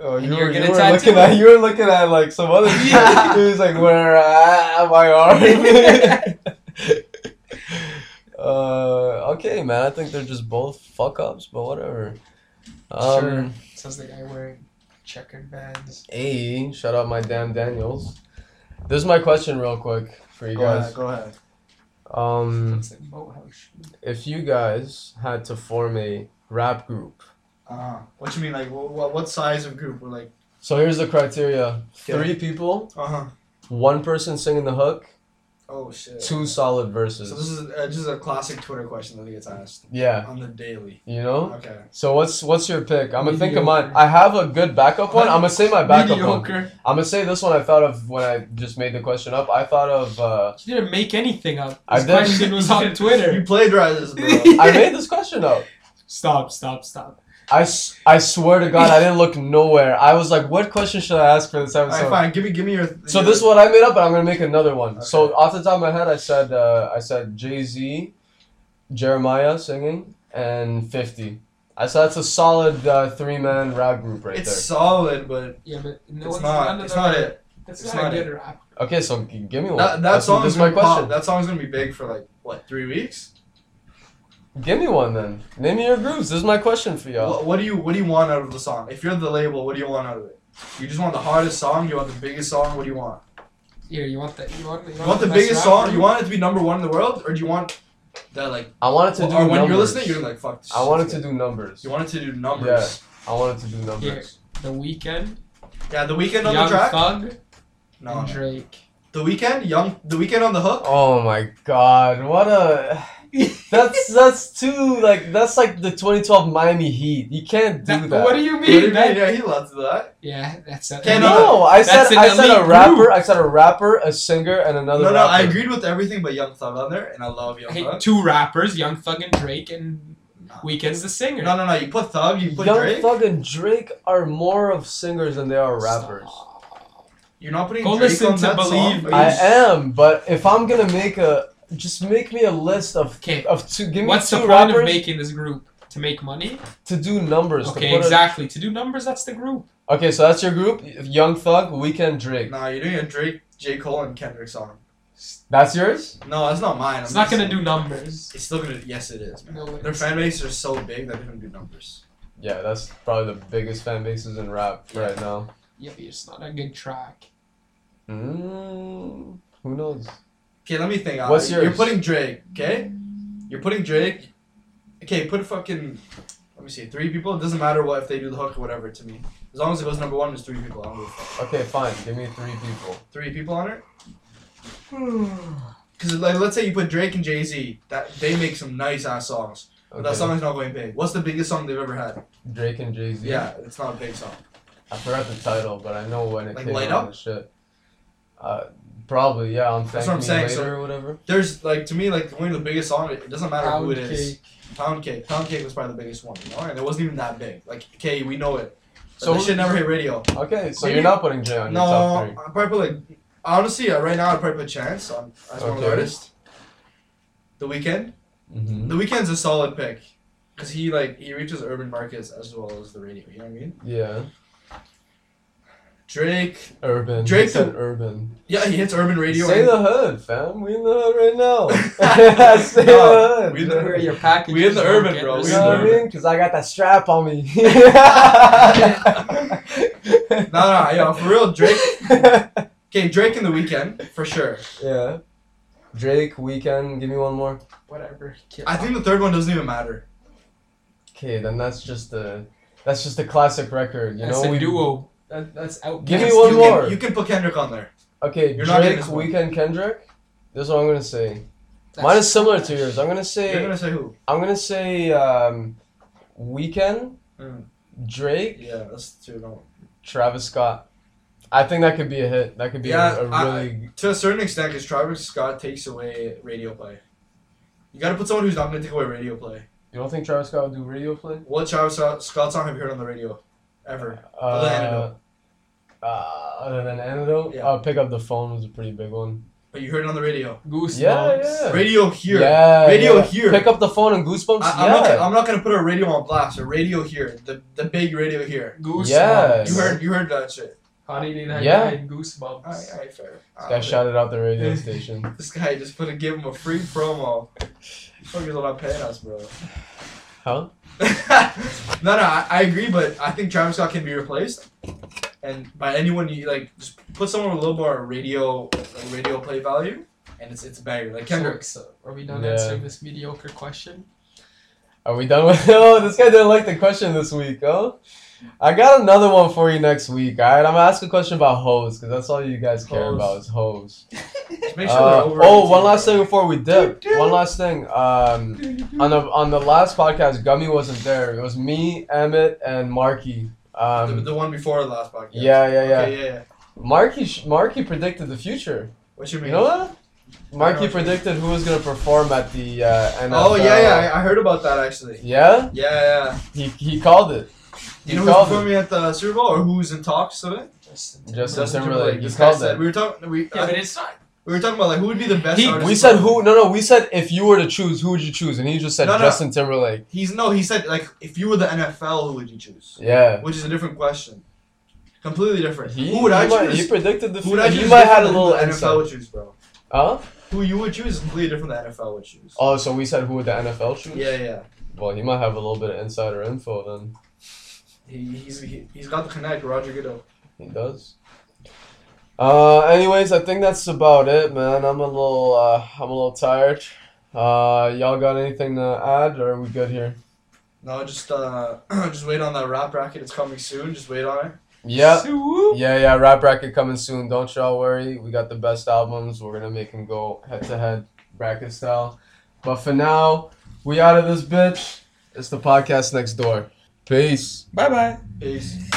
[SPEAKER 1] Oh,
[SPEAKER 2] And
[SPEAKER 1] you
[SPEAKER 2] you're
[SPEAKER 1] were,
[SPEAKER 2] gonna
[SPEAKER 1] you were
[SPEAKER 2] tattoo
[SPEAKER 1] looking
[SPEAKER 2] it.
[SPEAKER 1] at you were looking at like some other
[SPEAKER 2] Yeah.
[SPEAKER 1] shit. He was like, where uh, my arm? uh, okay, man. I think they're just both fuck ups, but whatever. Um,
[SPEAKER 2] sure. Sounds like I wearing checkered bands.
[SPEAKER 1] Hey, shout out my damn Daniels. This is my question, real quick, for you
[SPEAKER 3] Go ahead,
[SPEAKER 1] guys.
[SPEAKER 3] go ahead.
[SPEAKER 1] Um,
[SPEAKER 2] Looks like boathouse.
[SPEAKER 1] if you guys had to form a rap group,
[SPEAKER 3] Uh, what you mean, like, what, what size of group? We're like,
[SPEAKER 1] so here's the criteria:
[SPEAKER 3] Okay.
[SPEAKER 1] three people,
[SPEAKER 3] uh
[SPEAKER 2] Uh-huh.
[SPEAKER 3] huh.
[SPEAKER 1] one person singing the hook,
[SPEAKER 3] Oh, shit.
[SPEAKER 1] two solid verses.
[SPEAKER 3] So this is uh, just a classic Twitter question that gets asked
[SPEAKER 1] yeah,
[SPEAKER 3] on the daily.
[SPEAKER 1] you know.
[SPEAKER 3] Okay.
[SPEAKER 1] So what's what's your pick? I'm gonna think of mine.
[SPEAKER 2] Mediocre.
[SPEAKER 1] I have a good backup one. I'm gonna say my backup one.
[SPEAKER 2] Mediocre.
[SPEAKER 1] I'm gonna say this one I thought of when I just made the question up. I thought of uh,
[SPEAKER 2] She didn't make anything up.
[SPEAKER 1] I
[SPEAKER 2] This
[SPEAKER 1] did.
[SPEAKER 2] question was on
[SPEAKER 3] You
[SPEAKER 2] Twitter.
[SPEAKER 3] plagiarized this, bro.
[SPEAKER 1] I made this question up.
[SPEAKER 2] Stop, stop, stop.
[SPEAKER 1] I, s- I swear to God I didn't look nowhere. I was like, what question should I ask for this
[SPEAKER 3] Alright,
[SPEAKER 1] episode?
[SPEAKER 3] fine. Give me, give me your.
[SPEAKER 1] So
[SPEAKER 3] your-
[SPEAKER 1] this is what I made up, but I'm gonna make another one. So
[SPEAKER 3] Okay.
[SPEAKER 1] off the top of my head, I said uh, I said Jay Z, Jeremiah singing, and Fifty. I said that's a solid uh, three man rap group right
[SPEAKER 3] It's solid, but
[SPEAKER 2] Yeah, but no
[SPEAKER 3] it's
[SPEAKER 2] one's
[SPEAKER 3] not.
[SPEAKER 2] none of
[SPEAKER 3] It's
[SPEAKER 2] them
[SPEAKER 3] not
[SPEAKER 2] are-
[SPEAKER 3] it.
[SPEAKER 2] That's
[SPEAKER 3] It's
[SPEAKER 2] not,
[SPEAKER 3] not
[SPEAKER 2] a
[SPEAKER 3] it.
[SPEAKER 2] good rap.
[SPEAKER 1] there. Okay, so g- give me one.
[SPEAKER 3] That, that
[SPEAKER 1] That's-
[SPEAKER 3] song's
[SPEAKER 1] this is my
[SPEAKER 3] gonna pop.
[SPEAKER 1] question.
[SPEAKER 3] That song's gonna be big for like what three weeks?
[SPEAKER 1] Give me one then. Name me your groups. This is my question for y'all.
[SPEAKER 3] What, what do you What do you want out of the song? If you're the label, what do you want out of it? You just want the hardest song. You want the biggest song. What do you want?
[SPEAKER 2] Here, you want the you want, you
[SPEAKER 3] You want the
[SPEAKER 2] best
[SPEAKER 3] biggest
[SPEAKER 2] rap
[SPEAKER 3] song.
[SPEAKER 2] group?
[SPEAKER 3] You want it to be number one in the world, or do you want that like?
[SPEAKER 1] I wanted to
[SPEAKER 3] Or
[SPEAKER 1] do
[SPEAKER 3] when
[SPEAKER 1] numbers.
[SPEAKER 3] you're listening, you're like fuck. This
[SPEAKER 1] I wanted
[SPEAKER 3] shit.
[SPEAKER 1] to do numbers.
[SPEAKER 3] You wanted to do numbers.
[SPEAKER 1] Yeah. I wanted to do numbers.
[SPEAKER 2] Here, The Weekend,
[SPEAKER 3] Yeah, the weekend on
[SPEAKER 2] Young
[SPEAKER 3] the track.
[SPEAKER 2] Thug,
[SPEAKER 3] no,
[SPEAKER 2] and Drake.
[SPEAKER 3] the weekend, young, the weekend on the hook.
[SPEAKER 1] Oh my god, what a that's that's too like that's like the 2012 Miami Heat. You can't do
[SPEAKER 2] That-
[SPEAKER 1] that.
[SPEAKER 2] What do you
[SPEAKER 3] What do you
[SPEAKER 2] mean? That-
[SPEAKER 3] mean? Yeah, he loves that.
[SPEAKER 2] yeah, that's it.
[SPEAKER 3] Can
[SPEAKER 2] no,
[SPEAKER 1] no, I said
[SPEAKER 2] That's an
[SPEAKER 1] I said a
[SPEAKER 2] elite
[SPEAKER 1] rapper,
[SPEAKER 2] group.
[SPEAKER 1] I said a rapper, a singer, and another
[SPEAKER 3] No, no,
[SPEAKER 1] rapper.
[SPEAKER 3] I agreed with everything but Young Thug on there, and I love Young
[SPEAKER 2] hey,
[SPEAKER 3] Thug.
[SPEAKER 2] two rappers, Young Thug and Drake, and
[SPEAKER 3] No.
[SPEAKER 2] Weekend's the singer.
[SPEAKER 3] No, no, no. You put Thug, you put
[SPEAKER 1] Young
[SPEAKER 3] Drake.
[SPEAKER 1] Thug and Drake are more of singers than they are rappers.
[SPEAKER 2] Stop.
[SPEAKER 3] You're not putting
[SPEAKER 2] Go
[SPEAKER 3] Drake
[SPEAKER 2] listen
[SPEAKER 3] on
[SPEAKER 2] to
[SPEAKER 3] that
[SPEAKER 2] Believe
[SPEAKER 3] song.
[SPEAKER 2] Me.
[SPEAKER 1] I
[SPEAKER 3] Are you-
[SPEAKER 1] am, but if I'm gonna make a just make me a list of
[SPEAKER 2] Okay.
[SPEAKER 1] of two Uh, give me
[SPEAKER 2] What's
[SPEAKER 1] two
[SPEAKER 2] the point
[SPEAKER 1] rappers
[SPEAKER 2] of making this group? To make money?
[SPEAKER 1] to do numbers. to
[SPEAKER 2] Okay,
[SPEAKER 1] put a-
[SPEAKER 2] exactly. To do numbers, that's the group.
[SPEAKER 1] okay, so that's your group: Young Thug, Weekend, Drake.
[SPEAKER 3] Nah, you're doing a Drake, J. Cole, and Kendrick song.
[SPEAKER 1] That's yours.
[SPEAKER 3] No, that's not mine. I'm
[SPEAKER 2] It's not
[SPEAKER 3] just
[SPEAKER 2] gonna
[SPEAKER 3] saying.
[SPEAKER 2] do numbers.
[SPEAKER 3] It's still gonna. Yes, it is. Man.
[SPEAKER 2] No way.
[SPEAKER 3] Their fan bases are so big that they're gonna do numbers.
[SPEAKER 1] Yeah, that's probably the biggest fan bases in rap right now.
[SPEAKER 2] Yeah, but it's not a good track.
[SPEAKER 1] Mm, who knows?
[SPEAKER 3] Okay, let me think. Uh,
[SPEAKER 1] What's
[SPEAKER 3] You're
[SPEAKER 1] yours?
[SPEAKER 3] putting Drake. Okay, you're putting Drake. Okay, put fucking. Let me see. Three people. It doesn't matter what if they do the hook or whatever to me. As long as it goes number one, it's three people. I don't give a fuck.
[SPEAKER 1] Okay, fine. Give me three people.
[SPEAKER 3] Three people on it. Because like, let's say you put Drake and Jay Z. That they make some nice ass songs. But
[SPEAKER 1] Okay.
[SPEAKER 3] that song is not going big. What's the biggest song they've ever had?
[SPEAKER 1] Drake and Jay Z.
[SPEAKER 3] Yeah, it's not a big song.
[SPEAKER 1] I forgot the title, but I know when it
[SPEAKER 3] Like
[SPEAKER 1] came
[SPEAKER 3] Light
[SPEAKER 1] out
[SPEAKER 3] Up?
[SPEAKER 1] and shit. Uh, probably yeah. On
[SPEAKER 3] That's
[SPEAKER 1] Thank
[SPEAKER 3] what I'm
[SPEAKER 1] Me
[SPEAKER 3] saying,
[SPEAKER 1] Later
[SPEAKER 3] so-
[SPEAKER 1] or whatever.
[SPEAKER 3] There's like to me like one of the biggest song. It doesn't matter who
[SPEAKER 2] Pound
[SPEAKER 3] it is.
[SPEAKER 2] cake.
[SPEAKER 3] Pound cake. Pound cake was probably the biggest one, you know, and it wasn't even that big. Like, okay, we know it. But
[SPEAKER 1] So
[SPEAKER 3] that
[SPEAKER 1] who-
[SPEAKER 3] shit never hit radio.
[SPEAKER 1] Okay, so
[SPEAKER 2] Maybe-
[SPEAKER 1] you're not putting Jay on your top
[SPEAKER 3] No,
[SPEAKER 1] three.
[SPEAKER 3] I probably put, like honestly, uh, right now I would probably put Chance on as one of the
[SPEAKER 1] Okay.
[SPEAKER 3] artists. The weekend.
[SPEAKER 1] Mm-hmm.
[SPEAKER 3] The weekend's a solid pick, cause he like he reaches urban markets as well as the radio. You know what I mean?
[SPEAKER 1] Yeah,
[SPEAKER 3] Drake.
[SPEAKER 1] urban.
[SPEAKER 3] Drake
[SPEAKER 1] Drake said
[SPEAKER 3] the-
[SPEAKER 1] urban.
[SPEAKER 3] Yeah, he hits urban radio.
[SPEAKER 1] Say
[SPEAKER 3] and-
[SPEAKER 1] the hood, fam. We in the hood right now. Say
[SPEAKER 3] No,
[SPEAKER 1] the hood.
[SPEAKER 3] we in the
[SPEAKER 2] Where
[SPEAKER 3] hood.
[SPEAKER 2] your package
[SPEAKER 3] We in the
[SPEAKER 2] is,
[SPEAKER 3] urban,
[SPEAKER 2] get
[SPEAKER 3] bro,
[SPEAKER 1] You
[SPEAKER 2] this
[SPEAKER 3] we in
[SPEAKER 1] know
[SPEAKER 3] the
[SPEAKER 1] what I
[SPEAKER 2] number.
[SPEAKER 3] urban.
[SPEAKER 1] mean? Because I got that strap on me.
[SPEAKER 3] no, no, yeah, for real, Drake. Okay, Drake in the weekend for sure.
[SPEAKER 1] yeah. Drake, Weekend, give me one more.
[SPEAKER 2] Whatever. Kill
[SPEAKER 3] I think the third one doesn't even matter.
[SPEAKER 1] Okay, then that's just a that's just a classic record. You
[SPEAKER 2] that's
[SPEAKER 1] know,
[SPEAKER 2] a
[SPEAKER 1] we
[SPEAKER 2] duo. That, that's out.
[SPEAKER 1] Give me
[SPEAKER 2] that's
[SPEAKER 1] one
[SPEAKER 3] you
[SPEAKER 2] duo.
[SPEAKER 1] more.
[SPEAKER 3] Can, you can put Kendrick on there.
[SPEAKER 1] Okay,
[SPEAKER 3] You're not getting
[SPEAKER 1] Drake,
[SPEAKER 3] this one.
[SPEAKER 1] Weekend, Kendrick. This is what I'm gonna say.
[SPEAKER 2] That's
[SPEAKER 1] Mine is similar to
[SPEAKER 2] trash.
[SPEAKER 1] yours. I'm gonna say
[SPEAKER 3] You're gonna say who?
[SPEAKER 1] I'm gonna say um, Weekend,
[SPEAKER 3] Mm.
[SPEAKER 1] Drake,
[SPEAKER 3] Yeah, that's two. No.
[SPEAKER 1] Travis Scott. I think that could be a hit. That could be
[SPEAKER 3] Yeah,
[SPEAKER 1] a, a
[SPEAKER 3] I-
[SPEAKER 1] really
[SPEAKER 3] To a certain extent, because Travis Scott takes away radio play. You gotta put someone who's not gonna take away radio play.
[SPEAKER 1] You don't think Travis Scott would do radio play?
[SPEAKER 3] What Travis Scott Scott song have you heard on the radio, ever? Other than
[SPEAKER 1] Uh,
[SPEAKER 3] Antidote.
[SPEAKER 1] uh, other than antidote,
[SPEAKER 3] Yeah.
[SPEAKER 1] uh, pick up the phone was a pretty big one.
[SPEAKER 3] But you heard it on the radio.
[SPEAKER 2] Goosebumps.
[SPEAKER 1] Yeah, yeah.
[SPEAKER 3] Radio here.
[SPEAKER 1] Yeah,
[SPEAKER 3] Radio
[SPEAKER 1] yeah.
[SPEAKER 3] here.
[SPEAKER 1] Pick up the phone and goosebumps.
[SPEAKER 3] I, I'm,
[SPEAKER 1] yeah,
[SPEAKER 3] not, gonna- I'm not gonna put a radio on blast. A radio here. The the big radio here.
[SPEAKER 2] Goosebumps.
[SPEAKER 1] Yeah.
[SPEAKER 3] You heard you heard that shit.
[SPEAKER 2] Honey, did I
[SPEAKER 1] Yeah.
[SPEAKER 2] get Goosebumps.
[SPEAKER 3] Alright, alright, fair.
[SPEAKER 1] this guy
[SPEAKER 3] Uh,
[SPEAKER 1] shouted out the radio station.
[SPEAKER 3] This guy just put a give him a free promo. Fuckers on my payouts, bro.
[SPEAKER 1] Huh?
[SPEAKER 3] no, no, I, I agree, but I think Travis Scott can be replaced, and by anyone you like, just put someone with a little more radio, like, radio play value, and it's it's a banger. Like Kendrick,
[SPEAKER 2] So, so are we done
[SPEAKER 1] Yeah.
[SPEAKER 2] answering this mediocre question?
[SPEAKER 1] Are we done with? Oh, this guy didn't like the question this week. Oh, I got another one for you next week. All right, I'm gonna ask a question about hoes because that's all you guys care
[SPEAKER 3] Hoes.
[SPEAKER 1] about is hoes.
[SPEAKER 3] just make sure
[SPEAKER 1] Uh,
[SPEAKER 3] they're over.
[SPEAKER 1] oh, one last
[SPEAKER 3] 18,
[SPEAKER 1] thing before we dip. One last thing. Um, on the on the last podcast, Gummy wasn't there. It was me, Emmett, and Marky.
[SPEAKER 3] bro. the,
[SPEAKER 1] Um,
[SPEAKER 3] the one before the last podcast.
[SPEAKER 1] yeah, yeah, yeah.
[SPEAKER 3] Okay, yeah, yeah.
[SPEAKER 1] Marky sh- Marky predicted the future.
[SPEAKER 3] What you mean?
[SPEAKER 1] You know that? Marky
[SPEAKER 3] I know.
[SPEAKER 1] predicted who was gonna perform at the uh, NFL.
[SPEAKER 3] oh yeah, yeah.
[SPEAKER 1] uh,
[SPEAKER 3] I, I heard about that actually.
[SPEAKER 1] Yeah,
[SPEAKER 3] Yeah, yeah.
[SPEAKER 1] he he called it.
[SPEAKER 3] You
[SPEAKER 1] He
[SPEAKER 3] know
[SPEAKER 1] called
[SPEAKER 3] who's performing at the Super Bowl or who's in talks of it?
[SPEAKER 2] Justin
[SPEAKER 1] Justin
[SPEAKER 2] Timberlake.
[SPEAKER 1] Timberlake. he
[SPEAKER 3] This guy
[SPEAKER 1] called
[SPEAKER 3] said
[SPEAKER 1] it.
[SPEAKER 3] we were talking. We,
[SPEAKER 2] Yeah,
[SPEAKER 3] I-
[SPEAKER 2] but it's not.
[SPEAKER 3] we were talking about like who would be the best.
[SPEAKER 2] He-
[SPEAKER 3] artist
[SPEAKER 1] We
[SPEAKER 3] to
[SPEAKER 1] said
[SPEAKER 3] perform.
[SPEAKER 1] who? No, no. We said if you were to choose, who would you choose? And he just said
[SPEAKER 3] No, no.
[SPEAKER 1] Justin Timberlake.
[SPEAKER 3] He's no. He said like if you were the NFL, who would you choose?
[SPEAKER 1] Yeah.
[SPEAKER 3] Which is a different question. Completely different.
[SPEAKER 1] He,
[SPEAKER 3] who would I
[SPEAKER 1] he might-
[SPEAKER 3] choose?
[SPEAKER 1] He predicted the
[SPEAKER 3] who would I
[SPEAKER 1] future.
[SPEAKER 3] choose?
[SPEAKER 1] He might had a
[SPEAKER 3] different
[SPEAKER 1] little
[SPEAKER 3] than who the NFL
[SPEAKER 1] insight.
[SPEAKER 3] would choose, bro.
[SPEAKER 1] Huh?
[SPEAKER 3] Who you would choose is completely different than the NFL would choose.
[SPEAKER 1] Oh, so we said who would the NFL choose?
[SPEAKER 3] Yeah, yeah.
[SPEAKER 1] Well, he might have a little bit of insider info then.
[SPEAKER 3] He, he's he, he's got the connect. Roger Goodell.
[SPEAKER 1] He does. Uh, anyways, I think that's about it, man. I'm a little, uh, I'm a little tired. Uh, y'all got anything to add, or are we good here?
[SPEAKER 3] No, just uh, just wait on that rap bracket. It's coming soon. Just wait on it.
[SPEAKER 1] Yeah.
[SPEAKER 2] Swoop.
[SPEAKER 1] Yeah, yeah, rap bracket coming soon. Don't y'all worry. We got the best albums. We're gonna make them go head to head bracket style. But for now, we out of this bitch. It's the podcast next door. Peace.
[SPEAKER 2] Bye bye.
[SPEAKER 3] Peace.